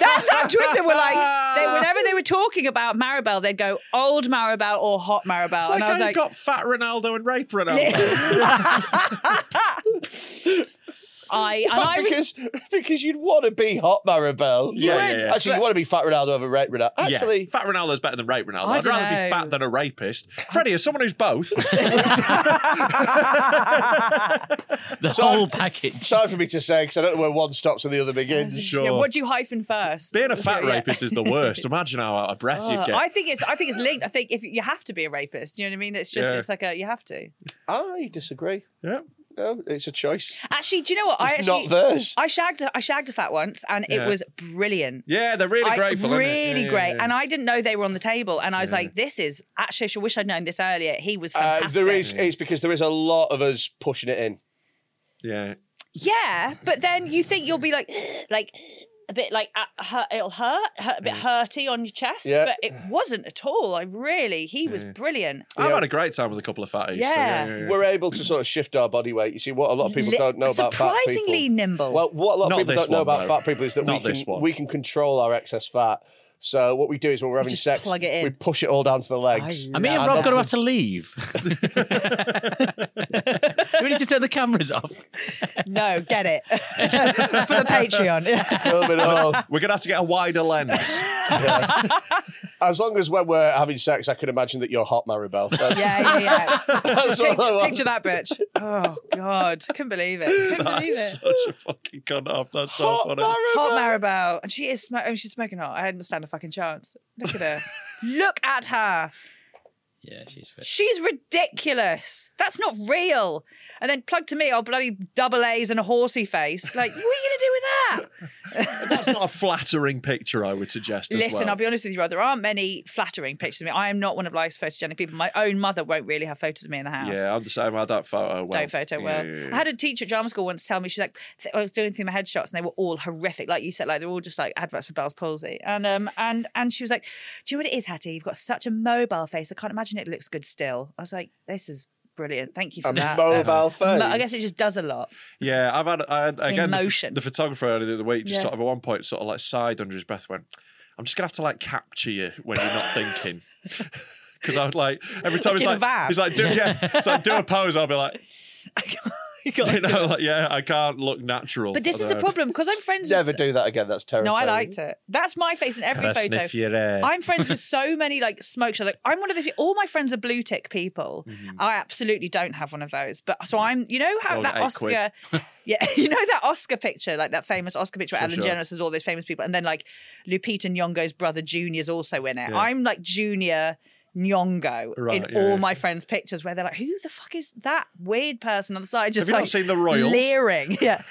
[SPEAKER 4] That's how Twitter were like. They whenever they were talking about Maribel, they'd go old Maribel or hot Maribel,
[SPEAKER 2] It's
[SPEAKER 4] Oh, and
[SPEAKER 2] like
[SPEAKER 4] I was
[SPEAKER 2] I've
[SPEAKER 4] like,
[SPEAKER 2] got fat Ronaldo and rape Ronaldo.
[SPEAKER 4] I and I was-
[SPEAKER 3] because because you'd want to be hot Maribel.
[SPEAKER 2] Yeah, yeah, yeah.
[SPEAKER 3] Actually, you want to be fat Ronaldo over Red Ronaldo.
[SPEAKER 2] Yeah,
[SPEAKER 3] Actually,
[SPEAKER 2] fat Ronaldo's better than rape Ronaldo.
[SPEAKER 4] I
[SPEAKER 2] I'd
[SPEAKER 4] don't
[SPEAKER 2] rather
[SPEAKER 4] know.
[SPEAKER 2] be fat than a rapist. Freddie, as someone who's both,
[SPEAKER 5] The whole package.
[SPEAKER 3] sorry for me to say because I don't know where one stops and the other begins.
[SPEAKER 2] sure.
[SPEAKER 4] Yeah, what do you hyphen first?
[SPEAKER 2] being a fat
[SPEAKER 4] Yeah.
[SPEAKER 2] rapist is the worst. Imagine how out of breath
[SPEAKER 4] Oh,
[SPEAKER 2] you'd get.
[SPEAKER 4] I think it's I think it's linked. I think if you have to be a rapist, you know what I mean. It's just
[SPEAKER 2] Yeah.
[SPEAKER 4] it's like a you have to.
[SPEAKER 3] I disagree.
[SPEAKER 2] yeah.
[SPEAKER 3] No, it's a choice.
[SPEAKER 4] Actually, do you know what? I
[SPEAKER 3] It's
[SPEAKER 4] actually
[SPEAKER 3] not theirs.
[SPEAKER 4] I shagged a- I shagged a fat once, and
[SPEAKER 2] Yeah.
[SPEAKER 4] it was brilliant.
[SPEAKER 2] yeah, they're really
[SPEAKER 4] I-
[SPEAKER 2] grateful. aren't they?
[SPEAKER 4] really
[SPEAKER 2] Yeah, yeah,
[SPEAKER 4] great.
[SPEAKER 2] yeah.
[SPEAKER 4] And I didn't know they were on the table. And I was like, this is actually, I should wish I'd known this earlier. He was
[SPEAKER 3] Uh,
[SPEAKER 4] fantastic.
[SPEAKER 3] there is it's because there is a lot of us pushing it in.
[SPEAKER 2] yeah.
[SPEAKER 4] Yeah, but then you think you'll be like, like a bit like uh, hurt, it'll hurt, hurt, a bit hurty on your chest.
[SPEAKER 3] Mm. Yeah.
[SPEAKER 4] But it wasn't at all. I really, he was brilliant.
[SPEAKER 2] I've
[SPEAKER 3] Yeah.
[SPEAKER 2] had a great time with a couple of fatties. so
[SPEAKER 4] Yeah.
[SPEAKER 3] We're able to sort of shift our body weight. You see, what a lot of people
[SPEAKER 4] Li-
[SPEAKER 3] don't know about fat people.
[SPEAKER 4] surprisingly nimble.
[SPEAKER 3] Well, what a lot
[SPEAKER 2] Not
[SPEAKER 3] of people
[SPEAKER 2] this
[SPEAKER 3] don't know
[SPEAKER 2] one,
[SPEAKER 3] about
[SPEAKER 2] though.
[SPEAKER 3] fat people is that we
[SPEAKER 2] Not this
[SPEAKER 3] can,
[SPEAKER 2] one.
[SPEAKER 3] we can control our excess fat. So what we do is when we're having
[SPEAKER 4] just
[SPEAKER 3] sex,
[SPEAKER 4] plug it in.
[SPEAKER 3] we push it all down to the legs.
[SPEAKER 5] Are me and Rob going to have to leave? Do we need to turn the cameras off?
[SPEAKER 4] no, get it for the Patreon.
[SPEAKER 3] Film it all.
[SPEAKER 2] We're going to have to get a wider lens.
[SPEAKER 3] As long as when we're having sex, I can imagine that you're hot, Maribel. That's,
[SPEAKER 4] yeah, yeah, yeah.
[SPEAKER 3] that's all I want.
[SPEAKER 4] Picture that bitch. Oh God, couldn't believe it. Couldn't believe it.
[SPEAKER 2] That's such a fucking oh, cunt off. That's so
[SPEAKER 3] Hot
[SPEAKER 2] funny.
[SPEAKER 4] Hot
[SPEAKER 3] Maribel.
[SPEAKER 4] Maribel, and she is smoking. I mean, she's smoking hot. I didn't stand a fucking chance. Look at her. Look at her.
[SPEAKER 5] Yeah, she's fit.
[SPEAKER 4] She's ridiculous. That's not real. And then plug to me, oh bloody double A's and a horsey face. Like, what are you gonna do with that?
[SPEAKER 2] That's not a flattering picture, I would suggest. as
[SPEAKER 4] Listen,
[SPEAKER 2] well.
[SPEAKER 4] I'll be honest with you, Rob. There aren't many flattering pictures of me. I am not one of life's photogenic people. My own mother won't really have photos of me in the house.
[SPEAKER 2] Yeah, I'm the same. I don't photo well.
[SPEAKER 4] Don't photo well.
[SPEAKER 2] Yeah, yeah,
[SPEAKER 4] I had a teacher at drama school once tell me she's like th- I was doing through my headshots and they were all horrific, like you said, like they're all just like adverts for Bell's palsy. And um and and she was like, "Do you know what it is, Hattie? You've got such a mobile face. I can't imagine it looks good still." I was like, "This is brilliant. Thank you for
[SPEAKER 3] A
[SPEAKER 4] that."
[SPEAKER 3] mobile face.
[SPEAKER 4] Mo- I guess it just does a lot.
[SPEAKER 2] Yeah, I've had, I had again the ph-
[SPEAKER 4] Emotion.
[SPEAKER 2] The, photographer earlier the week just
[SPEAKER 4] Yeah.
[SPEAKER 2] sort of at one point sort of like sighed under his breath, went, "I'm just gonna have to like capture you when you're not thinking." Because I was like, every time he's
[SPEAKER 4] Like in a
[SPEAKER 2] like,
[SPEAKER 4] van.
[SPEAKER 2] he's like, do, yeah, he's like, do a pose. I'll be like,
[SPEAKER 4] You got-
[SPEAKER 2] you know, like, yeah, I can't look natural.
[SPEAKER 4] but this
[SPEAKER 2] I
[SPEAKER 4] is the
[SPEAKER 2] don't-
[SPEAKER 4] problem because I'm friends
[SPEAKER 3] Never
[SPEAKER 4] with
[SPEAKER 3] do that again. That's terrible.
[SPEAKER 4] No, I liked it. That's my face in every
[SPEAKER 2] Can I
[SPEAKER 4] photo.
[SPEAKER 2] sniff your air?
[SPEAKER 4] I'm friends with so many like smoke shows. Like I'm one of the all my friends are blue tick people. I absolutely don't have one of those. But so I'm, you know
[SPEAKER 2] Mm-hmm.
[SPEAKER 4] how
[SPEAKER 2] Well,
[SPEAKER 4] that
[SPEAKER 2] eight
[SPEAKER 4] Oscar,
[SPEAKER 2] quid.
[SPEAKER 4] yeah, you know that Oscar picture, like that famous Oscar picture where
[SPEAKER 2] Sure,
[SPEAKER 4] Alan
[SPEAKER 2] sure.
[SPEAKER 4] Jenner's has all those famous people, and then like Lupita Nyong'o's brother Junior's also in it. I'm like Junior. Nyongo in
[SPEAKER 2] Right, yeah,
[SPEAKER 4] all
[SPEAKER 2] yeah.
[SPEAKER 4] my friends' pictures, where they're like, "Who the fuck is that weird person on the side?" Just
[SPEAKER 2] you not
[SPEAKER 4] like
[SPEAKER 2] seen The Royals?
[SPEAKER 4] leering. Yeah,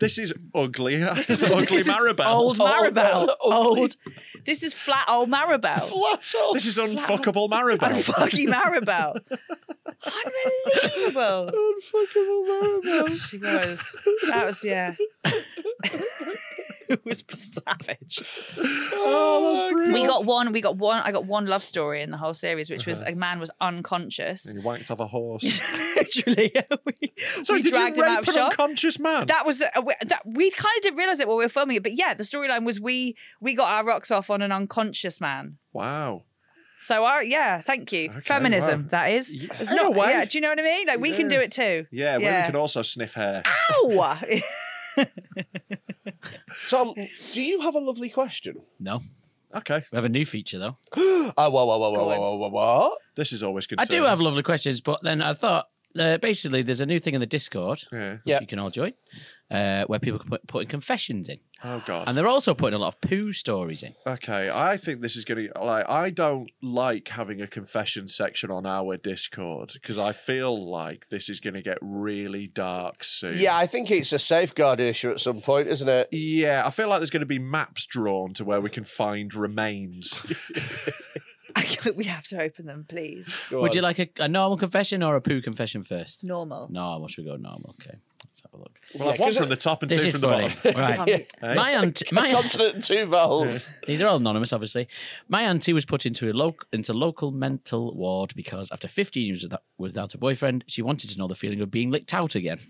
[SPEAKER 2] This is ugly. This is ugly
[SPEAKER 4] This is
[SPEAKER 2] Maribel. Oh,
[SPEAKER 4] old Maribel,
[SPEAKER 2] Old-
[SPEAKER 4] old. This is flat old Maribel.
[SPEAKER 3] Flat off.
[SPEAKER 2] This is unfuckable Maribel.
[SPEAKER 4] Unfucking Maribel. Unbelievable. Unfuckable Maribel. She was. That was, yeah. it was savage.
[SPEAKER 2] oh, that's brutal.
[SPEAKER 4] We got one, we got one, I got one love story in the whole series, which was
[SPEAKER 2] Uh-huh.
[SPEAKER 4] a man was unconscious.
[SPEAKER 2] And he wanked off a horse.
[SPEAKER 4] Literally, we,
[SPEAKER 2] Sorry,
[SPEAKER 4] we
[SPEAKER 2] did you
[SPEAKER 4] dragged him out
[SPEAKER 2] rape
[SPEAKER 4] of
[SPEAKER 2] an
[SPEAKER 4] shot.
[SPEAKER 2] unconscious man?
[SPEAKER 4] That was the, uh, we- that we kind of didn't realize it while we were filming it, but yeah, the storyline was we we got our rocks off on an unconscious man.
[SPEAKER 2] wow.
[SPEAKER 4] So I, yeah, thank you. Feminism,
[SPEAKER 2] wow.
[SPEAKER 4] that is.
[SPEAKER 2] Y-
[SPEAKER 4] It's
[SPEAKER 2] in a
[SPEAKER 4] not,
[SPEAKER 2] way.
[SPEAKER 4] yeah, do you know what I mean? Like we can do
[SPEAKER 2] Yeah.
[SPEAKER 4] it too.
[SPEAKER 2] Yeah, women can also sniff hair.
[SPEAKER 4] Ow!
[SPEAKER 3] Tom,
[SPEAKER 4] Mm.
[SPEAKER 3] do you have a lovely question?
[SPEAKER 5] No.
[SPEAKER 2] Okay,
[SPEAKER 5] We have a new feature though.
[SPEAKER 3] Oh, whoa, whoa, whoa, whoa, whoa, whoa, whoa, what?
[SPEAKER 2] this is always
[SPEAKER 5] I
[SPEAKER 2] concerning.
[SPEAKER 5] do have lovely questions, but then I thought uh, basically there's a new thing in the Discord,
[SPEAKER 2] Yeah.
[SPEAKER 5] which
[SPEAKER 3] Yeah.
[SPEAKER 5] you can all join, uh, where people can put putting confessions in,
[SPEAKER 2] Oh God.
[SPEAKER 5] and they're also putting a lot of poo stories in.
[SPEAKER 2] Okay, I think this is going to like. I don't like having a confession section on our Discord because I feel like this is going to get really dark soon.
[SPEAKER 3] Yeah, I think it's a safeguard issue at some point, isn't it?
[SPEAKER 2] Yeah, I feel like there's going to be maps drawn to where we can find remains.
[SPEAKER 4] we have to open them, please.
[SPEAKER 5] Would you like a, a normal confession or a poo confession first?
[SPEAKER 4] normal?
[SPEAKER 5] Normal. Should we go normal? Okay. Let's have a look.
[SPEAKER 2] Well, I've one from the top and
[SPEAKER 5] This
[SPEAKER 2] two
[SPEAKER 5] is
[SPEAKER 2] from the
[SPEAKER 5] funny.
[SPEAKER 2] bottom.
[SPEAKER 5] Right.
[SPEAKER 2] Hey?
[SPEAKER 5] My aunt.
[SPEAKER 3] My
[SPEAKER 5] My
[SPEAKER 3] consonant and two vowels.
[SPEAKER 5] These are all anonymous, obviously. My auntie was put into a loc- into local mental ward because after 15 years without, without a boyfriend, she wanted to know the feeling of being licked out again.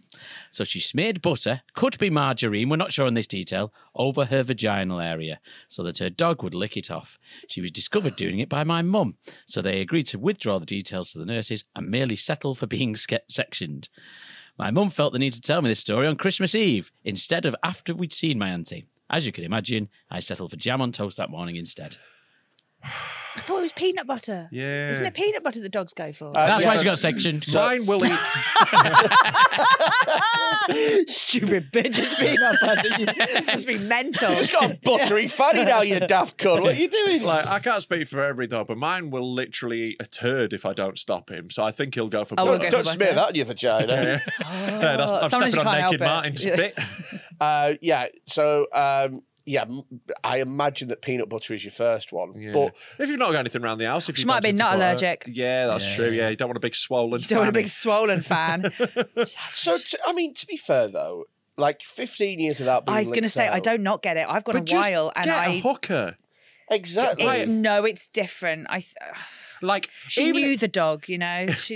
[SPEAKER 5] So she smeared butter, could be margarine, we're not sure on this detail, over her vaginal area so that her dog would lick it off. She was discovered doing it by my mum, so they agreed to withdraw the details to the nurses and merely settle for being sca- sectioned. My mum felt the need to tell me this story on Christmas Eve instead of after we'd seen my auntie. As you can imagine, I settled for jam on toast that morning instead.
[SPEAKER 4] I thought it was peanut butter.
[SPEAKER 2] Yeah.
[SPEAKER 4] Isn't it peanut butter the dogs go for?
[SPEAKER 3] Uh,
[SPEAKER 5] That's
[SPEAKER 3] yeah.
[SPEAKER 5] why she got sectioned.
[SPEAKER 2] Mine will eat.
[SPEAKER 4] Stupid bitch, it's peanut butter. You must be mental.
[SPEAKER 3] It's got a buttery fanny now, you daft cunt. What are you doing?
[SPEAKER 2] Like I can't speak for every dog, but mine will literally eat a turd if I don't stop him. So I think he'll go for.
[SPEAKER 4] I will
[SPEAKER 2] butter.
[SPEAKER 4] go
[SPEAKER 3] Don't
[SPEAKER 4] for
[SPEAKER 3] smear
[SPEAKER 4] butter.
[SPEAKER 3] that on your vagina.
[SPEAKER 2] Yeah, that's- I'm
[SPEAKER 4] Sometimes you
[SPEAKER 2] stepping on
[SPEAKER 4] can't
[SPEAKER 2] naked
[SPEAKER 4] help
[SPEAKER 2] Martin
[SPEAKER 4] it.
[SPEAKER 2] spit.
[SPEAKER 3] Uh, yeah. So um, yeah, m- I imagine that peanut butter is your first one,
[SPEAKER 2] Yeah.
[SPEAKER 3] but
[SPEAKER 2] if you've not got anything around the house, if
[SPEAKER 4] She
[SPEAKER 2] you
[SPEAKER 4] might be
[SPEAKER 2] fancy
[SPEAKER 4] not
[SPEAKER 2] to put a-
[SPEAKER 4] allergic.
[SPEAKER 2] Yeah, that's true. Yeah, you don't want a big swollen.
[SPEAKER 4] You don't want a
[SPEAKER 2] fanny.
[SPEAKER 4] big swollen fan.
[SPEAKER 3] so t- I mean, to be fair though, like 15 years without being.
[SPEAKER 4] I'm going to
[SPEAKER 3] licked
[SPEAKER 4] say I
[SPEAKER 3] out.
[SPEAKER 4] don't not get it. I've gone
[SPEAKER 2] But
[SPEAKER 4] a
[SPEAKER 2] just
[SPEAKER 4] while, and
[SPEAKER 2] get a
[SPEAKER 4] I.
[SPEAKER 2] hooker.
[SPEAKER 3] Exactly.
[SPEAKER 4] It's
[SPEAKER 2] Right.
[SPEAKER 4] no, it's different. I. Th-
[SPEAKER 2] Like
[SPEAKER 4] she
[SPEAKER 2] even
[SPEAKER 4] knew the dog, you know. She.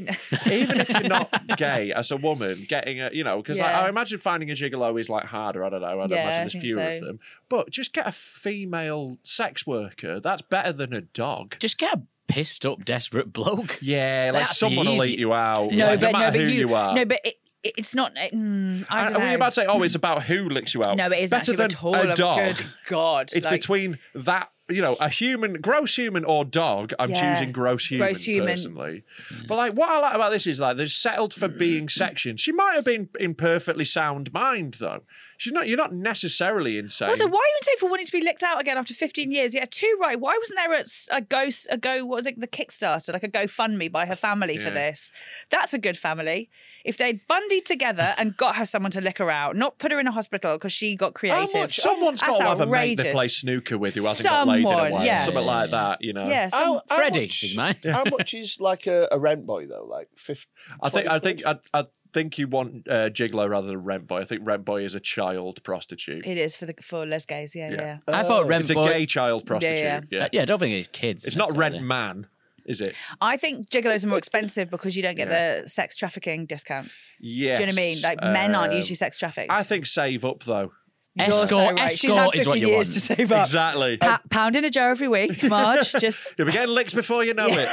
[SPEAKER 2] even if you're not gay as a woman, getting a you know because
[SPEAKER 4] Yeah.
[SPEAKER 2] I imagine finding a gigolo is like harder. I don't know. I don't
[SPEAKER 4] Yeah, I
[SPEAKER 2] imagine there's
[SPEAKER 4] think
[SPEAKER 2] fewer of
[SPEAKER 4] so.
[SPEAKER 2] them. But just get a female sex worker. That's better than a dog.
[SPEAKER 5] Just get a pissed up, desperate bloke.
[SPEAKER 2] Yeah, like
[SPEAKER 5] That's
[SPEAKER 2] someone will
[SPEAKER 5] easy.
[SPEAKER 2] eat you out.
[SPEAKER 4] No,
[SPEAKER 2] like,
[SPEAKER 4] but
[SPEAKER 2] no
[SPEAKER 4] no,
[SPEAKER 2] matter
[SPEAKER 4] but
[SPEAKER 2] who
[SPEAKER 4] you.
[SPEAKER 2] you, are.
[SPEAKER 4] No, but it, it, it's not. it- mm, I
[SPEAKER 2] And
[SPEAKER 4] don't
[SPEAKER 2] were
[SPEAKER 4] know.
[SPEAKER 2] you about to say, oh, it's about who licks you out?
[SPEAKER 4] no, it isn't
[SPEAKER 2] better
[SPEAKER 4] actually
[SPEAKER 2] than
[SPEAKER 4] at all.
[SPEAKER 2] a
[SPEAKER 4] of-
[SPEAKER 2] dog.
[SPEAKER 4] Good God!
[SPEAKER 2] It's
[SPEAKER 4] like,
[SPEAKER 2] between that, you know, a human, gross human or dog. I'm
[SPEAKER 4] Yeah.
[SPEAKER 2] choosing gross human,
[SPEAKER 4] Gross human.
[SPEAKER 2] personally.
[SPEAKER 5] Mm.
[SPEAKER 2] But like, what I like about this is like, they're settled for being sectioned. She might have been in perfectly sound mind though. She's not. You're not necessarily insane.
[SPEAKER 4] Also, why are you insane for wanting to be licked out again after 15 years? Yeah, too right. Why wasn't there a, a go, a go, what was it, the Kickstarter, like a GoFundMe by her family for
[SPEAKER 2] Yeah.
[SPEAKER 4] this? That's a good family. If they'd bundied together and got her someone to lick her out, not put her in a hospital because she got
[SPEAKER 2] How
[SPEAKER 4] creative.
[SPEAKER 2] much? Oh, Someone's
[SPEAKER 4] That's
[SPEAKER 2] got to have a mate
[SPEAKER 4] outrageous.
[SPEAKER 2] that plays snooker with who hasn't got laid
[SPEAKER 4] Someone,
[SPEAKER 2] in a while.
[SPEAKER 4] yeah.
[SPEAKER 2] Something like that, you know.
[SPEAKER 4] Yeah, some-
[SPEAKER 3] How, how
[SPEAKER 5] Freddie
[SPEAKER 3] much-
[SPEAKER 5] is mine.
[SPEAKER 3] how much is like a, a rent boy though? Like 50.
[SPEAKER 2] I think I think I, I think you want uh, Gigolo rather than Rent Boy. I think Rent Boy is a child prostitute.
[SPEAKER 4] it is for the for les gays. Yeah,
[SPEAKER 2] Yeah.
[SPEAKER 4] yeah.
[SPEAKER 5] I thought rent
[SPEAKER 2] Uh, It's a
[SPEAKER 5] boy.
[SPEAKER 2] gay child prostitute.
[SPEAKER 4] yeah.
[SPEAKER 2] yeah.
[SPEAKER 5] Uh, yeah, I don't think it's kids.
[SPEAKER 2] It's not
[SPEAKER 5] necessarily.
[SPEAKER 2] Rent Man, is it?
[SPEAKER 4] I think gigolos are more expensive because you don't get the sex trafficking discount.
[SPEAKER 2] Yeah.
[SPEAKER 4] Do you know what I mean? Like men aren't usually sex trafficked.
[SPEAKER 2] um, Uh, I think save up though.
[SPEAKER 4] You're so
[SPEAKER 5] Escort-
[SPEAKER 4] right. She's
[SPEAKER 5] escort
[SPEAKER 4] had
[SPEAKER 5] is
[SPEAKER 4] 15
[SPEAKER 5] what you
[SPEAKER 4] years
[SPEAKER 5] want.
[SPEAKER 4] to save up.
[SPEAKER 2] exactly.
[SPEAKER 4] Pa- pound in a jar every week, Marge. Just
[SPEAKER 2] You'll be getting licks before you know it.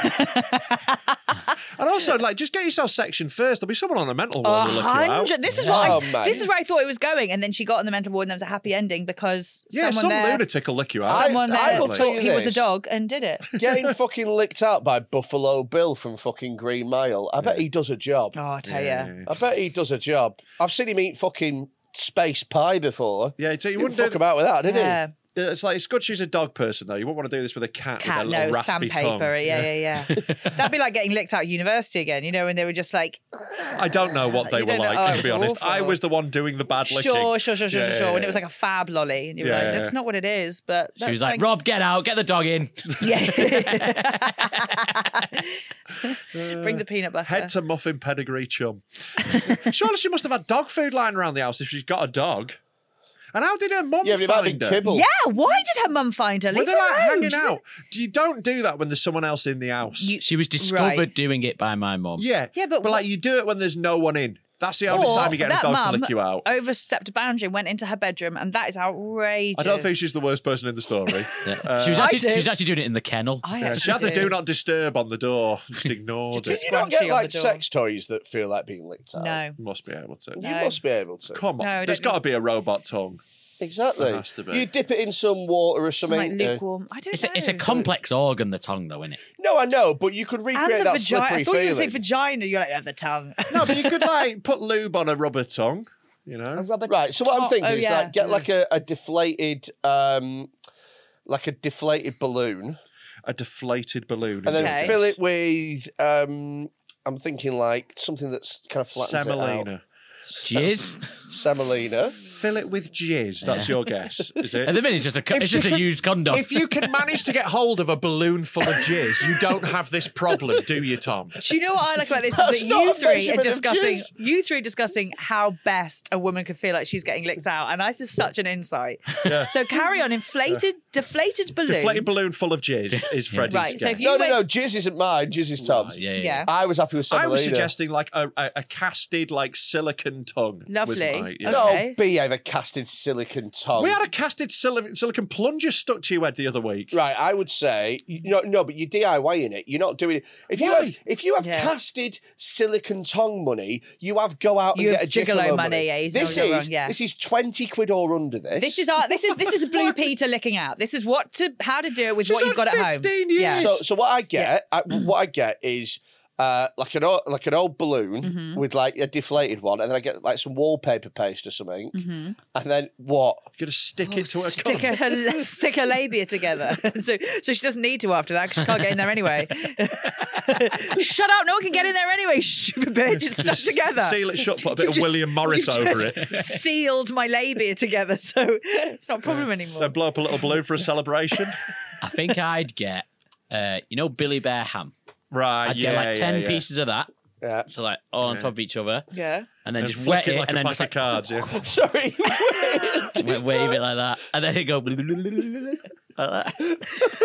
[SPEAKER 2] and also, like, just get yourself sectioned first. There'll be someone on a mental ward
[SPEAKER 4] A
[SPEAKER 2] will lick you out.
[SPEAKER 4] hundred. This is
[SPEAKER 3] Oh,
[SPEAKER 4] what I,
[SPEAKER 3] mate.
[SPEAKER 4] this is where I thought it was going, and then she got on the mental ward, and there was a happy ending because
[SPEAKER 2] Yeah,
[SPEAKER 4] someone
[SPEAKER 2] some
[SPEAKER 4] there,
[SPEAKER 2] lunatic will lick you out.
[SPEAKER 4] someone
[SPEAKER 3] I- I
[SPEAKER 4] there
[SPEAKER 3] will tell
[SPEAKER 4] thought
[SPEAKER 3] you
[SPEAKER 4] he was a
[SPEAKER 3] this.
[SPEAKER 4] dog and did it.
[SPEAKER 3] Getting fucking licked out by Buffalo Bill from fucking Green Mile. I bet he does a job.
[SPEAKER 4] Oh, I tell you,
[SPEAKER 3] I bet he does a job. I've seen him eat fucking space pie before.
[SPEAKER 2] Yeah, so you
[SPEAKER 3] He wouldn't
[SPEAKER 2] wouldn't
[SPEAKER 3] fuck
[SPEAKER 2] do
[SPEAKER 3] about with that, did
[SPEAKER 4] yeah,
[SPEAKER 2] Yeah, It's like it's good she's a dog person though. You wouldn't want to do this with a cat.
[SPEAKER 4] cat,
[SPEAKER 2] with a little
[SPEAKER 4] no
[SPEAKER 2] raspy
[SPEAKER 4] sandpaper.
[SPEAKER 2] tongue.
[SPEAKER 4] Yeah, yeah, yeah. That'd be like getting licked out of university again, you know, when they were just like,
[SPEAKER 2] I don't know what they
[SPEAKER 4] You
[SPEAKER 2] were
[SPEAKER 4] don't know-
[SPEAKER 2] like
[SPEAKER 4] oh,
[SPEAKER 2] to
[SPEAKER 4] it
[SPEAKER 2] be
[SPEAKER 4] was
[SPEAKER 2] honest. I
[SPEAKER 4] awful.
[SPEAKER 2] was the one doing the bad
[SPEAKER 4] sure,
[SPEAKER 2] licking.
[SPEAKER 4] sure, sure, sure, sure,
[SPEAKER 2] Yeah,
[SPEAKER 4] sure.
[SPEAKER 2] yeah,
[SPEAKER 4] And it was
[SPEAKER 2] yeah.
[SPEAKER 4] like a fab lolly, and you were
[SPEAKER 2] Yeah,
[SPEAKER 4] like,
[SPEAKER 2] yeah,
[SPEAKER 4] that's
[SPEAKER 2] yeah.
[SPEAKER 4] not what it is. But
[SPEAKER 5] She was
[SPEAKER 4] that's
[SPEAKER 5] like,
[SPEAKER 4] fine.
[SPEAKER 5] Rob, get out, get the dog in.
[SPEAKER 4] yeah. Bring the peanut butter.
[SPEAKER 2] Head to muffin pedigree chum. Surely she must have had dog food lying around the house if she's got a dog. And how did her mum
[SPEAKER 3] he? Yeah, but it might
[SPEAKER 2] find
[SPEAKER 3] have been
[SPEAKER 2] her?
[SPEAKER 3] kibble.
[SPEAKER 4] yeah, why did her mum find her?
[SPEAKER 2] Were
[SPEAKER 4] Leave
[SPEAKER 2] they
[SPEAKER 4] her
[SPEAKER 2] like
[SPEAKER 4] alone.
[SPEAKER 2] hanging
[SPEAKER 4] She's-
[SPEAKER 2] out? Do You don't do that when there's someone else in the house.
[SPEAKER 4] You-
[SPEAKER 5] She was discovered
[SPEAKER 4] Right.
[SPEAKER 5] doing it by my mum.
[SPEAKER 2] yeah,
[SPEAKER 4] Yeah, but
[SPEAKER 2] like you do it when there's no one in. That's the only
[SPEAKER 4] Or
[SPEAKER 2] time you get a
[SPEAKER 4] that
[SPEAKER 2] dog
[SPEAKER 4] mum Oh,
[SPEAKER 2] to lick you out.
[SPEAKER 4] Overstepped a boundary, went into her bedroom, and that is outrageous.
[SPEAKER 2] I don't think she's the worst person in the story.
[SPEAKER 5] Yeah. Uh, she, was
[SPEAKER 4] I
[SPEAKER 5] actually, she
[SPEAKER 4] did.
[SPEAKER 5] was actually doing it in the kennel.
[SPEAKER 4] I
[SPEAKER 2] Yeah,
[SPEAKER 4] actually
[SPEAKER 2] she had the
[SPEAKER 4] do.
[SPEAKER 2] do not disturb on the door. Just ignored
[SPEAKER 3] Did
[SPEAKER 2] it.
[SPEAKER 4] Just-
[SPEAKER 3] you not
[SPEAKER 4] Scrunchy
[SPEAKER 3] get
[SPEAKER 4] on the
[SPEAKER 3] like
[SPEAKER 4] door.
[SPEAKER 3] sex toys that feel like being licked out?
[SPEAKER 4] No.
[SPEAKER 2] Must be able to.
[SPEAKER 3] You must be able to.
[SPEAKER 2] Come on,
[SPEAKER 4] No, I don't
[SPEAKER 2] there's
[SPEAKER 4] think-
[SPEAKER 2] got to be a robot tongue.
[SPEAKER 3] Exactly.
[SPEAKER 2] There has to be.
[SPEAKER 3] You dip it in some water or
[SPEAKER 4] Some, like
[SPEAKER 3] something. uh,
[SPEAKER 4] lukewarm. I don't
[SPEAKER 5] It's
[SPEAKER 4] know.
[SPEAKER 5] a, it's a complex organ, the tongue, though, isn't it?
[SPEAKER 3] no, I know, but you could
[SPEAKER 4] and
[SPEAKER 3] recreate
[SPEAKER 4] the
[SPEAKER 3] that
[SPEAKER 4] vagina.
[SPEAKER 3] slippery
[SPEAKER 4] I thought you were
[SPEAKER 3] feeling.
[SPEAKER 4] going to say vagina. You're like, oh, the tongue.
[SPEAKER 2] No, but you could like put lube on a rubber tongue. You know,
[SPEAKER 3] Right. So what I'm
[SPEAKER 4] top-
[SPEAKER 3] thinking
[SPEAKER 4] oh,
[SPEAKER 3] is
[SPEAKER 4] yeah.
[SPEAKER 3] like get like a, a deflated, um, like a deflated balloon,
[SPEAKER 2] a deflated balloon.
[SPEAKER 3] and
[SPEAKER 2] is
[SPEAKER 3] then
[SPEAKER 4] Okay.
[SPEAKER 3] fill it with. Um, I'm thinking like something that's kind of flattens it out.
[SPEAKER 2] Semolina.
[SPEAKER 5] Cheers.
[SPEAKER 3] Semolina.
[SPEAKER 2] Fill it with jizz. That's your guess, is
[SPEAKER 5] At
[SPEAKER 2] it?
[SPEAKER 5] the minute, it's just a co-
[SPEAKER 2] If
[SPEAKER 5] it's just
[SPEAKER 2] you
[SPEAKER 5] a
[SPEAKER 2] could-
[SPEAKER 5] used condom.
[SPEAKER 2] If you can manage to get hold of a balloon full of jizz, you don't have this problem, do you, Tom?
[SPEAKER 4] Do you know what I like about this?
[SPEAKER 3] That's
[SPEAKER 4] is that
[SPEAKER 3] not
[SPEAKER 4] you
[SPEAKER 3] a
[SPEAKER 4] three are
[SPEAKER 3] measurement of
[SPEAKER 4] discussing
[SPEAKER 3] juice.
[SPEAKER 4] you three are discussing how best a woman could feel like she's getting licked out, and that's just such an insight. So carry on, inflated, deflated balloon.
[SPEAKER 2] Deflated balloon full of jizz is Freddie's
[SPEAKER 4] Right,
[SPEAKER 2] guess.
[SPEAKER 4] so if you
[SPEAKER 3] No, no,
[SPEAKER 4] went-
[SPEAKER 3] no. Jizz isn't mine. Jizz is Tom's.
[SPEAKER 5] yeah, yeah, yeah.
[SPEAKER 4] yeah.
[SPEAKER 3] I was happy with semolina.
[SPEAKER 2] I was suggesting like a, a, a casted like silicon tongue. was
[SPEAKER 4] Lovely.
[SPEAKER 2] my-
[SPEAKER 3] No,
[SPEAKER 4] Okay.
[SPEAKER 3] behave a Oh, casted silicon tongue.
[SPEAKER 2] We had a casted sil- silicon plunger stuck to your head the other week.
[SPEAKER 3] Right, I would say no, no, but you're DIYing it. You're not doing it. If you
[SPEAKER 2] Why?
[SPEAKER 3] have, if you have
[SPEAKER 4] Yeah.
[SPEAKER 3] casted silicon tongue money, you have go out
[SPEAKER 4] You
[SPEAKER 3] and
[SPEAKER 4] have
[SPEAKER 3] get a
[SPEAKER 4] gigolo
[SPEAKER 3] gigolo,
[SPEAKER 4] money, yeah, he's
[SPEAKER 3] this
[SPEAKER 4] not
[SPEAKER 3] is
[SPEAKER 4] wrong, yeah.
[SPEAKER 3] this is twenty quid or under this.
[SPEAKER 4] This is our. This is this is Blue Peter licking out. This is what to how to do it with
[SPEAKER 2] She's
[SPEAKER 4] what you've
[SPEAKER 2] had
[SPEAKER 4] got at home.
[SPEAKER 2] 15 years.
[SPEAKER 4] Yeah.
[SPEAKER 3] so. So what I get, I, what I get is uh, like an old, like an old balloon
[SPEAKER 4] Mm-hmm.
[SPEAKER 3] with like a deflated one, and then I get like some wallpaper paste or something,
[SPEAKER 4] Mm-hmm.
[SPEAKER 3] and then what?
[SPEAKER 2] You're gonna stick it to a
[SPEAKER 4] stick
[SPEAKER 2] cum.
[SPEAKER 4] her stick her labia together, so so she doesn't need to after that 'cause she can't get in there anyway. Shut up! No one can get in there anyway. Stupid bitch! It's stuck
[SPEAKER 2] Just
[SPEAKER 4] together.
[SPEAKER 2] Seal it shut. Put a bit
[SPEAKER 4] You've
[SPEAKER 2] of
[SPEAKER 4] just-
[SPEAKER 2] William Morris
[SPEAKER 4] you've
[SPEAKER 2] over it.
[SPEAKER 4] just Sealed my labia together, so it's not a problem
[SPEAKER 2] Then
[SPEAKER 4] anymore.
[SPEAKER 2] blow up a little balloon for a celebration.
[SPEAKER 5] I think I'd get, uh, you know, Billy Bear ham.
[SPEAKER 2] Right.
[SPEAKER 5] I'd
[SPEAKER 2] yeah,
[SPEAKER 5] get like
[SPEAKER 2] yeah,
[SPEAKER 5] ten
[SPEAKER 2] yeah.
[SPEAKER 5] pieces of that.
[SPEAKER 3] Yeah.
[SPEAKER 5] So like all on top of each other,
[SPEAKER 4] Yeah.
[SPEAKER 5] and then
[SPEAKER 2] And
[SPEAKER 5] just
[SPEAKER 2] flick
[SPEAKER 5] wet
[SPEAKER 2] it
[SPEAKER 5] it,
[SPEAKER 2] like "Oh,
[SPEAKER 5] and
[SPEAKER 2] a
[SPEAKER 5] then
[SPEAKER 2] pack
[SPEAKER 5] just
[SPEAKER 2] of
[SPEAKER 5] like,
[SPEAKER 2] cards. Yeah.
[SPEAKER 3] Sorry,
[SPEAKER 5] wa- wave it like that, and then it go. like that.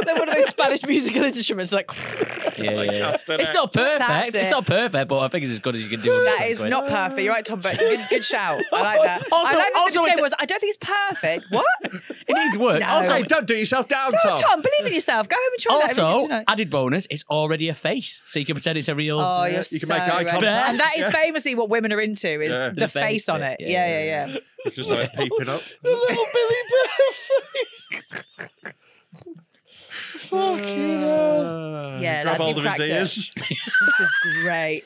[SPEAKER 4] Then one of those Spanish musical instruments, like
[SPEAKER 5] Yeah, yeah, yeah.
[SPEAKER 2] Cast an
[SPEAKER 5] It's not perfect.
[SPEAKER 4] That's
[SPEAKER 5] It's
[SPEAKER 4] it.
[SPEAKER 5] not perfect, but I think it's as good as you can do. on
[SPEAKER 4] That
[SPEAKER 5] 10,
[SPEAKER 4] is
[SPEAKER 5] quid.
[SPEAKER 4] not perfect. You're right, Tom. But good, good shout. I like that.
[SPEAKER 5] Also-
[SPEAKER 4] I like that
[SPEAKER 5] also
[SPEAKER 4] the
[SPEAKER 5] it's-
[SPEAKER 4] say was I don't think it's perfect. What?
[SPEAKER 5] It needs work.
[SPEAKER 4] No.
[SPEAKER 5] Also,
[SPEAKER 2] Hey, don't do yourself down,
[SPEAKER 4] Go on,
[SPEAKER 2] Tom.
[SPEAKER 4] Tom, believe in yourself. Go home and try that. every day
[SPEAKER 5] also
[SPEAKER 4] tonight.
[SPEAKER 5] added bonus. It's already a face, so you can pretend it's a real.
[SPEAKER 4] Oh,
[SPEAKER 2] Yeah,
[SPEAKER 4] you're
[SPEAKER 2] you can
[SPEAKER 4] so
[SPEAKER 2] make eye
[SPEAKER 4] right.
[SPEAKER 2] contact.
[SPEAKER 4] And that is famously what women are into is
[SPEAKER 2] Yeah.
[SPEAKER 4] the, face on it. Yeah, yeah, yeah.
[SPEAKER 2] Just like peeping up.
[SPEAKER 3] the little Billy Bear face. Fucking
[SPEAKER 2] Uh,
[SPEAKER 3] hell.
[SPEAKER 4] Yeah,
[SPEAKER 2] Grab
[SPEAKER 4] lads,
[SPEAKER 2] hold
[SPEAKER 4] you
[SPEAKER 2] of his
[SPEAKER 4] cracked it.
[SPEAKER 2] ears.
[SPEAKER 4] This is great.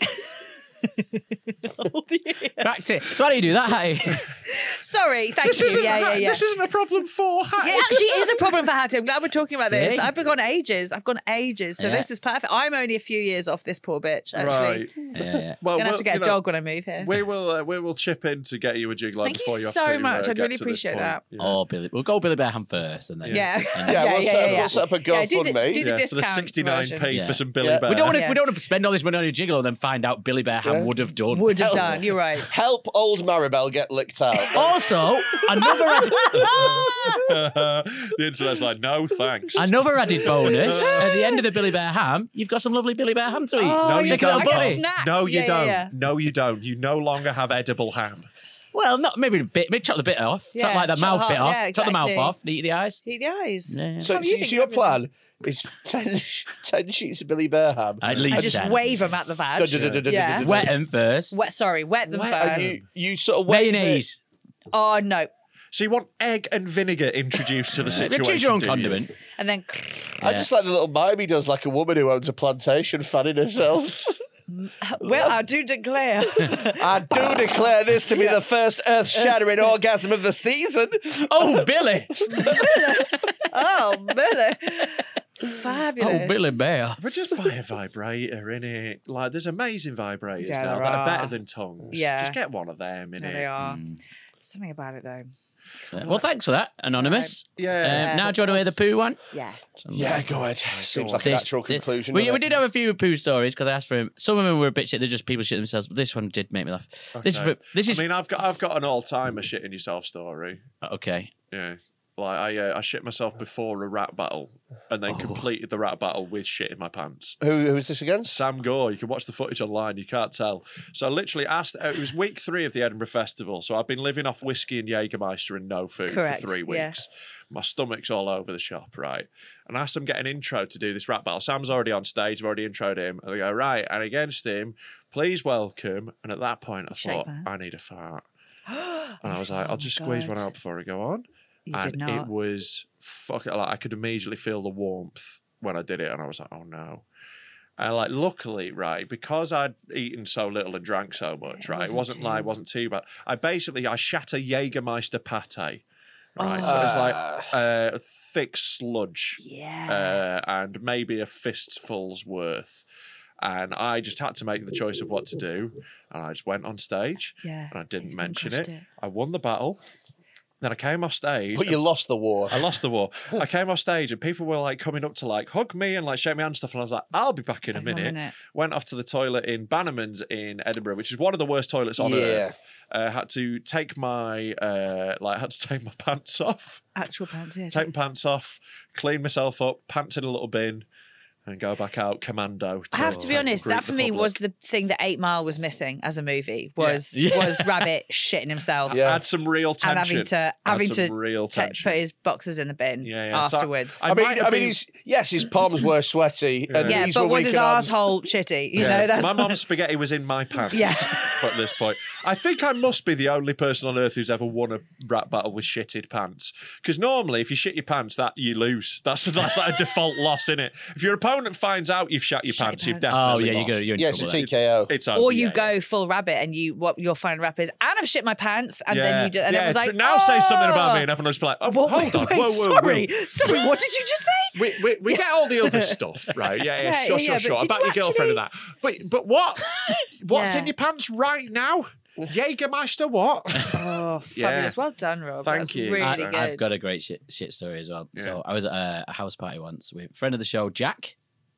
[SPEAKER 4] All the ears.
[SPEAKER 5] Cracked it. So why don't you do that, Hattie?
[SPEAKER 4] Sorry, thank
[SPEAKER 2] This
[SPEAKER 4] you.
[SPEAKER 2] isn't,
[SPEAKER 4] yeah, yeah, yeah.
[SPEAKER 2] this isn't a problem for Hattie.
[SPEAKER 4] It actually is a problem for Hattie. I'm glad we're talking about
[SPEAKER 5] See?
[SPEAKER 4] this. I've been gone ages. I've gone ages. So
[SPEAKER 5] Yeah.
[SPEAKER 4] this is perfect. I'm only a few years off this poor bitch, actually.
[SPEAKER 2] Right.
[SPEAKER 5] yeah, yeah.
[SPEAKER 2] Well,
[SPEAKER 4] I'm gonna have
[SPEAKER 2] we'll-
[SPEAKER 4] to get
[SPEAKER 2] you
[SPEAKER 4] a
[SPEAKER 2] know,
[SPEAKER 4] dog when I move here.
[SPEAKER 2] We will uh, we will chip in to get you a jig line
[SPEAKER 4] Thank you
[SPEAKER 2] before you have
[SPEAKER 4] so
[SPEAKER 2] to, uh,
[SPEAKER 4] much. I'd
[SPEAKER 2] get
[SPEAKER 4] really
[SPEAKER 2] to this
[SPEAKER 4] appreciate
[SPEAKER 2] point.
[SPEAKER 4] that.
[SPEAKER 2] Yeah.
[SPEAKER 5] Oh, Billy. We'll go Billy Bear ham first, and then
[SPEAKER 4] yeah.
[SPEAKER 3] Yeah, we'll set- we'll set up a
[SPEAKER 4] do the,
[SPEAKER 3] GoFundMe.
[SPEAKER 4] do the
[SPEAKER 2] Yeah, for the
[SPEAKER 4] discount.
[SPEAKER 2] sixty nine
[SPEAKER 4] version.
[SPEAKER 2] p
[SPEAKER 5] Yeah.
[SPEAKER 2] for some Billy
[SPEAKER 3] Yeah.
[SPEAKER 2] Bear.
[SPEAKER 5] We don't want to.
[SPEAKER 4] Yeah.
[SPEAKER 5] We don't want to spend all this money on a jiggle and then find out Billy Bear ham
[SPEAKER 3] Yeah.
[SPEAKER 5] would have done.
[SPEAKER 4] Would have
[SPEAKER 3] Hell.
[SPEAKER 4] done. You're right.
[SPEAKER 3] Help old Maribel get licked out.
[SPEAKER 4] Oh,
[SPEAKER 5] Also, another
[SPEAKER 2] the internet's like, no thanks.
[SPEAKER 5] another added bonus at the end of the Billy Bear ham. You've got some lovely Billy Bear ham to eat.
[SPEAKER 2] No, you
[SPEAKER 5] Take a
[SPEAKER 2] don't.
[SPEAKER 5] little
[SPEAKER 4] I get Oh,
[SPEAKER 5] bite.
[SPEAKER 4] a snack.
[SPEAKER 2] No, you
[SPEAKER 4] Yeah, yeah,
[SPEAKER 2] don't.
[SPEAKER 4] yeah.
[SPEAKER 2] No, you don't. You no longer have edible ham.
[SPEAKER 5] Well, not maybe a bit. Maybe chop the bit off. chop
[SPEAKER 4] Yeah,
[SPEAKER 5] like the
[SPEAKER 4] chop
[SPEAKER 5] mouth
[SPEAKER 4] the
[SPEAKER 5] bit
[SPEAKER 4] heart.
[SPEAKER 5] off.
[SPEAKER 4] Yeah,
[SPEAKER 5] Chop the mouth
[SPEAKER 4] exactly.
[SPEAKER 5] off. and Eat the eyes.
[SPEAKER 4] Eat the eyes.
[SPEAKER 5] Yeah.
[SPEAKER 3] so,
[SPEAKER 4] Tom,
[SPEAKER 3] so,
[SPEAKER 4] you think
[SPEAKER 3] so your
[SPEAKER 4] of everything.
[SPEAKER 3] plan is 10, sh- 10 sheets of Billy Bear ham.
[SPEAKER 5] At least
[SPEAKER 4] I just
[SPEAKER 5] 10.
[SPEAKER 4] wave them at the
[SPEAKER 3] Duh,
[SPEAKER 4] vag.
[SPEAKER 3] duh, duh, duh, duh,
[SPEAKER 4] Yeah.
[SPEAKER 3] duh, duh, duh.
[SPEAKER 5] Wet them first.
[SPEAKER 4] Wet, sorry, wet them
[SPEAKER 3] And
[SPEAKER 4] first.
[SPEAKER 3] you, you sort of wave it.
[SPEAKER 5] Mayonnaise.
[SPEAKER 4] Oh no,
[SPEAKER 2] So you want egg and vinegar introduced to the situation.
[SPEAKER 5] Choose your own
[SPEAKER 2] do you?
[SPEAKER 5] condiment.
[SPEAKER 4] and then
[SPEAKER 3] I just like the little mime he does, like a woman who owns a plantation fanning herself.
[SPEAKER 4] well, I do declare.
[SPEAKER 3] I do declare this to be the first earth shattering orgasm of the season.
[SPEAKER 5] Oh, Billy.
[SPEAKER 4] oh, Billy, fabulous.
[SPEAKER 5] oh, Billy Bear.
[SPEAKER 2] But just buy a vibrator in it. Like there's amazing vibrators
[SPEAKER 4] Yeah,
[SPEAKER 2] now
[SPEAKER 4] there
[SPEAKER 2] that are better
[SPEAKER 4] are.
[SPEAKER 2] than tongues.
[SPEAKER 4] Yeah.
[SPEAKER 2] Just get one of them in
[SPEAKER 4] There
[SPEAKER 2] it.
[SPEAKER 4] they are. Something about it though.
[SPEAKER 5] Well, thanks for that, Anonymous.
[SPEAKER 2] Yeah.
[SPEAKER 5] Um, now, do you want to hear the poo one?
[SPEAKER 4] Yeah.
[SPEAKER 3] Yeah, go ahead. Seems like a
[SPEAKER 5] This-
[SPEAKER 3] natural
[SPEAKER 5] this-
[SPEAKER 3] conclusion.
[SPEAKER 5] We,
[SPEAKER 3] doesn't
[SPEAKER 5] we
[SPEAKER 3] it?
[SPEAKER 5] did have a few poo stories because I asked for them. Some of them were a bit shit. They're just people shit themselves. But this one did make me laugh. This is
[SPEAKER 2] Okay.
[SPEAKER 5] for, this is
[SPEAKER 2] I mean, I've got I've got an all timer shitting yourself story.
[SPEAKER 5] okay.
[SPEAKER 2] Yeah. Like I uh, I shit myself before a rat battle and
[SPEAKER 5] Oh.
[SPEAKER 2] then completed the rat battle with shit in my pants.
[SPEAKER 3] Who, who is this against?
[SPEAKER 2] Sam Gore. You can watch the footage online. You can't tell. So I literally asked. uh, It was week three of the Edinburgh Festival. So I've been living off whiskey and Jägermeister and no food
[SPEAKER 4] Correct,
[SPEAKER 2] for three
[SPEAKER 4] yeah.
[SPEAKER 2] weeks. My stomach's all over the shop, right? And I asked them to get an intro to do this rap battle. Sam's already on stage. I've already introed him. And they go right and against him. Please welcome. And at that point, I
[SPEAKER 4] Shake
[SPEAKER 2] thought
[SPEAKER 4] my hand.
[SPEAKER 2] I need a fart. And I was like, I'll just squeeze one
[SPEAKER 4] God.
[SPEAKER 2] out before I go on.
[SPEAKER 4] You
[SPEAKER 2] and
[SPEAKER 4] did not.
[SPEAKER 2] it was fuck. Like I could immediately feel the warmth when I did it, and I was like, oh no. And like, luckily, right, because I'd eaten so little and drank so much, right, it
[SPEAKER 8] wasn't
[SPEAKER 2] wasn't
[SPEAKER 8] too
[SPEAKER 2] like,
[SPEAKER 8] bad.
[SPEAKER 2] wasn't too bad. I basically, I shat a Jägermeister pate. Right, so it's like uh, thick sludge, yeah, uh, and maybe a fistful's worth, and I just had to make the choice of what to do, and I just went on stage,
[SPEAKER 4] Yeah,
[SPEAKER 2] and I didn't mention it.
[SPEAKER 4] crushed it.
[SPEAKER 2] I won the battle, then I came off stage,
[SPEAKER 8] But you lost the war.
[SPEAKER 2] I lost the war. I came off stage and people were like coming up to like hug me and like shake my hand and stuff. And I was like, I'll be back in a
[SPEAKER 4] in a
[SPEAKER 2] minute.
[SPEAKER 4] minute.
[SPEAKER 2] Went off to the toilet in Bannerman's in Edinburgh, which is one of the worst toilets on
[SPEAKER 8] Yeah.
[SPEAKER 2] earth. Uh, had to take my uh, like had to take my pants off,
[SPEAKER 4] Actual pants here.
[SPEAKER 2] take my pants off, clean myself up, pants in a little bin, and go back out commando.
[SPEAKER 4] I have to be honest.
[SPEAKER 2] greet
[SPEAKER 4] That for
[SPEAKER 2] the
[SPEAKER 4] me
[SPEAKER 2] public.
[SPEAKER 4] was the thing that Eight Mile was missing as a movie. Was
[SPEAKER 2] Yeah.
[SPEAKER 4] was Rabbit shitting himself
[SPEAKER 3] Yeah.
[SPEAKER 2] Add some real tension.
[SPEAKER 4] and having to
[SPEAKER 2] Add
[SPEAKER 4] having
[SPEAKER 2] some
[SPEAKER 4] to
[SPEAKER 2] real
[SPEAKER 4] te-
[SPEAKER 2] tension.
[SPEAKER 4] put his boxes in the bin
[SPEAKER 2] Yeah, yeah. So I-
[SPEAKER 4] afterwards.
[SPEAKER 2] I
[SPEAKER 3] I mean,
[SPEAKER 2] might have
[SPEAKER 3] I mean,
[SPEAKER 2] been-
[SPEAKER 3] his, yes, his palms were sweaty, and
[SPEAKER 4] yeah,
[SPEAKER 3] these
[SPEAKER 4] but
[SPEAKER 3] were
[SPEAKER 4] was
[SPEAKER 3] weak
[SPEAKER 4] his
[SPEAKER 3] and arms.
[SPEAKER 4] asshole shitty? You
[SPEAKER 2] Yeah.
[SPEAKER 4] know, that's
[SPEAKER 2] my mum's spaghetti was in my pants.
[SPEAKER 4] Yeah.
[SPEAKER 2] At this point, I think I must be the only person on earth who's ever won a rap battle with shitted pants. Because normally, if you shit your pants, that you lose. That's that's like a default loss, is it? If your opponent finds out you've shat your
[SPEAKER 4] Shat your
[SPEAKER 2] pants, you've
[SPEAKER 4] pants.
[SPEAKER 5] Oh
[SPEAKER 2] definitely
[SPEAKER 5] yeah, you
[SPEAKER 2] lost.
[SPEAKER 5] go. You're in
[SPEAKER 8] Yeah, it's a
[SPEAKER 5] trouble. there.
[SPEAKER 3] E
[SPEAKER 8] TKO.
[SPEAKER 2] It's over,
[SPEAKER 4] or you
[SPEAKER 2] yeah,
[SPEAKER 4] go
[SPEAKER 2] yeah.
[SPEAKER 4] full rabbit and you what your final rap is and I've shit my pants and then
[SPEAKER 2] Yeah.
[SPEAKER 4] you do, and
[SPEAKER 2] yeah,
[SPEAKER 4] then was
[SPEAKER 2] so
[SPEAKER 4] like
[SPEAKER 2] now say something about
[SPEAKER 4] "Oh."
[SPEAKER 2] me, and everyone's like, oh,
[SPEAKER 4] What-
[SPEAKER 2] hold on,
[SPEAKER 4] wait,
[SPEAKER 2] whoa, whoa, whoa.
[SPEAKER 4] sorry, sorry. What did you just say?
[SPEAKER 2] we, we, we get all the other stuff, right? Yeah, yeah,
[SPEAKER 4] Yeah,
[SPEAKER 2] sure, sure,
[SPEAKER 4] yeah, but
[SPEAKER 2] sure.
[SPEAKER 4] did
[SPEAKER 2] About
[SPEAKER 4] you
[SPEAKER 2] your girlfriend and that. But but what? What's in
[SPEAKER 4] Yeah.
[SPEAKER 2] your pants right now? Jägermeister, what?
[SPEAKER 4] Oh,
[SPEAKER 2] Yeah.
[SPEAKER 4] fabulous! Well done, Rob.
[SPEAKER 2] Thank
[SPEAKER 4] That's
[SPEAKER 2] you.
[SPEAKER 4] Really
[SPEAKER 2] I-
[SPEAKER 4] good.
[SPEAKER 5] I've got a great shit, shit story as well.
[SPEAKER 2] Yeah.
[SPEAKER 5] So I was at a, a house party once with friend of the show Jack,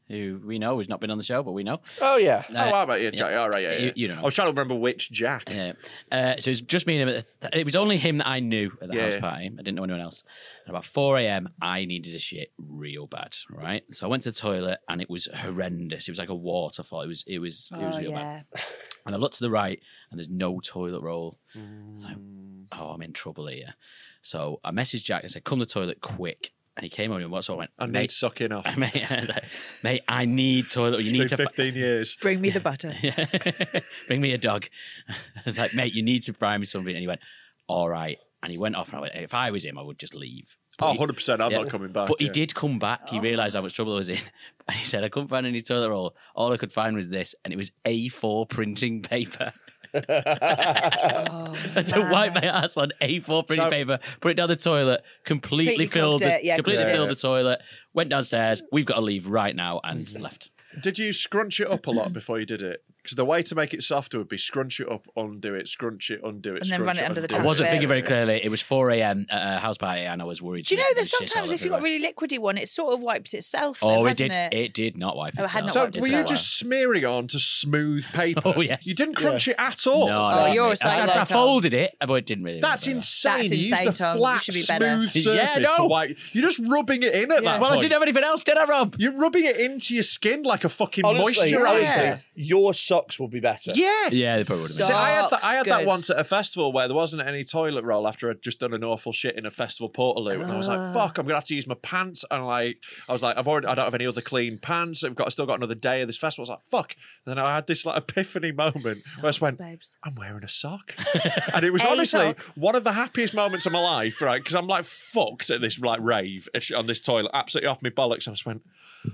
[SPEAKER 5] who we know who's not been on the show, but we know.
[SPEAKER 3] Oh yeah,
[SPEAKER 2] oh,
[SPEAKER 5] Uh,
[SPEAKER 2] all right, yeah, Jack. All right, yeah, yeah.
[SPEAKER 5] You- you know.
[SPEAKER 2] I was trying to remember which Jack.
[SPEAKER 5] Yeah. Uh, so it was just me and him. At the, it was only him that I knew at the
[SPEAKER 2] Yeah,
[SPEAKER 5] house
[SPEAKER 2] yeah.
[SPEAKER 5] party. I didn't know anyone else. At about 4 a.m., I needed a shit real bad, right? So I went to the toilet and it was horrendous. It was like a waterfall. It was it was it was
[SPEAKER 4] Oh,
[SPEAKER 5] real bad.
[SPEAKER 4] yeah.
[SPEAKER 5] And I looked to the right and there's no toilet roll. I was like,
[SPEAKER 2] Mm.
[SPEAKER 5] oh, I'm in trouble here. So I messaged Jack and said, come to the toilet quick. And he came over and so I went,
[SPEAKER 2] I need
[SPEAKER 5] mate,
[SPEAKER 2] sucking off.
[SPEAKER 5] mate, I was like, mate, I need toilet. You need
[SPEAKER 2] It's
[SPEAKER 5] to
[SPEAKER 2] been
[SPEAKER 5] fi-
[SPEAKER 2] 15 years.
[SPEAKER 4] Bring me the butter.
[SPEAKER 5] yeah. Bring me a dog. I was like, mate, you need to bribe me something. And he went, all right. And he went off. And I went, if I was him, I would just leave. But
[SPEAKER 2] Oh,
[SPEAKER 5] he-
[SPEAKER 2] 100%. I'm
[SPEAKER 5] yeah.
[SPEAKER 2] not coming back.
[SPEAKER 5] But he
[SPEAKER 2] yeah.
[SPEAKER 5] did come back.
[SPEAKER 4] Oh.
[SPEAKER 5] He realised how much trouble I was in. And he said, I couldn't find any toilet roll. All I could find was this. And it was A4 printing paper.
[SPEAKER 4] Oh,
[SPEAKER 5] to wipe my ass on A4 printing
[SPEAKER 2] So-
[SPEAKER 5] paper, put it down the toilet, completely
[SPEAKER 4] Completely
[SPEAKER 5] filled
[SPEAKER 4] clogged
[SPEAKER 5] the,
[SPEAKER 4] it, yeah,
[SPEAKER 5] completely
[SPEAKER 4] clogged
[SPEAKER 5] filled
[SPEAKER 4] it.
[SPEAKER 5] the toilet, went downstairs, we've got to leave right now, and left.
[SPEAKER 2] Did you scrunch it up a lot before you did it? Because the way to make it softer would be scrunch it up, undo it, scrunch it, undo it,
[SPEAKER 4] And then
[SPEAKER 2] scrunch
[SPEAKER 4] run it under the
[SPEAKER 2] undo
[SPEAKER 5] I
[SPEAKER 4] tap
[SPEAKER 5] wasn't
[SPEAKER 4] bit.
[SPEAKER 5] thinking very clearly. It was 4 a.m. at a house party, and I was worried.
[SPEAKER 4] Do you
[SPEAKER 5] shit,
[SPEAKER 4] know that
[SPEAKER 5] there's shit all
[SPEAKER 4] sometimes if you got
[SPEAKER 5] everywhere.
[SPEAKER 4] really liquidy one, it sort of wiped itself? then,
[SPEAKER 5] Oh, it
[SPEAKER 4] hasn't
[SPEAKER 5] did. It? did not wipe
[SPEAKER 4] Oh, it
[SPEAKER 5] itself.
[SPEAKER 4] had not
[SPEAKER 2] So
[SPEAKER 4] wiped
[SPEAKER 2] were you
[SPEAKER 4] itself.
[SPEAKER 2] just smearing on to smooth paper?
[SPEAKER 5] Oh, yes.
[SPEAKER 2] You didn't crunch it at all.
[SPEAKER 5] No,
[SPEAKER 4] Oh,
[SPEAKER 5] no,
[SPEAKER 4] you're a
[SPEAKER 5] I, I, I
[SPEAKER 4] psycho.
[SPEAKER 5] folded it, but it didn't really.
[SPEAKER 2] That's
[SPEAKER 5] work.
[SPEAKER 2] insane.
[SPEAKER 4] That's
[SPEAKER 2] you
[SPEAKER 4] insane,
[SPEAKER 2] used a
[SPEAKER 4] Tom. You
[SPEAKER 2] flat,
[SPEAKER 4] should be better.
[SPEAKER 2] smooth surface
[SPEAKER 5] Yeah,
[SPEAKER 2] to
[SPEAKER 5] no.
[SPEAKER 2] wipe. You're just rubbing it in at that
[SPEAKER 5] Well, I
[SPEAKER 2] point.
[SPEAKER 5] didn't have anything else, did I, Rob?
[SPEAKER 2] You're rubbing it into your skin like a fucking
[SPEAKER 3] honestly,
[SPEAKER 2] moisturizer.
[SPEAKER 3] honestly, your socks will be better.
[SPEAKER 2] Yeah.
[SPEAKER 5] Yeah, they probably would have.
[SPEAKER 4] So-
[SPEAKER 2] See, I had, that,
[SPEAKER 4] Socks,
[SPEAKER 2] I had that
[SPEAKER 4] good.
[SPEAKER 2] once at a festival where there wasn't any toilet roll after I'd just done an awful shit in a festival portaloo, and I was
[SPEAKER 4] Ah.
[SPEAKER 2] like, "Fuck, I'm gonna have to use my pants." And like, I was like, "I've already, I don't have any other clean pants. I've got, I still got another day of this festival." I was like, "Fuck!" And then I had this like epiphany moment where I just went,
[SPEAKER 4] babes.
[SPEAKER 2] "I'm wearing a sock," and it was
[SPEAKER 4] A
[SPEAKER 2] honestly
[SPEAKER 4] sock.
[SPEAKER 2] one of the happiest moments of my life, right? Because I'm like fucked at this like rave on this toilet, absolutely off my bollocks. I just went.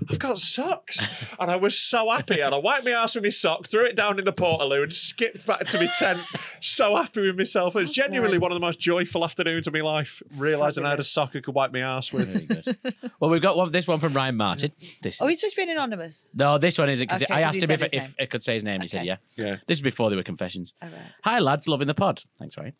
[SPEAKER 2] I've got socks. And I was so happy. And I wiped my ass with my sock, threw it down in the portaloo, and skipped back to my tent. so happy with myself. It was genuinely one of the most joyful afternoons of my life, realizing I had a sock I could wipe my ass with.
[SPEAKER 5] Very good. well, we've got one, this one from Ryan Martin. This
[SPEAKER 4] Oh, he's supposed to be an anonymous.
[SPEAKER 5] No, this one isn't
[SPEAKER 4] Okay,
[SPEAKER 5] because I
[SPEAKER 4] 'cause he
[SPEAKER 5] asked him
[SPEAKER 4] said
[SPEAKER 5] if,
[SPEAKER 4] his
[SPEAKER 5] if
[SPEAKER 4] name.
[SPEAKER 5] I could say his name. He said,
[SPEAKER 4] Okay.
[SPEAKER 5] yeah.
[SPEAKER 2] Yeah.
[SPEAKER 5] This is before there were confessions.
[SPEAKER 4] All right.
[SPEAKER 5] Hi, lads. Loving the pod. Thanks, Ryan.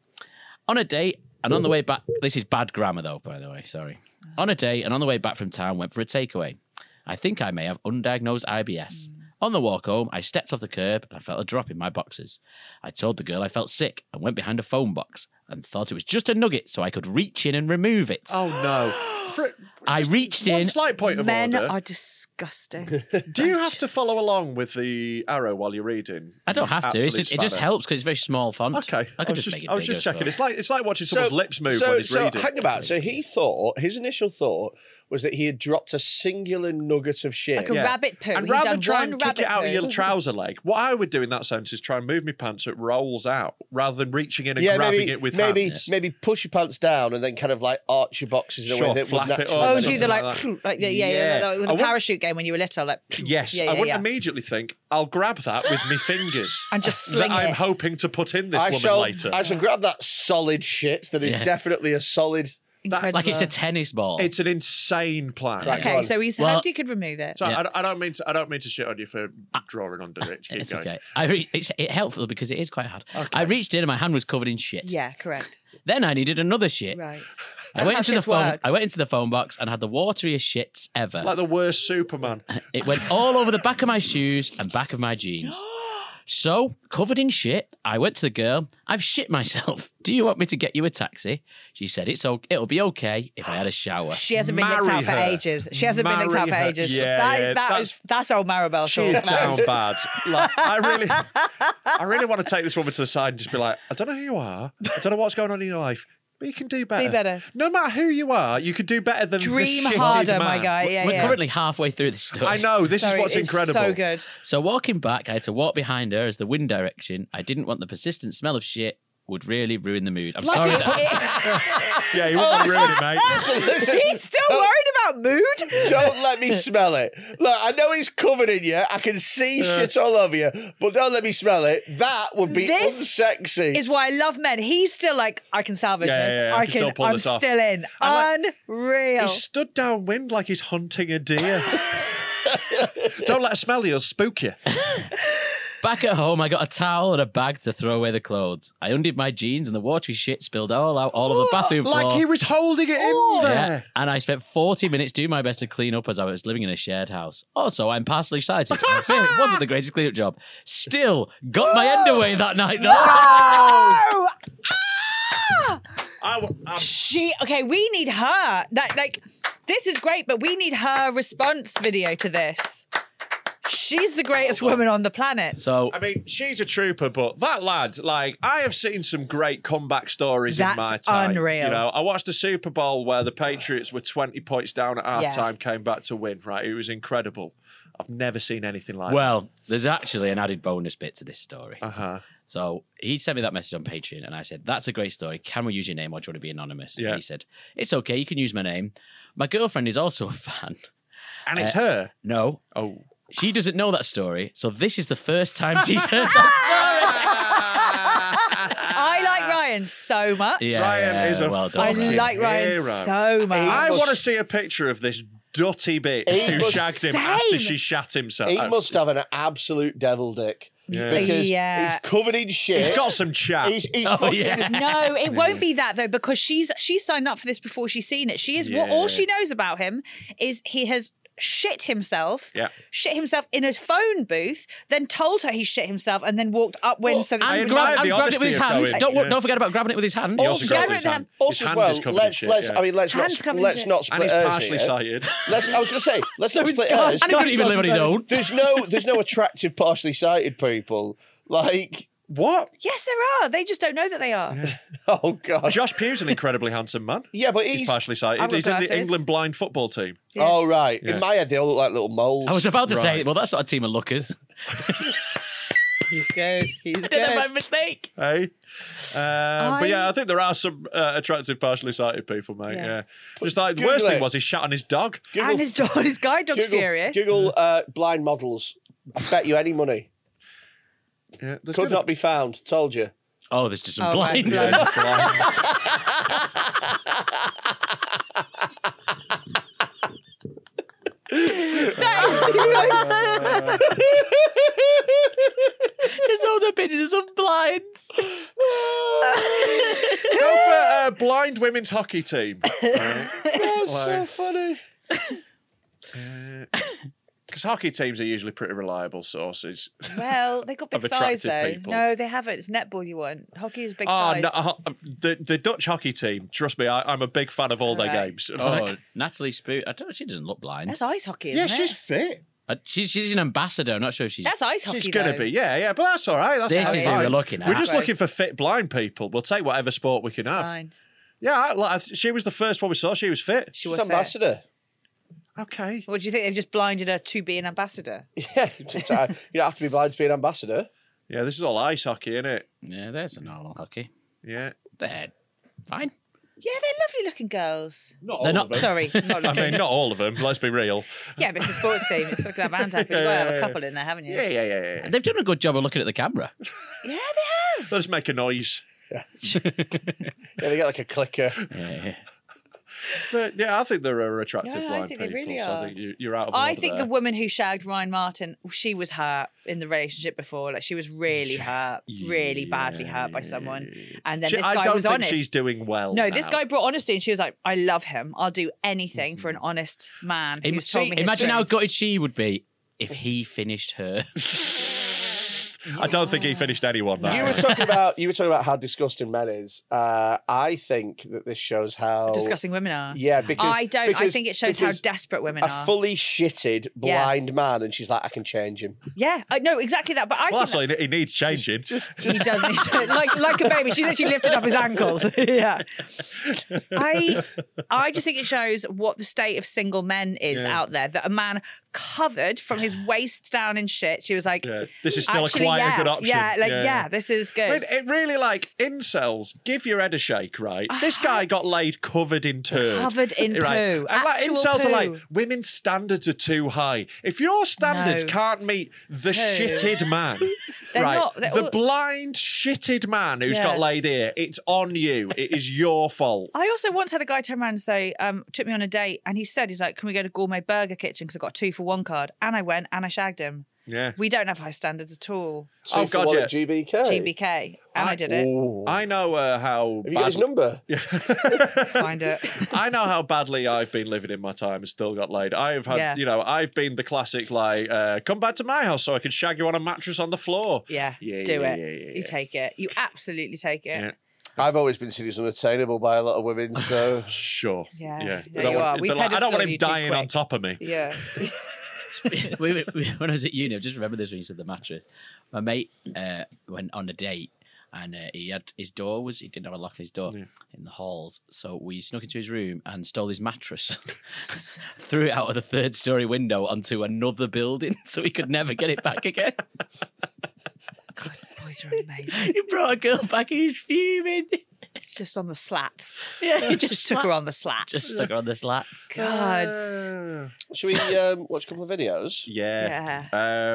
[SPEAKER 5] On a date and on the way back, this is bad grammar, though, by the way. Sorry. On a date and on the way back from town, went for a takeaway. I think I may have undiagnosed IBS. On the walk home, I stepped off the curb and I felt a drop in my boxes. I told the girl I felt sick and went behind a phone box and thought it was just a nugget so I could reach in and remove it.
[SPEAKER 2] Oh, no. For-
[SPEAKER 5] I reached
[SPEAKER 2] one
[SPEAKER 5] in.
[SPEAKER 2] slight point of
[SPEAKER 4] Men
[SPEAKER 2] order.
[SPEAKER 4] are disgusting.
[SPEAKER 2] Do you have to follow along with the arrow while you're reading?
[SPEAKER 5] I don't have to. It's
[SPEAKER 2] Absolute
[SPEAKER 5] just, it just
[SPEAKER 2] spanner.
[SPEAKER 5] helps because it's very small font.
[SPEAKER 2] Okay.
[SPEAKER 5] I
[SPEAKER 2] I,
[SPEAKER 5] could
[SPEAKER 2] was
[SPEAKER 5] just,
[SPEAKER 2] just,
[SPEAKER 5] make it
[SPEAKER 2] I was
[SPEAKER 5] bigger,
[SPEAKER 2] just checking.
[SPEAKER 5] but-
[SPEAKER 2] It's like it's like watching someone's lips move
[SPEAKER 3] so,
[SPEAKER 2] when he's
[SPEAKER 3] so
[SPEAKER 2] reading.
[SPEAKER 3] hang about. So he thought his initial thought was that he had dropped a singular nugget of shit.
[SPEAKER 4] Like a rabbit poo.
[SPEAKER 2] And
[SPEAKER 4] He'd
[SPEAKER 2] rather
[SPEAKER 4] done
[SPEAKER 2] than try
[SPEAKER 4] one
[SPEAKER 2] and kick
[SPEAKER 4] rabbit
[SPEAKER 2] it out of
[SPEAKER 4] poo.
[SPEAKER 2] your trouser leg, what I would do in that sense is try and move my pants so it rolls out rather than reaching in and
[SPEAKER 3] yeah,
[SPEAKER 2] grabbing
[SPEAKER 3] maybe,
[SPEAKER 2] it with
[SPEAKER 3] maybe
[SPEAKER 2] hands.
[SPEAKER 3] maybe push your pants down and then kind of like arch your boxes in a
[SPEAKER 2] Sure,
[SPEAKER 3] way that would
[SPEAKER 2] flap it up.
[SPEAKER 3] naturally.
[SPEAKER 4] Oh,
[SPEAKER 2] or
[SPEAKER 4] do
[SPEAKER 2] something
[SPEAKER 4] the like,
[SPEAKER 2] like that.
[SPEAKER 4] like yeah, yeah, yeah.
[SPEAKER 2] Yeah.
[SPEAKER 4] like with
[SPEAKER 2] I
[SPEAKER 4] the
[SPEAKER 2] wouldn't-
[SPEAKER 4] parachute game when you were little, like
[SPEAKER 2] Yes, I
[SPEAKER 4] yeah, yeah,
[SPEAKER 2] wouldn't
[SPEAKER 4] yeah.
[SPEAKER 2] immediately think I'll grab that with my fingers
[SPEAKER 4] And just sling
[SPEAKER 2] that I'm
[SPEAKER 4] it.
[SPEAKER 2] hoping to put in this
[SPEAKER 3] I
[SPEAKER 2] woman
[SPEAKER 3] shall,
[SPEAKER 2] later.
[SPEAKER 3] I shall grab that solid shit that is
[SPEAKER 5] Yeah.
[SPEAKER 3] definitely a solid.
[SPEAKER 4] Incredible.
[SPEAKER 5] Like it's a tennis ball.
[SPEAKER 2] It's an insane plan.
[SPEAKER 3] Right.
[SPEAKER 4] okay. So he's
[SPEAKER 5] Well-
[SPEAKER 4] hoped he could remove it.
[SPEAKER 2] So
[SPEAKER 5] Yeah.
[SPEAKER 2] I, I don't mean to I don't mean to shit on you for
[SPEAKER 3] Uh,
[SPEAKER 2] drawing under it. Keep
[SPEAKER 5] It's
[SPEAKER 2] going.
[SPEAKER 5] okay. I re- it's it helpful because it is quite hard. I reached in and my hand was covered in shit.
[SPEAKER 4] yeah, correct.
[SPEAKER 5] Then I needed another shit.
[SPEAKER 4] Right.
[SPEAKER 5] I
[SPEAKER 4] That's
[SPEAKER 5] went
[SPEAKER 4] how
[SPEAKER 5] into the
[SPEAKER 4] shits
[SPEAKER 5] phone.
[SPEAKER 4] work.
[SPEAKER 5] I went into the phone box and had the wateriest shits ever.
[SPEAKER 2] Like the worst Superman.
[SPEAKER 5] It went all over the back of my shoes and back of my jeans. So, covered in shit, I went to the girl. I've shit myself. Do you want me to get you a taxi? She said it's o- it'll be okay if I had a shower.
[SPEAKER 4] She hasn't been looked
[SPEAKER 2] Marry
[SPEAKER 4] out for
[SPEAKER 2] her.
[SPEAKER 4] ages. She hasn't been looked out
[SPEAKER 2] Marry
[SPEAKER 4] for
[SPEAKER 2] her.
[SPEAKER 4] ages.
[SPEAKER 2] Yeah,
[SPEAKER 4] that,
[SPEAKER 2] yeah,
[SPEAKER 4] that
[SPEAKER 2] that's-
[SPEAKER 4] is that's old Maribel.
[SPEAKER 2] She
[SPEAKER 4] Shaw.
[SPEAKER 2] is
[SPEAKER 4] That
[SPEAKER 2] down bad. Like, I really, I really want to take this woman to the side and just be like, I don't know who you are. I don't know what's going on in your life, but you can do better.
[SPEAKER 4] better.
[SPEAKER 2] No matter who you are, you can do better than
[SPEAKER 4] Dream
[SPEAKER 2] this shitty
[SPEAKER 4] harder,
[SPEAKER 2] man.
[SPEAKER 4] my guy. Yeah,
[SPEAKER 5] We're
[SPEAKER 4] yeah.
[SPEAKER 5] currently halfway through the story.
[SPEAKER 2] I know this
[SPEAKER 4] Sorry,
[SPEAKER 2] is what's
[SPEAKER 4] it's
[SPEAKER 2] incredible.
[SPEAKER 4] So good.
[SPEAKER 5] So walking back, I had to walk behind her as the wind direction. I didn't want the persistent smell of shit would really ruin the mood. I'm sorry. That,
[SPEAKER 2] Yeah, you
[SPEAKER 4] Oh.
[SPEAKER 2] wouldn't ruin it, mate.
[SPEAKER 3] Listen,
[SPEAKER 4] He's still worried about mood.
[SPEAKER 3] don't let me smell it. Look, I know he's covered in you. I can see shit all over you, but don't let me smell it. That would be
[SPEAKER 4] This
[SPEAKER 3] unsexy.
[SPEAKER 4] Is why I love men. He's still like, I can salvage
[SPEAKER 2] Yeah, yeah,
[SPEAKER 4] this.
[SPEAKER 2] yeah,
[SPEAKER 4] I
[SPEAKER 2] I can still pull
[SPEAKER 4] I'm
[SPEAKER 2] this off.
[SPEAKER 4] still in.
[SPEAKER 2] And,
[SPEAKER 4] Unreal.
[SPEAKER 2] He stood downwind like he's hunting a deer. Don't let her smell you; it'll spook you.
[SPEAKER 5] back at home, I got a towel and a bag to throw away the clothes. I undid my jeans and the watery shit spilled all out all over the bathroom floor.
[SPEAKER 2] Like he was holding it
[SPEAKER 4] Oh.
[SPEAKER 2] in there.
[SPEAKER 5] Yeah, and I spent 40 minutes doing my best to clean up as I was living in a shared house. Also, I'm partially sighted. I fear it wasn't the greatest cleanup job. Still, got my end away that night. No!
[SPEAKER 4] Oh,
[SPEAKER 2] I w- I'm
[SPEAKER 4] she. Okay, we need her. Like, like, this is great, but we need her response video to this. She's the greatest woman on the planet.
[SPEAKER 5] So,
[SPEAKER 2] I mean, she's a trooper, but that lad, like, I have seen some great comeback stories
[SPEAKER 4] That's
[SPEAKER 2] in my time.
[SPEAKER 4] unreal.
[SPEAKER 2] You know, I watched the Super Bowl where the Patriots were 20 points down at halftime,
[SPEAKER 4] Yeah.
[SPEAKER 2] time, came back to win, right? It was incredible. I've never seen anything like
[SPEAKER 5] well, there's actually an added bonus bit to this story.
[SPEAKER 2] that. Uh huh.
[SPEAKER 5] So he sent me that message on Patreon, and I said, "That's a great story. Can we use your name, or do you want to be anonymous?"
[SPEAKER 2] Yeah.
[SPEAKER 5] And he said, "It's okay. You can use my name. My girlfriend is also a fan.
[SPEAKER 2] And
[SPEAKER 5] uh,
[SPEAKER 2] it's her.
[SPEAKER 5] No,
[SPEAKER 2] Oh.
[SPEAKER 5] she doesn't know that story. So this is the first time she's heard that story.
[SPEAKER 4] I like Ryan so much.
[SPEAKER 5] Yeah,
[SPEAKER 2] Ryan
[SPEAKER 5] yeah,
[SPEAKER 2] is a
[SPEAKER 5] well
[SPEAKER 4] I
[SPEAKER 5] done, Ryan.
[SPEAKER 4] like Ryan
[SPEAKER 2] Hero.
[SPEAKER 4] so much.
[SPEAKER 2] I want to see a picture of this dotty bitch
[SPEAKER 3] He
[SPEAKER 2] who
[SPEAKER 3] must-
[SPEAKER 2] shagged him
[SPEAKER 4] Same.
[SPEAKER 2] after she shat oh. himself.
[SPEAKER 3] he must have an absolute devil dick because
[SPEAKER 4] Yeah.
[SPEAKER 3] he's covered in shit.
[SPEAKER 2] He's got Oh, some chat.
[SPEAKER 3] He's, he's fucking
[SPEAKER 4] no, it won't be that though, because she's she signed up for this before she's seen it. She is what all
[SPEAKER 2] Yeah.
[SPEAKER 4] she knows about him is he has shit himself,
[SPEAKER 2] Yeah.
[SPEAKER 4] shit himself in a phone booth, then told her he shit himself, and then walked upwind so that
[SPEAKER 2] I
[SPEAKER 4] he would-
[SPEAKER 2] admire
[SPEAKER 5] Grab,
[SPEAKER 2] the
[SPEAKER 5] and grabbed it with his
[SPEAKER 2] honesty
[SPEAKER 5] hand.
[SPEAKER 2] of going-
[SPEAKER 5] Don't wa-
[SPEAKER 2] Yeah.
[SPEAKER 5] don't forget about grabbing it with his hand. Oh,
[SPEAKER 2] He
[SPEAKER 4] also
[SPEAKER 2] also grabbed
[SPEAKER 4] got
[SPEAKER 2] his
[SPEAKER 4] it in
[SPEAKER 2] hand.
[SPEAKER 4] the-
[SPEAKER 2] His
[SPEAKER 3] Also, as
[SPEAKER 2] hand
[SPEAKER 3] well,
[SPEAKER 2] is covered in
[SPEAKER 3] let's
[SPEAKER 2] shit.
[SPEAKER 3] let's.
[SPEAKER 2] yeah.
[SPEAKER 3] I mean, let's
[SPEAKER 4] Hands
[SPEAKER 3] not
[SPEAKER 4] covered in
[SPEAKER 3] let's
[SPEAKER 4] shit.
[SPEAKER 3] not
[SPEAKER 2] and
[SPEAKER 3] split
[SPEAKER 2] he's
[SPEAKER 3] hairs
[SPEAKER 2] partially
[SPEAKER 3] here.
[SPEAKER 2] sighted.
[SPEAKER 3] Let's. I was going to say let's not
[SPEAKER 5] He's
[SPEAKER 3] split
[SPEAKER 5] gone.
[SPEAKER 3] hairs.
[SPEAKER 5] And he couldn't even live on his own.
[SPEAKER 3] There's no there's no attractive partially sighted people. Like
[SPEAKER 2] What?
[SPEAKER 4] Yes, there are. They just don't know that they are.
[SPEAKER 3] oh god.
[SPEAKER 2] Josh Pugh's an incredibly handsome man.
[SPEAKER 3] Yeah, but he's,
[SPEAKER 2] He's partially
[SPEAKER 4] I've
[SPEAKER 2] sighted.
[SPEAKER 4] got
[SPEAKER 2] He's in the
[SPEAKER 4] glasses.
[SPEAKER 2] England blind football team.
[SPEAKER 3] Oh right.
[SPEAKER 2] Yeah.
[SPEAKER 3] In my head, they all look like little moles.
[SPEAKER 5] I was about to say,
[SPEAKER 2] Right.
[SPEAKER 5] well, that's not a team of lookers.
[SPEAKER 4] He's good. He's
[SPEAKER 5] My mistake.
[SPEAKER 2] Hey, uh,
[SPEAKER 4] I-
[SPEAKER 2] but yeah, I think there are some uh, attractive partially sighted people, mate.
[SPEAKER 4] Yeah.
[SPEAKER 2] Yeah, just like the
[SPEAKER 3] Google
[SPEAKER 2] worst
[SPEAKER 3] it.
[SPEAKER 2] thing was he shat on his dog.
[SPEAKER 4] And his dog, his guide dog's
[SPEAKER 3] Google,
[SPEAKER 4] furious.
[SPEAKER 3] Google uh, blind models. I bet you any money.
[SPEAKER 2] Yeah, there's
[SPEAKER 3] Could
[SPEAKER 2] gonna-
[SPEAKER 3] not be found. Told you.
[SPEAKER 5] Oh, there's just
[SPEAKER 4] Oh,
[SPEAKER 5] some
[SPEAKER 4] right.
[SPEAKER 5] blinds.
[SPEAKER 2] Yeah, it's blind.
[SPEAKER 4] That is the most-
[SPEAKER 5] there's loads of pictures of some blinds.
[SPEAKER 2] Go for uh, blind women's hockey team.
[SPEAKER 3] That's so
[SPEAKER 2] Like-
[SPEAKER 3] funny.
[SPEAKER 2] Because hockey teams are usually pretty reliable sources.
[SPEAKER 4] well, they got big
[SPEAKER 2] Of
[SPEAKER 4] thighs
[SPEAKER 2] attractive
[SPEAKER 4] though.
[SPEAKER 2] people.
[SPEAKER 4] No, they haven't. It's netball you want. Hockey is big
[SPEAKER 2] Ah,
[SPEAKER 4] thighs.
[SPEAKER 2] no, uh, the the Dutch hockey team. Trust me, I, I'm a big fan of all their
[SPEAKER 4] Alright.
[SPEAKER 2] games.
[SPEAKER 5] Oh,
[SPEAKER 2] Like-
[SPEAKER 5] Natalie Spoot. I don't. She doesn't look blind.
[SPEAKER 4] That's ice hockey.
[SPEAKER 2] yeah,
[SPEAKER 4] isn't it?
[SPEAKER 2] she's fit.
[SPEAKER 5] Uh, She's she's an ambassador. I'm not sure if she's.
[SPEAKER 4] that's ice hockey.
[SPEAKER 2] She's gonna
[SPEAKER 4] though.
[SPEAKER 2] be. Yeah, yeah, but that's all right. That's
[SPEAKER 5] This
[SPEAKER 2] that's
[SPEAKER 5] is who
[SPEAKER 2] fine.
[SPEAKER 5] we're looking at.
[SPEAKER 2] We're just
[SPEAKER 4] Gross.
[SPEAKER 2] looking for fit blind people. We'll take whatever sport we can have.
[SPEAKER 4] Fine.
[SPEAKER 2] Yeah, I, like, I- she was the first one we saw. She was fit.
[SPEAKER 4] She
[SPEAKER 3] She's
[SPEAKER 4] was fit.
[SPEAKER 3] ambassador.
[SPEAKER 2] Okay.
[SPEAKER 4] What do you think? They've just blinded her to be an ambassador.
[SPEAKER 3] Yeah, you don't have to be blind to be an ambassador.
[SPEAKER 2] Yeah, this is all ice hockey, isn't it?
[SPEAKER 5] Yeah, there's a normal hockey.
[SPEAKER 2] Yeah.
[SPEAKER 5] They're fine.
[SPEAKER 4] Yeah, they're lovely looking girls.
[SPEAKER 2] Not
[SPEAKER 5] They're not-
[SPEAKER 4] Sorry, not
[SPEAKER 2] I
[SPEAKER 4] looking.
[SPEAKER 2] mean, not all of them. Let's be real.
[SPEAKER 4] Yeah, but it's a sports team. It's like that man tap. You've got to have a couple in there, haven't you?
[SPEAKER 2] Yeah, yeah, yeah, yeah.
[SPEAKER 5] They've done a good job of looking at the camera.
[SPEAKER 4] Yeah, they have.
[SPEAKER 2] Let's make a noise.
[SPEAKER 3] Yeah, they get like a clicker.
[SPEAKER 5] Yeah.
[SPEAKER 2] But, yeah, I think there are attractive
[SPEAKER 4] Yeah, I
[SPEAKER 2] blind
[SPEAKER 4] think they
[SPEAKER 2] people.
[SPEAKER 4] really
[SPEAKER 2] so
[SPEAKER 4] are.
[SPEAKER 2] I think you, you're out of
[SPEAKER 4] I
[SPEAKER 2] order
[SPEAKER 4] think
[SPEAKER 2] there.
[SPEAKER 4] the woman who shagged Ryan Martin, she was hurt in the relationship before. Like she was really hurt, really badly hurt by someone. And then
[SPEAKER 2] She-
[SPEAKER 4] this
[SPEAKER 2] I
[SPEAKER 4] guy
[SPEAKER 2] don't
[SPEAKER 4] was
[SPEAKER 2] think
[SPEAKER 4] honest.
[SPEAKER 2] she's doing well.
[SPEAKER 4] no, this
[SPEAKER 2] now.
[SPEAKER 4] guy brought honesty, and she was like, "I love him. I'll do anything for an
[SPEAKER 2] Mm-hmm.
[SPEAKER 4] honest man."
[SPEAKER 5] Im-
[SPEAKER 4] who's told me his
[SPEAKER 5] imagine
[SPEAKER 4] truth."
[SPEAKER 5] how gutted she would be if he finished her.
[SPEAKER 2] I don't think he finished anyone. That
[SPEAKER 3] You
[SPEAKER 2] way.
[SPEAKER 3] were talking about you were talking about how disgusting men is. Uh, I think that this shows how
[SPEAKER 4] discussing women are.
[SPEAKER 3] Yeah, because
[SPEAKER 4] I don't. I
[SPEAKER 3] because-
[SPEAKER 4] think it shows how
[SPEAKER 3] because
[SPEAKER 4] desperate women
[SPEAKER 3] a
[SPEAKER 4] are.
[SPEAKER 3] fully shitted
[SPEAKER 4] Yeah.
[SPEAKER 3] blind man, and she's like, I can change him.
[SPEAKER 4] yeah, I know exactly that. But I
[SPEAKER 2] Well,
[SPEAKER 4] think
[SPEAKER 2] that's why he needs changing.
[SPEAKER 4] he does need to, like like a baby. She literally lifted up his ankles. yeah. I I just think it shows what the state of single men is out there. That a man covered from his waist down in shit. She was like,
[SPEAKER 2] Yeah, Uh, this is still a
[SPEAKER 4] actually,
[SPEAKER 2] quite a
[SPEAKER 4] yeah,
[SPEAKER 2] good option.
[SPEAKER 4] Yeah, like
[SPEAKER 2] Yeah.
[SPEAKER 4] yeah, this is
[SPEAKER 2] I mean,
[SPEAKER 4] good.
[SPEAKER 2] it really like incels. Give your head a shake, right? This guy got laid covered in turd,
[SPEAKER 4] Covered in poo.
[SPEAKER 2] And like
[SPEAKER 4] Actual
[SPEAKER 2] incels are like
[SPEAKER 4] poo.
[SPEAKER 2] women's standards are too high. If your standards
[SPEAKER 4] No.
[SPEAKER 2] can't meet the shitted man,
[SPEAKER 4] They're
[SPEAKER 2] right?
[SPEAKER 4] not- they're
[SPEAKER 2] the
[SPEAKER 4] all-
[SPEAKER 2] blind shitted man who's
[SPEAKER 4] Yeah.
[SPEAKER 2] got laid here. It's on you. It is your fault.
[SPEAKER 4] I also once had a guy turn around and say, um, took me on a date, and he said, he's like, can we go to Gourmet Burger Kitchen because I got two for one card, and I went and I shagged him.
[SPEAKER 2] Yeah.
[SPEAKER 4] We don't have high standards at all.
[SPEAKER 3] Two
[SPEAKER 2] Oh,
[SPEAKER 3] for
[SPEAKER 2] God,
[SPEAKER 3] one
[SPEAKER 2] yeah.
[SPEAKER 3] at GBK.
[SPEAKER 4] GBK, and I, did it.
[SPEAKER 3] Ooh.
[SPEAKER 2] I know uh, how.
[SPEAKER 3] Have you got his
[SPEAKER 2] badly-
[SPEAKER 3] number?
[SPEAKER 4] Find it.
[SPEAKER 2] I know how badly I've been living in my time and still got laid. I've had,
[SPEAKER 4] Yeah.
[SPEAKER 2] you know, I've been the classic like, uh, come back to my house so I can shag you on a mattress on the floor.
[SPEAKER 4] Yeah,
[SPEAKER 2] Yeah,
[SPEAKER 4] do
[SPEAKER 2] yeah,
[SPEAKER 4] it.
[SPEAKER 2] yeah, yeah,
[SPEAKER 4] You
[SPEAKER 2] yeah.
[SPEAKER 4] take it. You absolutely take
[SPEAKER 2] Yeah.
[SPEAKER 4] it.
[SPEAKER 3] I've always been seen as unattainable by a lot of women, so
[SPEAKER 2] Sure.
[SPEAKER 4] Yeah,
[SPEAKER 2] yeah.
[SPEAKER 4] there
[SPEAKER 2] I don't
[SPEAKER 4] you
[SPEAKER 2] want,
[SPEAKER 4] are. We
[SPEAKER 2] they're like, I don't
[SPEAKER 4] pedestal
[SPEAKER 2] want him
[SPEAKER 4] you too
[SPEAKER 2] dying on
[SPEAKER 4] quick.
[SPEAKER 2] top of me.
[SPEAKER 4] Yeah.
[SPEAKER 5] We- we- we- when I was at uni, I just remember this when you said the mattress. My mate uh, went on a date and uh, he had his door was he didn't have a lock on his door in the halls, so we snuck into his room and stole his mattress, threw it out of the third story window onto another building, so he could never get it back again.
[SPEAKER 4] Boys are amazing.
[SPEAKER 5] he brought a girl back, he was fuming.
[SPEAKER 4] Just on the slats.
[SPEAKER 5] Yeah, he
[SPEAKER 4] Just took her on the slats. uh,
[SPEAKER 5] Just took her on the slats.
[SPEAKER 4] God.
[SPEAKER 3] should we um, watch a couple of videos?
[SPEAKER 2] Yeah.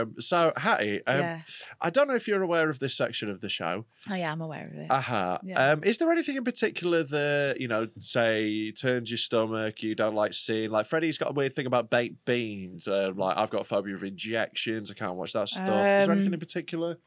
[SPEAKER 2] Um, so, Hattie, um,
[SPEAKER 4] Yeah.
[SPEAKER 2] I don't know if you're aware of this section of the show.
[SPEAKER 4] I am Oh, aware of it.
[SPEAKER 2] Uh-huh.
[SPEAKER 4] Yeah.
[SPEAKER 2] Um, is there anything in particular that, you know, say turns your stomach, you don't like seeing? Like Freddie's got a weird thing about baked beans. Uh, like I've got a phobia of injections. I can't watch that stuff. is there
[SPEAKER 4] Um,
[SPEAKER 2] anything in particular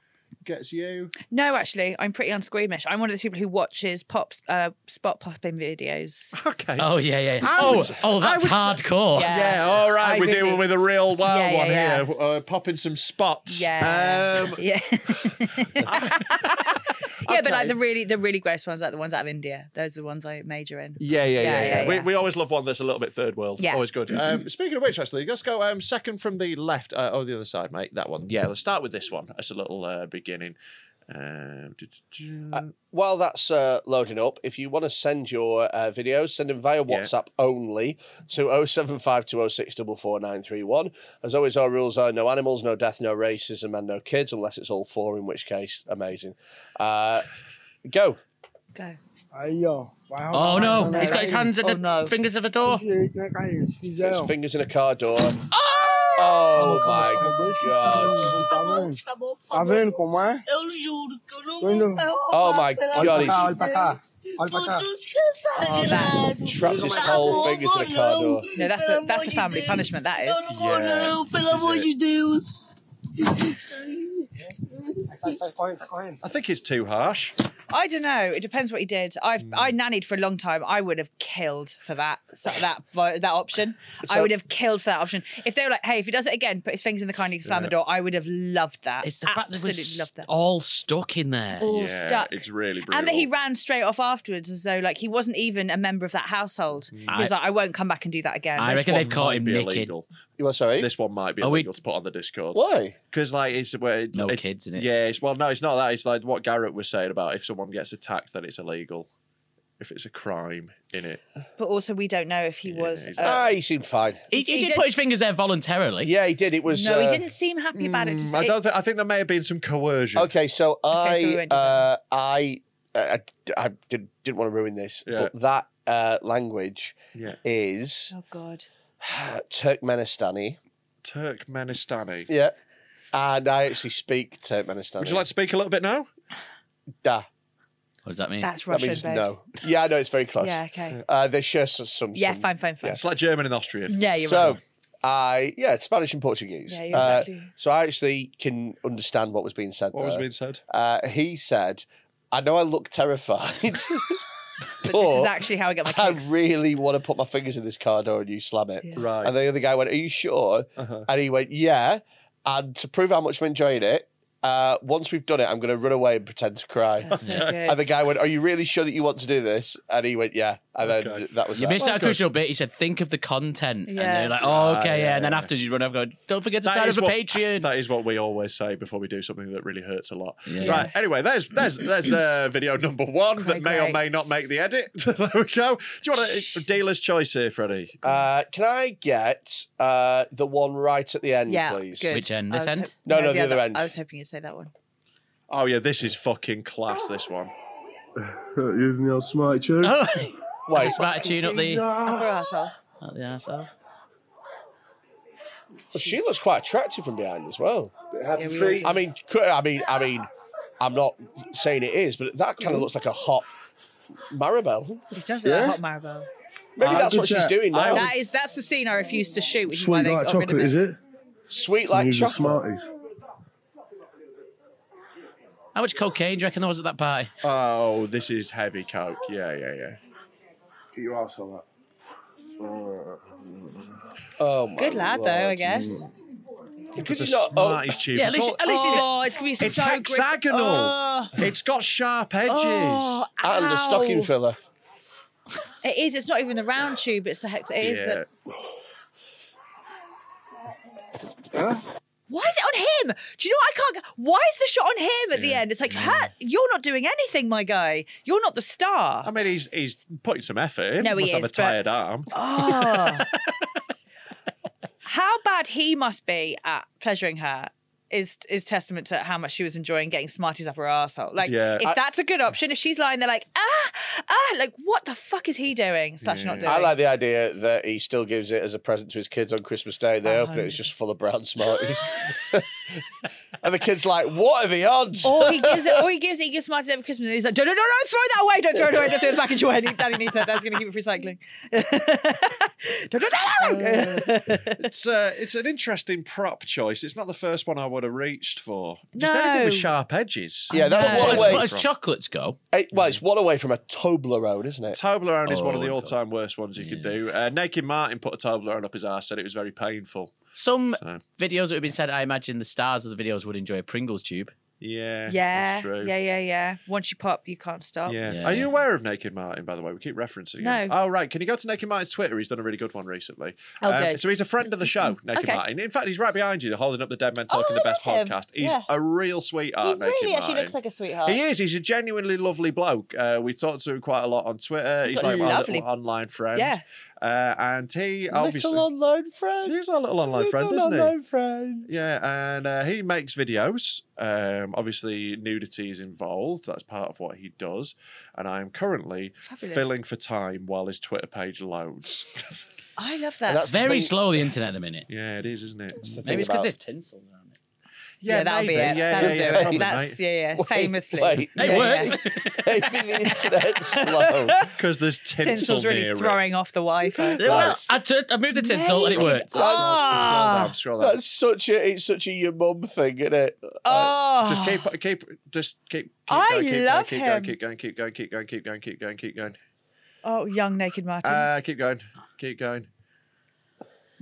[SPEAKER 2] gets you?
[SPEAKER 4] no, actually, I'm pretty unsqueamish. I'm one of those people who watches pop uh, spot popping videos.
[SPEAKER 2] Okay.
[SPEAKER 5] Oh yeah, yeah. yeah.
[SPEAKER 2] I
[SPEAKER 5] oh,
[SPEAKER 2] would-
[SPEAKER 5] oh,
[SPEAKER 2] I
[SPEAKER 5] that's
[SPEAKER 2] would say-
[SPEAKER 5] hardcore.
[SPEAKER 4] Yeah.
[SPEAKER 2] Yeah, all right.
[SPEAKER 4] I
[SPEAKER 2] We're
[SPEAKER 4] really-
[SPEAKER 2] dealing with a real wild
[SPEAKER 4] Yeah, yeah,
[SPEAKER 2] one
[SPEAKER 4] yeah.
[SPEAKER 2] here. Uh, popping some spots.
[SPEAKER 4] Yeah.
[SPEAKER 2] Um,
[SPEAKER 4] Yeah. yeah, but
[SPEAKER 2] Okay.
[SPEAKER 4] like the really the really gross ones, like the ones out of India. Those are the ones I major in.
[SPEAKER 2] yeah, yeah, yeah,
[SPEAKER 4] Yeah,
[SPEAKER 2] yeah.
[SPEAKER 4] yeah,
[SPEAKER 2] We,
[SPEAKER 4] yeah.
[SPEAKER 2] we always love one that's a little bit third world.
[SPEAKER 4] Yeah.
[SPEAKER 2] Always good. Um, speaking of which, actually, let's go um, second from the left. Uh, oh, the other side, mate. That one. Yeah, let's start with this one. That's a little uh, beginning. Um, do, do, do.
[SPEAKER 3] While that's uh, loading up, if you want to send your uh, videos, send them via WhatsApp only to 07520644931. As always, our rules are no animals, no death, no racism, and no kids, unless it's all four, in which case, amazing. Uh, go.
[SPEAKER 4] Go.
[SPEAKER 5] Oh no, he's got his hands at
[SPEAKER 4] Oh,
[SPEAKER 5] the
[SPEAKER 4] no.
[SPEAKER 5] fingers of a door.
[SPEAKER 3] His fingers in a car door. Oh, my God. Oh my God. He's
[SPEAKER 4] Oh, that's,
[SPEAKER 3] trapped his whole fingers in a car door.
[SPEAKER 4] no, that's a, that's a family punishment. That is.
[SPEAKER 2] Yeah. this is it. I think it's too harsh.
[SPEAKER 4] I don't know. It depends what he did. I've I
[SPEAKER 5] Hmm.
[SPEAKER 4] nannied for a long time. I would have killed for that so that vo- that option. I
[SPEAKER 3] So-
[SPEAKER 4] would have killed for that option. If they were like, "Hey, if he does it again, put his fingers in the car and you can slam the door," I would have loved that.
[SPEAKER 5] It's the fact that
[SPEAKER 4] Absolutely
[SPEAKER 5] we're s-
[SPEAKER 4] loved that.
[SPEAKER 5] all stuck in there.
[SPEAKER 4] All
[SPEAKER 2] yeah,
[SPEAKER 4] stuck.
[SPEAKER 2] It's really brutal.
[SPEAKER 4] And that he ran straight off afterwards, as though like he wasn't even a member of that household. He was like, "I won't come back and do that again."
[SPEAKER 5] Hmm. I
[SPEAKER 2] This
[SPEAKER 5] reckon
[SPEAKER 2] one
[SPEAKER 5] they've caught
[SPEAKER 2] might
[SPEAKER 5] him
[SPEAKER 2] be
[SPEAKER 5] naked.
[SPEAKER 2] illegal.
[SPEAKER 3] You are sorry?
[SPEAKER 2] This one might be
[SPEAKER 5] Are we-
[SPEAKER 2] illegal to put on the Discord.
[SPEAKER 3] Why?
[SPEAKER 2] Because like it's well, it,
[SPEAKER 5] No
[SPEAKER 2] it-
[SPEAKER 5] kids, innit?
[SPEAKER 2] Yeah, it's well, no, it's not that. It's like what Garrett was saying about if someone gets attacked, then it's illegal. if it's a crime in it.
[SPEAKER 4] But also, we don't know if he was.
[SPEAKER 2] he's-
[SPEAKER 4] uh,
[SPEAKER 3] ah, he seemed fine.
[SPEAKER 4] He-
[SPEAKER 5] He, he
[SPEAKER 4] he
[SPEAKER 5] did,
[SPEAKER 4] did-
[SPEAKER 5] put his fingers there voluntarily.
[SPEAKER 3] Yeah, he did. It was.
[SPEAKER 4] no, he
[SPEAKER 3] uh, hmm,
[SPEAKER 4] didn't seem happy about it. Just,
[SPEAKER 2] Mm, I
[SPEAKER 4] it-
[SPEAKER 2] don't. Think, I think there may have been some coercion.
[SPEAKER 3] Okay, so I,
[SPEAKER 4] Okay, so we won't do
[SPEAKER 3] uh, I, uh, I, I did, didn't want to ruin this,
[SPEAKER 2] Yeah.
[SPEAKER 3] but that uh, language
[SPEAKER 2] Yeah.
[SPEAKER 3] is
[SPEAKER 4] oh God.
[SPEAKER 3] Turkmenistani.
[SPEAKER 2] Turkmenistani.
[SPEAKER 3] Yeah, and I actually speak Turkmenistani.
[SPEAKER 2] Would you like to speak a little bit now?
[SPEAKER 3] Da.
[SPEAKER 5] What does that mean?
[SPEAKER 4] That's
[SPEAKER 3] That
[SPEAKER 4] Russian,
[SPEAKER 3] means
[SPEAKER 4] babes.
[SPEAKER 3] no. Yeah, I know it's very close.
[SPEAKER 4] Yeah, okay.
[SPEAKER 3] Uh, they share some. some
[SPEAKER 4] Yeah,
[SPEAKER 3] some-
[SPEAKER 4] fine, fine, fine.
[SPEAKER 2] It's like German and Austrian.
[SPEAKER 4] Yeah, you're
[SPEAKER 3] so,
[SPEAKER 4] right.
[SPEAKER 3] I yeah, it's Spanish and Portuguese.
[SPEAKER 4] Yeah, you're
[SPEAKER 3] Uh,
[SPEAKER 4] exactly-
[SPEAKER 3] so I actually can understand what was being said.
[SPEAKER 2] What
[SPEAKER 3] there.
[SPEAKER 2] was being said?
[SPEAKER 3] Uh, he said, "I know I look terrified."
[SPEAKER 4] But this
[SPEAKER 3] but-
[SPEAKER 4] is actually how I get my
[SPEAKER 3] I
[SPEAKER 4] kicks.
[SPEAKER 3] really want to put my fingers in this car door and you slam it.
[SPEAKER 2] Right.
[SPEAKER 3] And the other guy went, Are you sure?
[SPEAKER 2] Uh-huh.
[SPEAKER 3] And he went, Yeah. And to prove how much I'm enjoying it, uh, once we've done it, I'm going to run away and pretend to cry.
[SPEAKER 4] That's so
[SPEAKER 3] And the
[SPEAKER 4] good.
[SPEAKER 3] guy went, Are you really sure that you want to do this? And he went, Yeah. And then
[SPEAKER 2] Okay.
[SPEAKER 3] that was
[SPEAKER 5] You
[SPEAKER 3] that.
[SPEAKER 5] missed out a crucial bit. He said, "Think of the content," and
[SPEAKER 4] Yeah.
[SPEAKER 5] they're like, "Oh, okay, yeah."
[SPEAKER 2] yeah,
[SPEAKER 5] and then
[SPEAKER 2] Ah, yeah.
[SPEAKER 5] afterwards, you run over, going, "Don't forget to
[SPEAKER 2] That
[SPEAKER 5] sign up
[SPEAKER 2] is
[SPEAKER 5] for
[SPEAKER 2] what-
[SPEAKER 5] Patreon."
[SPEAKER 2] That is what we always say before we do something that really hurts a lot.
[SPEAKER 5] Yeah.
[SPEAKER 2] Right. Anyway, there's there's there's uh, video number one that
[SPEAKER 4] Great,
[SPEAKER 2] may or
[SPEAKER 4] great.
[SPEAKER 2] may not make the edit. there we go. Do you want a dealer's choice here, Freddie?
[SPEAKER 3] Uh, can I get uh, the one right at the end,
[SPEAKER 4] yeah,
[SPEAKER 3] please?
[SPEAKER 4] good.
[SPEAKER 5] Which end? This
[SPEAKER 4] I was
[SPEAKER 5] end?
[SPEAKER 4] hop-
[SPEAKER 3] No, no, the other end.
[SPEAKER 4] I was hoping you'd say that one.
[SPEAKER 2] Oh yeah, this is fucking class. This one.
[SPEAKER 8] Using your smart chair.
[SPEAKER 5] Oh,
[SPEAKER 3] Wait.
[SPEAKER 5] it's about to tune up the oh,
[SPEAKER 4] Upper arsehole.
[SPEAKER 5] up the arsehole.
[SPEAKER 3] She looks quite attractive from behind as well.
[SPEAKER 8] Happy
[SPEAKER 4] we
[SPEAKER 8] feet.
[SPEAKER 3] I mean, could- I mean, I mean, I'm not saying it is, but that kind of looks like a hot Maribel.
[SPEAKER 4] It does look like
[SPEAKER 8] Yeah?
[SPEAKER 4] hot marble.
[SPEAKER 3] Maybe
[SPEAKER 8] Uh,
[SPEAKER 3] that's
[SPEAKER 8] good
[SPEAKER 3] what she's
[SPEAKER 8] chat.
[SPEAKER 3] doing
[SPEAKER 2] I
[SPEAKER 3] now.
[SPEAKER 2] would-
[SPEAKER 4] That is that's the scene I refused to shoot, which is why
[SPEAKER 8] Sweet
[SPEAKER 4] they
[SPEAKER 8] like
[SPEAKER 4] got rid of
[SPEAKER 8] chocolate,
[SPEAKER 4] it.
[SPEAKER 8] is it?
[SPEAKER 3] Sweet like
[SPEAKER 8] Use the
[SPEAKER 3] chocolate.
[SPEAKER 8] Smarties.
[SPEAKER 5] How much cocaine do you reckon there was at that party?
[SPEAKER 2] Oh, this is heavy coke. Yeah, yeah, yeah.
[SPEAKER 8] Get your ass on that.
[SPEAKER 3] Oh my
[SPEAKER 4] Good lad, though, I guess.
[SPEAKER 3] Because
[SPEAKER 2] The
[SPEAKER 3] he's not. Oh,
[SPEAKER 2] smartest tube.
[SPEAKER 5] Yeah,
[SPEAKER 2] It's
[SPEAKER 5] at least,
[SPEAKER 2] all-
[SPEAKER 5] at least he's-
[SPEAKER 4] Oh, it's gonna be
[SPEAKER 2] it's
[SPEAKER 4] so grit-
[SPEAKER 2] hexagonal.
[SPEAKER 4] Oh,
[SPEAKER 2] It's got sharp edges.
[SPEAKER 4] oh,
[SPEAKER 3] and the
[SPEAKER 4] ow.
[SPEAKER 3] stocking filler.
[SPEAKER 4] It is. It's not even the round tube. It's the hex. It is.
[SPEAKER 2] yeah.
[SPEAKER 4] The, why is it on him? Do you know what I can't? Why is the shot on him at the end? It's like, huh, you're not doing anything, my guy. You're not the star.
[SPEAKER 2] I mean, he's he's putting some effort in.
[SPEAKER 4] No, he
[SPEAKER 2] must have
[SPEAKER 4] is,
[SPEAKER 2] a
[SPEAKER 4] but-
[SPEAKER 2] tired arm.
[SPEAKER 4] Oh. how bad he must be at pleasuring her is is testament to how much she was enjoying getting Smarties up her asshole. Like,
[SPEAKER 2] Yeah.
[SPEAKER 4] if
[SPEAKER 2] I-
[SPEAKER 4] that's a good option, if she's lying there like, ah, ah, like, what the fuck is he doing? Slash, not doing.
[SPEAKER 3] I like the idea that he still gives it as a present to his kids on Christmas Day. They open it, it's just full of brown Smarties. and the kid's like, what are the odds?
[SPEAKER 2] Oh.
[SPEAKER 4] Or he gives it, or he gives it, he gives Smarties every Christmas, and he's like, no, no, no, no, throw that away, don't throw it away, don't throw it back into your head. Daddy needs it, Dad's going to keep it for recycling. don't throw that away.
[SPEAKER 2] It's uh, it's an interesting prop choice. It's not the first one I would have reached for. Just
[SPEAKER 4] No.
[SPEAKER 2] anything with sharp edges.
[SPEAKER 3] yeah,
[SPEAKER 4] No.
[SPEAKER 3] that's
[SPEAKER 5] But
[SPEAKER 3] one
[SPEAKER 5] as,
[SPEAKER 2] Wait.
[SPEAKER 5] but
[SPEAKER 3] away.
[SPEAKER 5] as chocolates go,
[SPEAKER 3] eh, Well, it's one away from a Toblerone, isn't it?
[SPEAKER 2] Toblerone is one of
[SPEAKER 5] Oh,
[SPEAKER 2] the
[SPEAKER 5] God.
[SPEAKER 2] all-time worst ones you could do. Uh, Naked Martin put a Toblerone up his ass, said it was very painful.
[SPEAKER 5] some
[SPEAKER 2] So.
[SPEAKER 5] videos that have been said, I imagine the stars of the videos would enjoy a Pringles tube.
[SPEAKER 2] Yeah,
[SPEAKER 4] yeah,
[SPEAKER 2] that's true.
[SPEAKER 4] yeah, yeah, yeah. Once you pop, you can't stop.
[SPEAKER 2] Yeah.
[SPEAKER 5] Yeah,
[SPEAKER 2] Are you
[SPEAKER 5] yeah.
[SPEAKER 2] aware of Naked Martin, by the way? We keep referencing
[SPEAKER 4] No.
[SPEAKER 2] him. Oh, right. Can you go to Naked Martin's Twitter? He's done a really good one recently. Um,
[SPEAKER 4] Oh, good. Mm-hmm.
[SPEAKER 2] So he's a friend of the show, Naked
[SPEAKER 4] Okay.
[SPEAKER 2] Martin. In fact, he's right behind you, holding up the Dead Men Talking
[SPEAKER 4] I
[SPEAKER 2] the Best
[SPEAKER 4] love him.
[SPEAKER 2] podcast. He's
[SPEAKER 4] Yeah.
[SPEAKER 2] a real sweetheart,
[SPEAKER 4] he
[SPEAKER 2] Naked
[SPEAKER 4] really actually
[SPEAKER 2] Martin.
[SPEAKER 4] looks like a sweetheart.
[SPEAKER 2] He is. He's a genuinely lovely bloke. Uh, we talked to him quite a lot on Twitter. He's
[SPEAKER 4] a
[SPEAKER 2] like my
[SPEAKER 4] lovely-
[SPEAKER 2] little online friend.
[SPEAKER 4] Yeah.
[SPEAKER 2] Uh, and he obviously.
[SPEAKER 3] Little online friend.
[SPEAKER 2] He's our little online friend,
[SPEAKER 3] Little
[SPEAKER 2] isn't he?
[SPEAKER 3] online friend.
[SPEAKER 2] Yeah, and uh, he makes videos. Um, obviously, nudity is involved. That's part of what he does. And I am currently
[SPEAKER 4] Fabulous.
[SPEAKER 2] filling for time while his Twitter page loads.
[SPEAKER 4] I love
[SPEAKER 3] And
[SPEAKER 4] that.
[SPEAKER 3] that's the
[SPEAKER 5] Very
[SPEAKER 3] thing-
[SPEAKER 5] slow, the internet at the minute.
[SPEAKER 2] yeah, it is, isn't it?
[SPEAKER 3] thing
[SPEAKER 5] Maybe it's because
[SPEAKER 3] about-
[SPEAKER 5] there's tinsel around it.
[SPEAKER 4] Yeah, that'll be
[SPEAKER 2] maybe.
[SPEAKER 4] it.
[SPEAKER 2] Yeah,
[SPEAKER 4] that'll
[SPEAKER 2] yeah,
[SPEAKER 4] do
[SPEAKER 2] yeah,
[SPEAKER 4] it.
[SPEAKER 2] probably,
[SPEAKER 4] That's
[SPEAKER 2] mate.
[SPEAKER 4] yeah, yeah.
[SPEAKER 3] Wait,
[SPEAKER 4] Famously.
[SPEAKER 3] wait.
[SPEAKER 5] It
[SPEAKER 4] Yeah,
[SPEAKER 5] worked.
[SPEAKER 3] Maybe the internet's slow.
[SPEAKER 2] Because there's
[SPEAKER 4] yeah.
[SPEAKER 2] tinsel
[SPEAKER 4] Tinsel's
[SPEAKER 2] near
[SPEAKER 4] really
[SPEAKER 2] it.
[SPEAKER 4] throwing off the Wi-Fi.
[SPEAKER 2] Uh,
[SPEAKER 5] Well, I, turned- I moved the tinsel and it
[SPEAKER 4] Ah!
[SPEAKER 5] worked.
[SPEAKER 2] Scroll
[SPEAKER 4] Oh,
[SPEAKER 2] down, scroll down.
[SPEAKER 3] That's such a it's such a your mum thing, isn't it?
[SPEAKER 4] oh.
[SPEAKER 2] Just keep, keep, just keep. keep
[SPEAKER 4] I
[SPEAKER 2] going, keep
[SPEAKER 4] love
[SPEAKER 2] going,
[SPEAKER 4] him.
[SPEAKER 2] Keep going, keep going, keep going, keep going, keep going, keep going, keep going.
[SPEAKER 4] oh, young naked Martin.
[SPEAKER 2] Uh, keep going, keep going.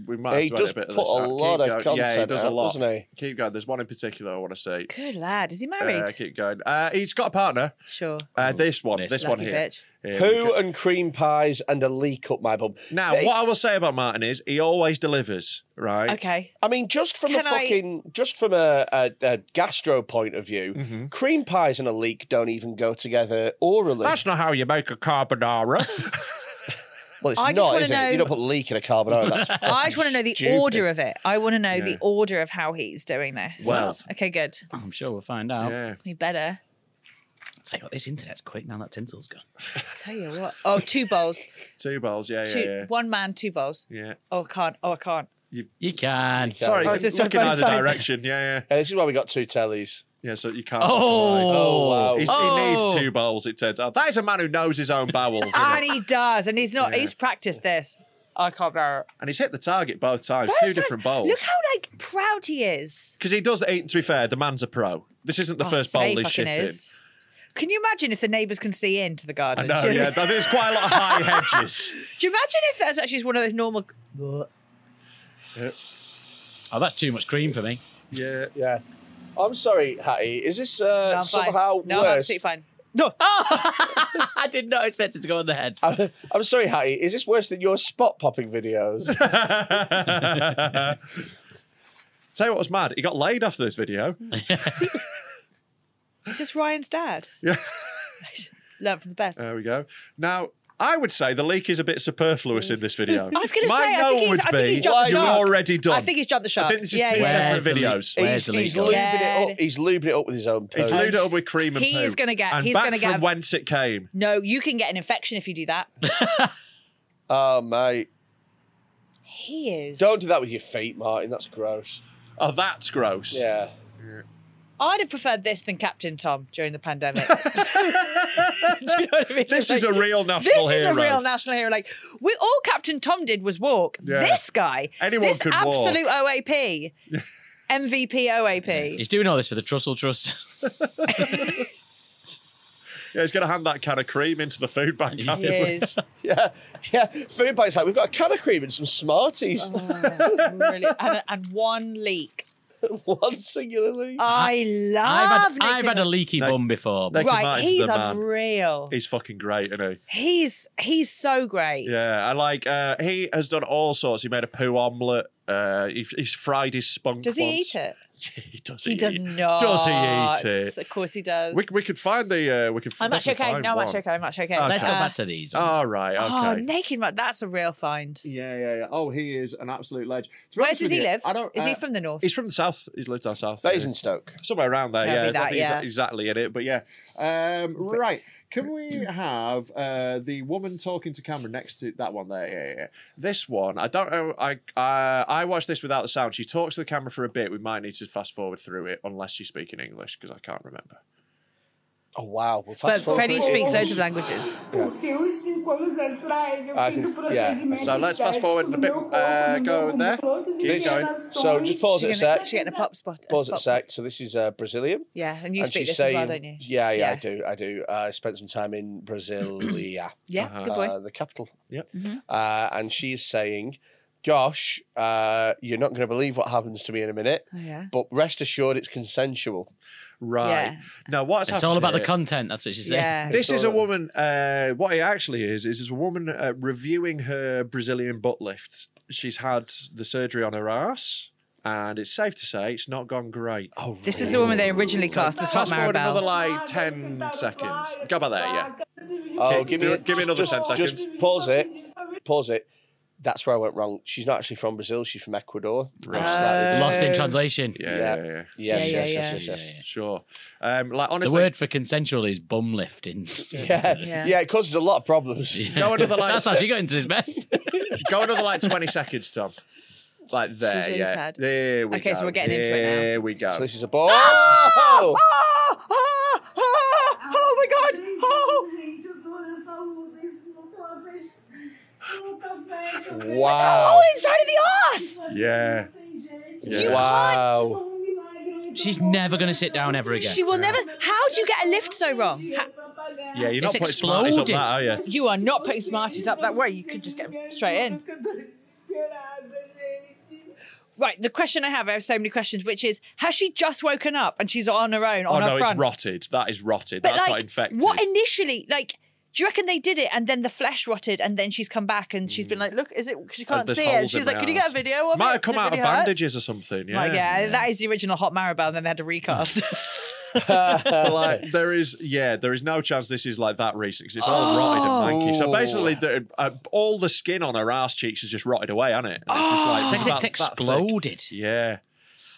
[SPEAKER 2] we might
[SPEAKER 3] He
[SPEAKER 2] have to edit
[SPEAKER 3] does
[SPEAKER 2] a bit of
[SPEAKER 3] put
[SPEAKER 2] this.
[SPEAKER 3] a
[SPEAKER 2] out. Keep
[SPEAKER 3] lot of
[SPEAKER 2] going. Yeah, he
[SPEAKER 3] content
[SPEAKER 2] does a
[SPEAKER 3] out,
[SPEAKER 2] lot.
[SPEAKER 3] doesn't he?
[SPEAKER 2] Keep going. There's one in particular I want to see.
[SPEAKER 4] Good lad. Is he married?
[SPEAKER 2] Uh, keep going. Uh, he's got a partner.
[SPEAKER 4] Sure.
[SPEAKER 2] Uh,
[SPEAKER 3] Oh,
[SPEAKER 2] this one. This
[SPEAKER 4] Lucky
[SPEAKER 2] one here.
[SPEAKER 4] bitch.
[SPEAKER 2] Here we
[SPEAKER 3] Poo and cream pies and a leak up my bum.
[SPEAKER 2] Now,
[SPEAKER 3] They-
[SPEAKER 2] what I will say about Martin is he always delivers, right?
[SPEAKER 4] Okay.
[SPEAKER 3] I mean, just from a
[SPEAKER 4] Can I-
[SPEAKER 3] fucking, just from a, a, a gastro point of view,
[SPEAKER 2] Mm-hmm.
[SPEAKER 3] cream pies and a leak don't even go together orally.
[SPEAKER 2] That's not how you make a carbonara.
[SPEAKER 3] well, it's
[SPEAKER 4] I just
[SPEAKER 3] not,
[SPEAKER 4] wanna
[SPEAKER 3] is
[SPEAKER 4] know-
[SPEAKER 3] it? You don't put leak in a carbonara. That's
[SPEAKER 4] I just want to know the
[SPEAKER 3] stupid.
[SPEAKER 4] order of it. I want to know
[SPEAKER 2] Yeah.
[SPEAKER 4] the order of how he's doing this.
[SPEAKER 2] Well.
[SPEAKER 4] okay, good.
[SPEAKER 5] I'm sure we'll find out.
[SPEAKER 2] yeah.
[SPEAKER 4] You better
[SPEAKER 5] I'll tell you what, this internet's quick now that Tinsel's gone.
[SPEAKER 4] tell you what. Oh, two bowls.
[SPEAKER 2] Two bowls. Yeah,
[SPEAKER 4] Two,
[SPEAKER 2] yeah, yeah.
[SPEAKER 4] One man, two bowls.
[SPEAKER 2] Yeah.
[SPEAKER 4] Oh, I can't. Oh, I can't.
[SPEAKER 5] You can.
[SPEAKER 2] Sorry,
[SPEAKER 4] I was just
[SPEAKER 2] look in
[SPEAKER 4] about
[SPEAKER 2] either
[SPEAKER 4] to say-
[SPEAKER 2] direction. Yeah, yeah.
[SPEAKER 3] And this is why we got two tellies.
[SPEAKER 2] Yeah, so you can't.
[SPEAKER 5] Oh.
[SPEAKER 3] wow.
[SPEAKER 2] He's, He needs two bowls, it turns out. That is a man who knows his own bowels. isn't
[SPEAKER 4] Oh. And
[SPEAKER 2] it?
[SPEAKER 4] he does, and he's not.
[SPEAKER 2] Yeah.
[SPEAKER 4] He's practiced this. I can't bear it.
[SPEAKER 2] And he's hit the target both times, two
[SPEAKER 4] That's
[SPEAKER 2] different
[SPEAKER 4] nice.
[SPEAKER 2] bowls.
[SPEAKER 4] Look how like proud he is.
[SPEAKER 2] Because he does, he, to be fair, the man's a pro. This isn't the
[SPEAKER 4] Oh,
[SPEAKER 2] first
[SPEAKER 4] say
[SPEAKER 2] bowl
[SPEAKER 4] he
[SPEAKER 2] he's
[SPEAKER 4] fucking
[SPEAKER 2] shit
[SPEAKER 4] is. Can you imagine if the neighbours can see into the
[SPEAKER 2] in. I
[SPEAKER 4] garden?
[SPEAKER 2] know,
[SPEAKER 4] Do you-
[SPEAKER 2] yeah. There's quite a lot of high hedges.
[SPEAKER 4] Do you imagine if that's actually just one of those normal?
[SPEAKER 5] Oh, that's too much cream for me.
[SPEAKER 2] Yeah.
[SPEAKER 3] Yeah. I'm sorry, Hattie. Is this uh,
[SPEAKER 4] No, I'm fine.
[SPEAKER 3] somehow
[SPEAKER 4] No, I'm
[SPEAKER 3] worse?
[SPEAKER 4] absolutely fine.
[SPEAKER 5] I did not expect it to go on the head.
[SPEAKER 3] I'm, I'm sorry, Hattie. Is this worse than your spot popping videos?
[SPEAKER 2] Tell you what was mad. He got laid after this video.
[SPEAKER 4] Hmm. Is this Ryan's dad?
[SPEAKER 2] Yeah.
[SPEAKER 4] Learn from the best.
[SPEAKER 2] There we go. Now, I would say the leak is a bit superfluous in this video.
[SPEAKER 4] I was gonna
[SPEAKER 2] My
[SPEAKER 4] say, I
[SPEAKER 2] no
[SPEAKER 4] think he's-
[SPEAKER 2] would
[SPEAKER 4] I think
[SPEAKER 2] be,
[SPEAKER 4] he's jumped
[SPEAKER 3] the
[SPEAKER 2] you're
[SPEAKER 3] shark.
[SPEAKER 2] already done.
[SPEAKER 4] I think he's jumped the shark.
[SPEAKER 2] I think this is
[SPEAKER 4] Yeah,
[SPEAKER 2] two
[SPEAKER 4] yeah.
[SPEAKER 2] separate
[SPEAKER 5] Where's the leak?
[SPEAKER 2] videos.
[SPEAKER 5] Where's
[SPEAKER 3] he's
[SPEAKER 5] the
[SPEAKER 3] he's
[SPEAKER 5] leak
[SPEAKER 3] lubing
[SPEAKER 5] going?
[SPEAKER 3] it up. He's lubing it up with his own poo.
[SPEAKER 2] He's lubed up with cream and
[SPEAKER 4] He's
[SPEAKER 2] poo.
[SPEAKER 4] gonna get-
[SPEAKER 2] And
[SPEAKER 4] he's
[SPEAKER 2] back
[SPEAKER 4] gonna get
[SPEAKER 2] from
[SPEAKER 4] a-
[SPEAKER 2] whence it came.
[SPEAKER 4] No, you can get an infection if you do that.
[SPEAKER 3] Oh, mate.
[SPEAKER 4] He is.
[SPEAKER 3] Don't do that with your feet, Martin. That's gross.
[SPEAKER 2] Oh, that's gross.
[SPEAKER 3] Yeah.
[SPEAKER 4] I'd have preferred this than Captain Tom during the pandemic. do you know what I mean?
[SPEAKER 2] This
[SPEAKER 4] Like,
[SPEAKER 2] is a real national
[SPEAKER 4] This is
[SPEAKER 2] hero.
[SPEAKER 4] a real national hero. Like we all Captain Tom did was walk.
[SPEAKER 2] Yeah.
[SPEAKER 4] This guy,
[SPEAKER 2] Anyone
[SPEAKER 4] this
[SPEAKER 2] could walk.
[SPEAKER 4] absolute OAP, MVP OAP.
[SPEAKER 5] He's doing all this for the Trussell Trust.
[SPEAKER 2] yeah, he's going to hand that can of cream into the food bank.
[SPEAKER 4] He
[SPEAKER 2] afterwards.
[SPEAKER 4] is.
[SPEAKER 3] Yeah. Yeah. Food bites like, we've got a can of cream and some Smarties.
[SPEAKER 4] Uh-huh. really, and, and one leak.
[SPEAKER 3] One singularly.
[SPEAKER 4] I love.
[SPEAKER 5] I've had,
[SPEAKER 4] Nick
[SPEAKER 5] I've had a leaky
[SPEAKER 2] Nick-
[SPEAKER 5] bum before.
[SPEAKER 2] Nick-
[SPEAKER 5] But
[SPEAKER 4] right.
[SPEAKER 2] Martin's um, the
[SPEAKER 4] He's
[SPEAKER 2] man.
[SPEAKER 4] unreal.
[SPEAKER 2] He's fucking great, isn't he?
[SPEAKER 4] He's he's so great.
[SPEAKER 2] Yeah, I like. Uh, he has done all sorts. He made a poo omelette. Uh, he, he's fried his spunk.
[SPEAKER 4] Does he
[SPEAKER 2] once.
[SPEAKER 4] eat it?
[SPEAKER 2] He does.
[SPEAKER 4] He
[SPEAKER 2] eat
[SPEAKER 4] does
[SPEAKER 2] it.
[SPEAKER 4] not.
[SPEAKER 2] Does he eat it?
[SPEAKER 4] Of course he does.
[SPEAKER 2] We, we could find the. Uh, we could.
[SPEAKER 4] I'm
[SPEAKER 2] we
[SPEAKER 4] actually
[SPEAKER 2] could
[SPEAKER 4] Oh, okay.
[SPEAKER 2] find
[SPEAKER 4] No, I'm
[SPEAKER 2] one.
[SPEAKER 4] actually okay. I'm actually okay.
[SPEAKER 5] let's go
[SPEAKER 4] Uh,
[SPEAKER 5] back to these. ones.
[SPEAKER 2] All right.
[SPEAKER 4] Oh,
[SPEAKER 2] Okay.
[SPEAKER 4] naked mud. That's a real find.
[SPEAKER 2] yeah, yeah, yeah. Oh, he is an absolute legend. To be
[SPEAKER 4] Where
[SPEAKER 2] honest
[SPEAKER 4] does
[SPEAKER 2] with
[SPEAKER 4] he
[SPEAKER 2] you,
[SPEAKER 4] live?
[SPEAKER 2] I don't.
[SPEAKER 4] Is
[SPEAKER 2] uh,
[SPEAKER 4] he from the north?
[SPEAKER 2] He's from the south. He's lived down south.
[SPEAKER 3] that is
[SPEAKER 2] uh,
[SPEAKER 3] in Stoke.
[SPEAKER 2] somewhere around there.
[SPEAKER 4] Probably
[SPEAKER 2] Yeah,
[SPEAKER 4] that,
[SPEAKER 2] I think he's
[SPEAKER 4] yeah.
[SPEAKER 2] exactly in it. But yeah, um, right. Can we have uh, the woman talking to camera next to that one there? Yeah, yeah, yeah. This one, I don't know. I uh, I watched this without the sound. She talks to the camera for a bit. We might need to fast forward through it unless she's speaking English because I can't remember.
[SPEAKER 3] Oh, wow. Well,
[SPEAKER 4] But
[SPEAKER 3] fast forward.
[SPEAKER 4] Freddie speaks loads of languages.
[SPEAKER 3] I can- yeah.
[SPEAKER 2] So let's fast forward a bit. Uh, go there. Keep
[SPEAKER 3] This-
[SPEAKER 2] going.
[SPEAKER 3] so just pause it
[SPEAKER 4] She's
[SPEAKER 3] a
[SPEAKER 4] gonna,
[SPEAKER 3] sec.
[SPEAKER 4] she's getting a pop spot. a
[SPEAKER 3] Pause it a
[SPEAKER 4] spot-
[SPEAKER 3] sec. So this is uh, Brazilian.
[SPEAKER 4] Yeah, and you
[SPEAKER 3] and
[SPEAKER 4] speak
[SPEAKER 3] she's
[SPEAKER 4] this
[SPEAKER 3] saying,
[SPEAKER 4] as well, don't you?
[SPEAKER 3] Yeah, yeah, I
[SPEAKER 4] Yeah.
[SPEAKER 3] do. I do. Uh, I spent some time in Brasilia,
[SPEAKER 4] Yeah, good boy. Mm-hmm.
[SPEAKER 3] uh, the capital.
[SPEAKER 2] Yep.
[SPEAKER 3] Uh, and she is saying, Gosh, uh, you're not going to believe what happens to me in a minute,
[SPEAKER 4] Oh, yeah.
[SPEAKER 3] but rest assured it's consensual.
[SPEAKER 2] Right.
[SPEAKER 4] Yeah.
[SPEAKER 2] Now what's
[SPEAKER 5] It's all about
[SPEAKER 2] happened
[SPEAKER 5] the
[SPEAKER 2] here-
[SPEAKER 5] content. That's what she's saying.
[SPEAKER 4] Yeah.
[SPEAKER 2] This is a
[SPEAKER 3] Sure.
[SPEAKER 2] woman. Uh, what it actually is is is a woman uh, reviewing her Brazilian butt lift. She's had the surgery on her ass, and it's safe to say it's not gone great.
[SPEAKER 3] Oh,
[SPEAKER 4] This is the woman they originally cast as Hot
[SPEAKER 2] Fast forward another
[SPEAKER 4] Maribel.
[SPEAKER 2] like ten seconds. Go about there, yeah.
[SPEAKER 3] Oh,
[SPEAKER 2] Okay,
[SPEAKER 3] give
[SPEAKER 2] do
[SPEAKER 3] me,
[SPEAKER 2] it- give me another
[SPEAKER 3] just,
[SPEAKER 2] 10 seconds.
[SPEAKER 3] Just pause it. Pause it. That's where I went wrong. She's not actually from Brazil. She's from Ecuador. Right.
[SPEAKER 5] Lost in translation.
[SPEAKER 2] Yeah,
[SPEAKER 3] Yeah.
[SPEAKER 2] yeah, yeah.
[SPEAKER 3] Yes,
[SPEAKER 4] Yeah, yeah,
[SPEAKER 3] yes, yes,
[SPEAKER 4] yeah.
[SPEAKER 3] yes, yes.
[SPEAKER 2] sure. Um, like
[SPEAKER 5] The
[SPEAKER 2] honestly,
[SPEAKER 5] word for consensual is bum lifting.
[SPEAKER 3] Yeah.
[SPEAKER 4] Yeah.
[SPEAKER 3] yeah, It causes a lot of problems.
[SPEAKER 2] go another like
[SPEAKER 5] That's how she got into this mess.
[SPEAKER 2] go another like twenty seconds, Tom. Like there,
[SPEAKER 4] She's really
[SPEAKER 2] yeah.
[SPEAKER 4] sad.
[SPEAKER 2] There we
[SPEAKER 4] Okay,
[SPEAKER 2] go.
[SPEAKER 4] so we're getting into it now.
[SPEAKER 2] There we go.
[SPEAKER 3] So this is a ball. Oh!
[SPEAKER 4] Oh, oh, oh, oh my god! Oh,
[SPEAKER 3] Wow.
[SPEAKER 4] oh, inside of the arse!
[SPEAKER 2] Yeah. Yeah.
[SPEAKER 3] Wow.
[SPEAKER 5] She's never going to sit down ever again.
[SPEAKER 4] She will never. How do you get a lift so wrong? How-
[SPEAKER 2] Yeah, you're
[SPEAKER 5] It's
[SPEAKER 2] not putting Smarties up
[SPEAKER 5] exploded.
[SPEAKER 2] that, are you?
[SPEAKER 4] you are not putting Smarties up that way. You could just get them straight in. right, the question I have, I have so many questions, which is, has she just woken up and she's on her own
[SPEAKER 2] oh
[SPEAKER 4] on
[SPEAKER 2] no,
[SPEAKER 4] her front?
[SPEAKER 2] it's rotted. That is rotted.
[SPEAKER 4] But
[SPEAKER 2] That's
[SPEAKER 4] like,
[SPEAKER 2] not infected.
[SPEAKER 4] what initially, like, do you reckon they did it and then the flesh rotted and then she's come back and she's been like, look, is it? She
[SPEAKER 2] Uh,
[SPEAKER 4] can't
[SPEAKER 2] there's
[SPEAKER 4] see it. And
[SPEAKER 2] holes in
[SPEAKER 4] she's like,
[SPEAKER 2] my
[SPEAKER 4] can you get a
[SPEAKER 2] arse.
[SPEAKER 4] video of it?
[SPEAKER 2] Might have come
[SPEAKER 4] 'Cause it
[SPEAKER 2] out
[SPEAKER 4] really
[SPEAKER 2] of
[SPEAKER 4] hurts."
[SPEAKER 2] bandages or something. Yeah.
[SPEAKER 4] Like, yeah, that is the original Hot Maribel, and then they had to recast.
[SPEAKER 2] But, like there is, yeah, there is no chance this is like that recent because it's all rotted and manky. So
[SPEAKER 3] Oh.
[SPEAKER 2] basically, the, uh, all the skin on her ass cheeks has just rotted away, hasn't it? And it's just
[SPEAKER 4] Oh.
[SPEAKER 2] like,
[SPEAKER 5] It's,
[SPEAKER 2] that-
[SPEAKER 5] it's
[SPEAKER 2] that thick.
[SPEAKER 5] exploded.
[SPEAKER 2] yeah,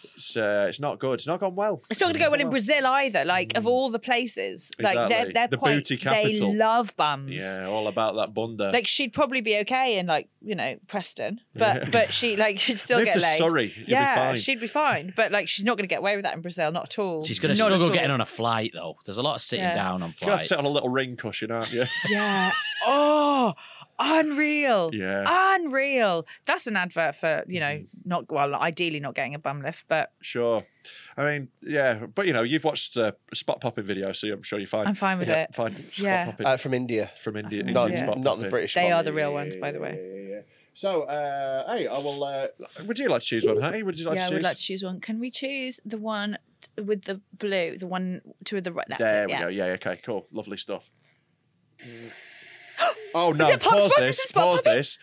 [SPEAKER 2] it's uh, it's not good. It's not gone well.
[SPEAKER 4] It's not going to go well in Brazil either. Like of all the places, like
[SPEAKER 2] Mm.
[SPEAKER 4] they're
[SPEAKER 2] Exactly.
[SPEAKER 4] they're
[SPEAKER 2] The
[SPEAKER 4] quite,
[SPEAKER 2] booty
[SPEAKER 4] they
[SPEAKER 2] capital.
[SPEAKER 4] love bums.
[SPEAKER 2] Yeah, all about that bunda.
[SPEAKER 4] Like she'd probably be okay in like you know Preston, but
[SPEAKER 2] Yeah.
[SPEAKER 4] but she like she'd still
[SPEAKER 2] Move
[SPEAKER 4] get
[SPEAKER 2] to
[SPEAKER 4] laid.
[SPEAKER 2] Surrey, you'll be
[SPEAKER 4] yeah,
[SPEAKER 2] fine.
[SPEAKER 4] she'd be fine. But like she's not going to get away with that in Brazil, not at all.
[SPEAKER 5] She's going to
[SPEAKER 4] Not at
[SPEAKER 5] struggle
[SPEAKER 4] all.
[SPEAKER 5] getting on a flight, though. There's a lot of sitting
[SPEAKER 4] Yeah.
[SPEAKER 5] down on
[SPEAKER 2] you got to
[SPEAKER 5] flights.
[SPEAKER 2] sit on a little ring cushion, aren't you?
[SPEAKER 4] Yeah. Oh, unreal.
[SPEAKER 2] Yeah. Mm-hmm.
[SPEAKER 4] Unreal. That's an advert for you know not well ideally not getting a bum lift, but
[SPEAKER 2] Sure. I mean, yeah, but you know, you've watched uh, spot popping videos, so I'm sure you're fine.
[SPEAKER 4] I'm fine with
[SPEAKER 2] yeah,
[SPEAKER 4] it.
[SPEAKER 2] Fine.
[SPEAKER 4] Yeah.
[SPEAKER 2] Spot popping
[SPEAKER 3] Uh, from India.
[SPEAKER 2] from India.
[SPEAKER 4] think
[SPEAKER 2] Indian
[SPEAKER 3] Not,
[SPEAKER 4] Yeah.
[SPEAKER 2] spot
[SPEAKER 3] not the
[SPEAKER 2] popping.
[SPEAKER 3] British
[SPEAKER 4] they
[SPEAKER 3] one.
[SPEAKER 4] are the real ones, by the way.
[SPEAKER 2] So, uh, hey, I will. Uh, would you like to choose one? Hey, would you like
[SPEAKER 4] yeah,
[SPEAKER 2] to
[SPEAKER 4] I
[SPEAKER 2] choose?
[SPEAKER 4] would like to choose one. Can we choose the one t- with the blue, the one to the right? That's
[SPEAKER 2] there
[SPEAKER 4] it,
[SPEAKER 2] we
[SPEAKER 4] yeah.
[SPEAKER 2] go. Yeah. Okay. Cool. Lovely stuff. oh no!
[SPEAKER 4] it pop-
[SPEAKER 2] pause
[SPEAKER 4] is it
[SPEAKER 2] this.
[SPEAKER 4] spot
[SPEAKER 2] Pause
[SPEAKER 4] popping?
[SPEAKER 2] this.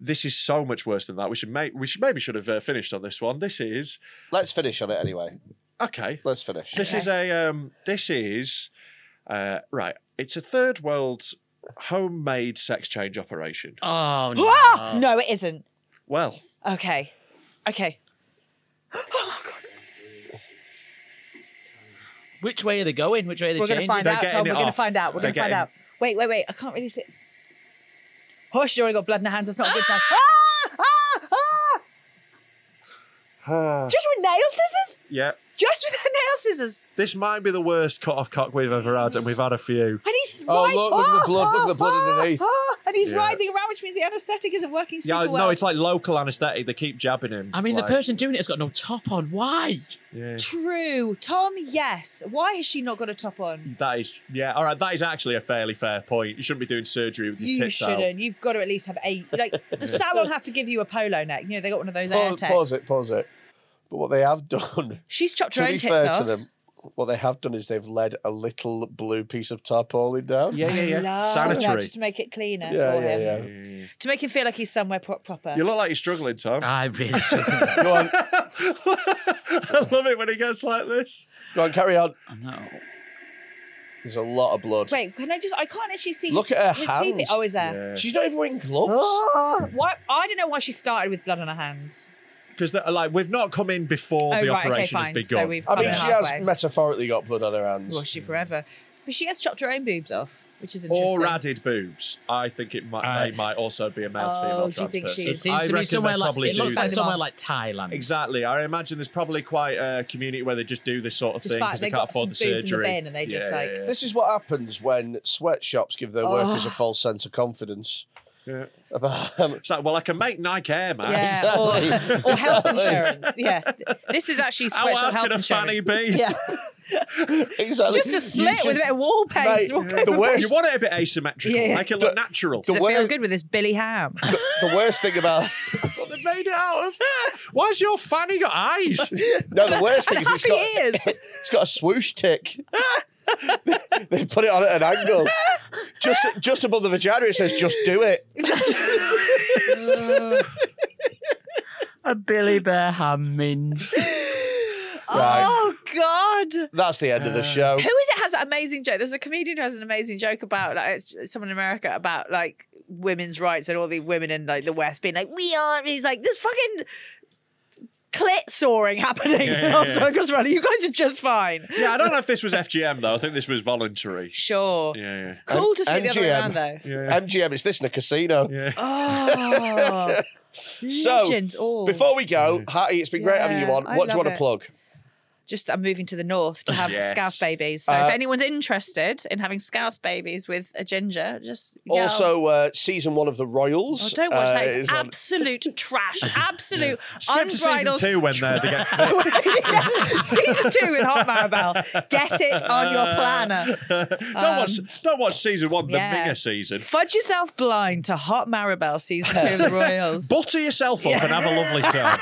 [SPEAKER 2] This is so much worse than that. We should make. We should maybe should have uh, finished on this one. This is
[SPEAKER 3] Let's finish on it anyway.
[SPEAKER 2] okay.
[SPEAKER 3] Let's finish.
[SPEAKER 2] This is a um, this is uh, right. It's a third world homemade sex change operation.
[SPEAKER 5] Oh, no.
[SPEAKER 4] Ah! No, it isn't.
[SPEAKER 2] Well,
[SPEAKER 4] Okay. Okay.
[SPEAKER 5] Which way are they going? Which way are they
[SPEAKER 4] We're going to
[SPEAKER 5] changing?
[SPEAKER 4] find
[SPEAKER 2] They're
[SPEAKER 4] out, Tom.
[SPEAKER 2] getting
[SPEAKER 4] We're
[SPEAKER 2] it
[SPEAKER 4] going to
[SPEAKER 2] off.
[SPEAKER 4] find out. We're
[SPEAKER 2] They're
[SPEAKER 4] going to find
[SPEAKER 2] getting-
[SPEAKER 4] out. Wait, wait, wait. I can't really see. Oh, she's already got blood in her hands. That's not a good sign. Ah! Ah! Ah! Just with nail scissors?
[SPEAKER 2] yeah.
[SPEAKER 4] Just with her nail scissors.
[SPEAKER 2] This might be the worst cut off cock we've ever had, and we've had a few.
[SPEAKER 4] And he's
[SPEAKER 3] Oh,
[SPEAKER 4] right-
[SPEAKER 3] look, look at the
[SPEAKER 4] Ah!
[SPEAKER 3] blood, look at the blood
[SPEAKER 4] Ah!
[SPEAKER 3] underneath.
[SPEAKER 4] Ah! And he's
[SPEAKER 2] Yeah.
[SPEAKER 4] writhing around, which means the anaesthetic isn't working super
[SPEAKER 2] Yeah,
[SPEAKER 4] well.
[SPEAKER 2] no, it's like local anaesthetic. They keep jabbing him.
[SPEAKER 5] I mean,
[SPEAKER 2] like-
[SPEAKER 5] the person doing it has got no top on. Why?
[SPEAKER 2] Yeah.
[SPEAKER 4] True. Tom, yes. Why has she not got a top on?
[SPEAKER 2] That is, yeah, all right. That is actually a fairly fair point. You shouldn't be doing surgery with your
[SPEAKER 4] You
[SPEAKER 2] tits
[SPEAKER 4] shouldn't.
[SPEAKER 2] out.
[SPEAKER 4] You've got to at least have eight. Like the salon have to give you a polo neck. You know they got one of those air
[SPEAKER 3] Pause,
[SPEAKER 4] techs.
[SPEAKER 3] pause it, pause it. But what they have done,
[SPEAKER 4] She's chopped her
[SPEAKER 3] to
[SPEAKER 4] own
[SPEAKER 3] be
[SPEAKER 4] tits
[SPEAKER 3] fair
[SPEAKER 4] off.
[SPEAKER 3] to them, what they have done is they've led a little blue piece of tarpaulin down.
[SPEAKER 2] Yeah, yeah, yeah.
[SPEAKER 4] Love that,
[SPEAKER 2] Sanitary.
[SPEAKER 4] just to make it cleaner
[SPEAKER 3] Yeah,
[SPEAKER 4] for
[SPEAKER 3] yeah,
[SPEAKER 4] him.
[SPEAKER 3] yeah.
[SPEAKER 4] To make him feel like he's somewhere pro- proper.
[SPEAKER 2] You look like you're struggling, Tom.
[SPEAKER 5] I really struggle.
[SPEAKER 3] Go on,
[SPEAKER 2] I love it when he gets like this.
[SPEAKER 3] go on, carry on.
[SPEAKER 5] no.
[SPEAKER 3] There's a lot of blood.
[SPEAKER 4] Wait, can I just? I can't actually see.
[SPEAKER 3] Look
[SPEAKER 4] his,
[SPEAKER 3] at her
[SPEAKER 4] his teeth.
[SPEAKER 3] hands.
[SPEAKER 4] Oh, is there?
[SPEAKER 3] She's not even wearing gloves.
[SPEAKER 2] Ah.
[SPEAKER 4] Why? I don't know why she started with blood on her hands.
[SPEAKER 2] Because like we've not come in before
[SPEAKER 4] Oh,
[SPEAKER 2] the
[SPEAKER 4] right, okay,
[SPEAKER 2] operation
[SPEAKER 4] fine.
[SPEAKER 2] has
[SPEAKER 4] So
[SPEAKER 2] begun.
[SPEAKER 4] we've
[SPEAKER 3] I
[SPEAKER 4] Come
[SPEAKER 3] mean,
[SPEAKER 4] in
[SPEAKER 3] she
[SPEAKER 4] halfway.
[SPEAKER 3] has metaphorically got blood on her hands.
[SPEAKER 4] Well, she forever. But she has chopped her own boobs off, which is interesting.
[SPEAKER 2] or added boobs. I think it might
[SPEAKER 5] I-
[SPEAKER 2] they might also be a male to
[SPEAKER 4] Oh,
[SPEAKER 2] female
[SPEAKER 4] do you
[SPEAKER 2] trans
[SPEAKER 4] think
[SPEAKER 2] person.
[SPEAKER 4] she's-
[SPEAKER 5] It seems
[SPEAKER 2] I
[SPEAKER 5] to
[SPEAKER 2] reckon
[SPEAKER 5] be somewhere
[SPEAKER 2] they
[SPEAKER 5] like
[SPEAKER 2] probably
[SPEAKER 5] it
[SPEAKER 2] do
[SPEAKER 5] looks like
[SPEAKER 2] that.
[SPEAKER 5] somewhere like Thailand.
[SPEAKER 2] Exactly. I imagine there's probably quite a community where they just do this sort of
[SPEAKER 4] Just
[SPEAKER 2] thing
[SPEAKER 4] fact
[SPEAKER 2] because they
[SPEAKER 4] they
[SPEAKER 2] can't
[SPEAKER 4] got some
[SPEAKER 2] afford the
[SPEAKER 4] boobs in the
[SPEAKER 2] surgery.
[SPEAKER 4] bin and they just, like-
[SPEAKER 3] This is what happens when sweatshops give their
[SPEAKER 4] Oh.
[SPEAKER 3] workers a false sense of confidence.
[SPEAKER 2] Yeah.
[SPEAKER 3] About, um,
[SPEAKER 2] It's like, well, I can make Nike Air Max.
[SPEAKER 4] Yeah, or,
[SPEAKER 3] Exactly.
[SPEAKER 4] or health insurance. Yeah, this is actually
[SPEAKER 2] How
[SPEAKER 4] special
[SPEAKER 2] hard
[SPEAKER 4] health
[SPEAKER 2] could a fanny
[SPEAKER 4] insurance.
[SPEAKER 2] be?
[SPEAKER 4] Yeah,
[SPEAKER 3] exactly.
[SPEAKER 4] just
[SPEAKER 3] You
[SPEAKER 4] a slit
[SPEAKER 3] should-
[SPEAKER 4] with a bit of wall
[SPEAKER 3] Mate,
[SPEAKER 4] paste.
[SPEAKER 3] the worst-
[SPEAKER 2] You want it a bit asymmetrical,
[SPEAKER 4] Yeah.
[SPEAKER 2] make it look natural.
[SPEAKER 4] Does it feel
[SPEAKER 3] worst-
[SPEAKER 4] good with this Billy Ham?
[SPEAKER 3] the, the worst thing about
[SPEAKER 2] That's what they made it out of. Why's your fanny got eyes?
[SPEAKER 3] no, the worst thing is it's
[SPEAKER 4] Happy
[SPEAKER 3] got
[SPEAKER 4] ears.
[SPEAKER 3] it's got a swoosh tick. they put it on at an angle, just just above the vagina. It says, "Just do it."
[SPEAKER 5] A Billy Bear Hammond.
[SPEAKER 3] Right.
[SPEAKER 4] Oh God.
[SPEAKER 3] That's the end of the show.
[SPEAKER 4] Who is it has that amazing joke? There's a comedian who has an amazing joke about like it's someone in America about like women's rights and all the women in like the West being like, we are he's like, there's fucking clit soaring happening.
[SPEAKER 2] Yeah,
[SPEAKER 4] Yeah,
[SPEAKER 2] yeah, yeah.
[SPEAKER 4] You guys are just fine.
[SPEAKER 2] yeah, I don't know if this was FGM though. I think this was voluntary.
[SPEAKER 4] Sure.
[SPEAKER 2] Yeah,
[SPEAKER 4] Cool to see the other way
[SPEAKER 3] MGM.
[SPEAKER 4] around though.
[SPEAKER 2] yeah. yeah.
[SPEAKER 3] MGM is this in a casino?
[SPEAKER 2] yeah.
[SPEAKER 4] Oh,
[SPEAKER 3] So
[SPEAKER 4] legends all.
[SPEAKER 3] before we go, Hattie, it's been great having you
[SPEAKER 4] Yeah,
[SPEAKER 3] on.
[SPEAKER 4] I
[SPEAKER 3] What do you
[SPEAKER 4] love
[SPEAKER 3] want to
[SPEAKER 4] it.
[SPEAKER 3] plug?
[SPEAKER 4] just I'm moving to the north to have
[SPEAKER 2] Yes.
[SPEAKER 4] scouse babies. So
[SPEAKER 3] Uh,
[SPEAKER 4] if anyone's interested in having scouse babies with a ginger, just yell.
[SPEAKER 3] Also, uh, season one of The Royals.
[SPEAKER 4] Oh, don't watch
[SPEAKER 3] uh,
[SPEAKER 4] that. It's
[SPEAKER 3] is on-
[SPEAKER 4] absolute trash. Absolute
[SPEAKER 2] Skip to season
[SPEAKER 4] unbridled.
[SPEAKER 2] two when uh, they get fit.
[SPEAKER 4] Yeah, season two with Hot Maribel. Get it on your planner.
[SPEAKER 2] don't watch don't watch season one, the
[SPEAKER 4] yeah.
[SPEAKER 2] bigger season.
[SPEAKER 4] Fudge yourself blind to Hot Maribel season two of the Royals.
[SPEAKER 2] Butter yourself up and have a lovely time.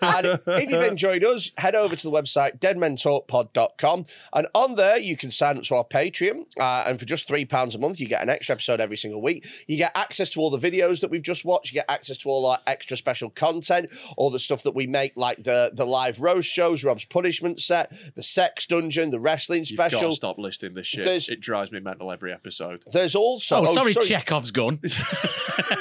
[SPEAKER 3] and if you've enjoyed us, head over to the website deadmentalkpod.com. And on there, you can sign up to our Patreon. Uh, and for just £3 a month, you get an extra episode every single week. You get access to all the videos that we've just watched. You get access to all our extra special content, all the stuff that we make, like the, the live roast shows, Rob's punishment set, the sex dungeon, the wrestling
[SPEAKER 2] You've got
[SPEAKER 3] special.
[SPEAKER 2] to stop listing this shit.
[SPEAKER 3] There's-
[SPEAKER 2] It drives me mental every episode.
[SPEAKER 3] There's also.
[SPEAKER 5] Oh, sorry, Chekhov's gun.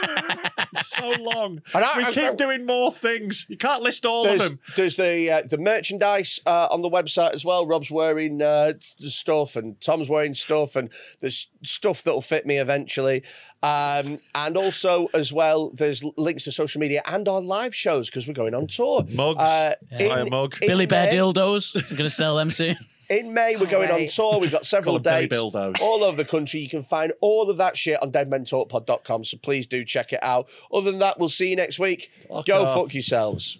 [SPEAKER 2] so long.
[SPEAKER 3] And I-
[SPEAKER 2] we
[SPEAKER 3] I-
[SPEAKER 2] keep doing more things. You can't list all of
[SPEAKER 3] there's,
[SPEAKER 2] them.
[SPEAKER 3] there's the uh, the merchandise uh, on the website as well. Rob's wearing uh, the stuff, and Tom's wearing stuff, and there's stuff that'll fit me eventually. Um, and also, as well, there's l- links to social media and our live shows because we're going on tour. Uh,
[SPEAKER 2] Mugs. Buy a mug.
[SPEAKER 5] Billy Bear
[SPEAKER 3] May-
[SPEAKER 5] dildos. I'm going to sell them soon.
[SPEAKER 3] In May, we're going on
[SPEAKER 4] Right.
[SPEAKER 3] tour. We've got several
[SPEAKER 2] Called Billy
[SPEAKER 3] dates
[SPEAKER 2] Bildos.
[SPEAKER 3] all over the country. You can find all of that shit on deadmentalkpod.com. So please do check it out. Other than that, we'll see you next week.
[SPEAKER 2] Fuck
[SPEAKER 3] Go
[SPEAKER 2] off.
[SPEAKER 3] fuck yourselves.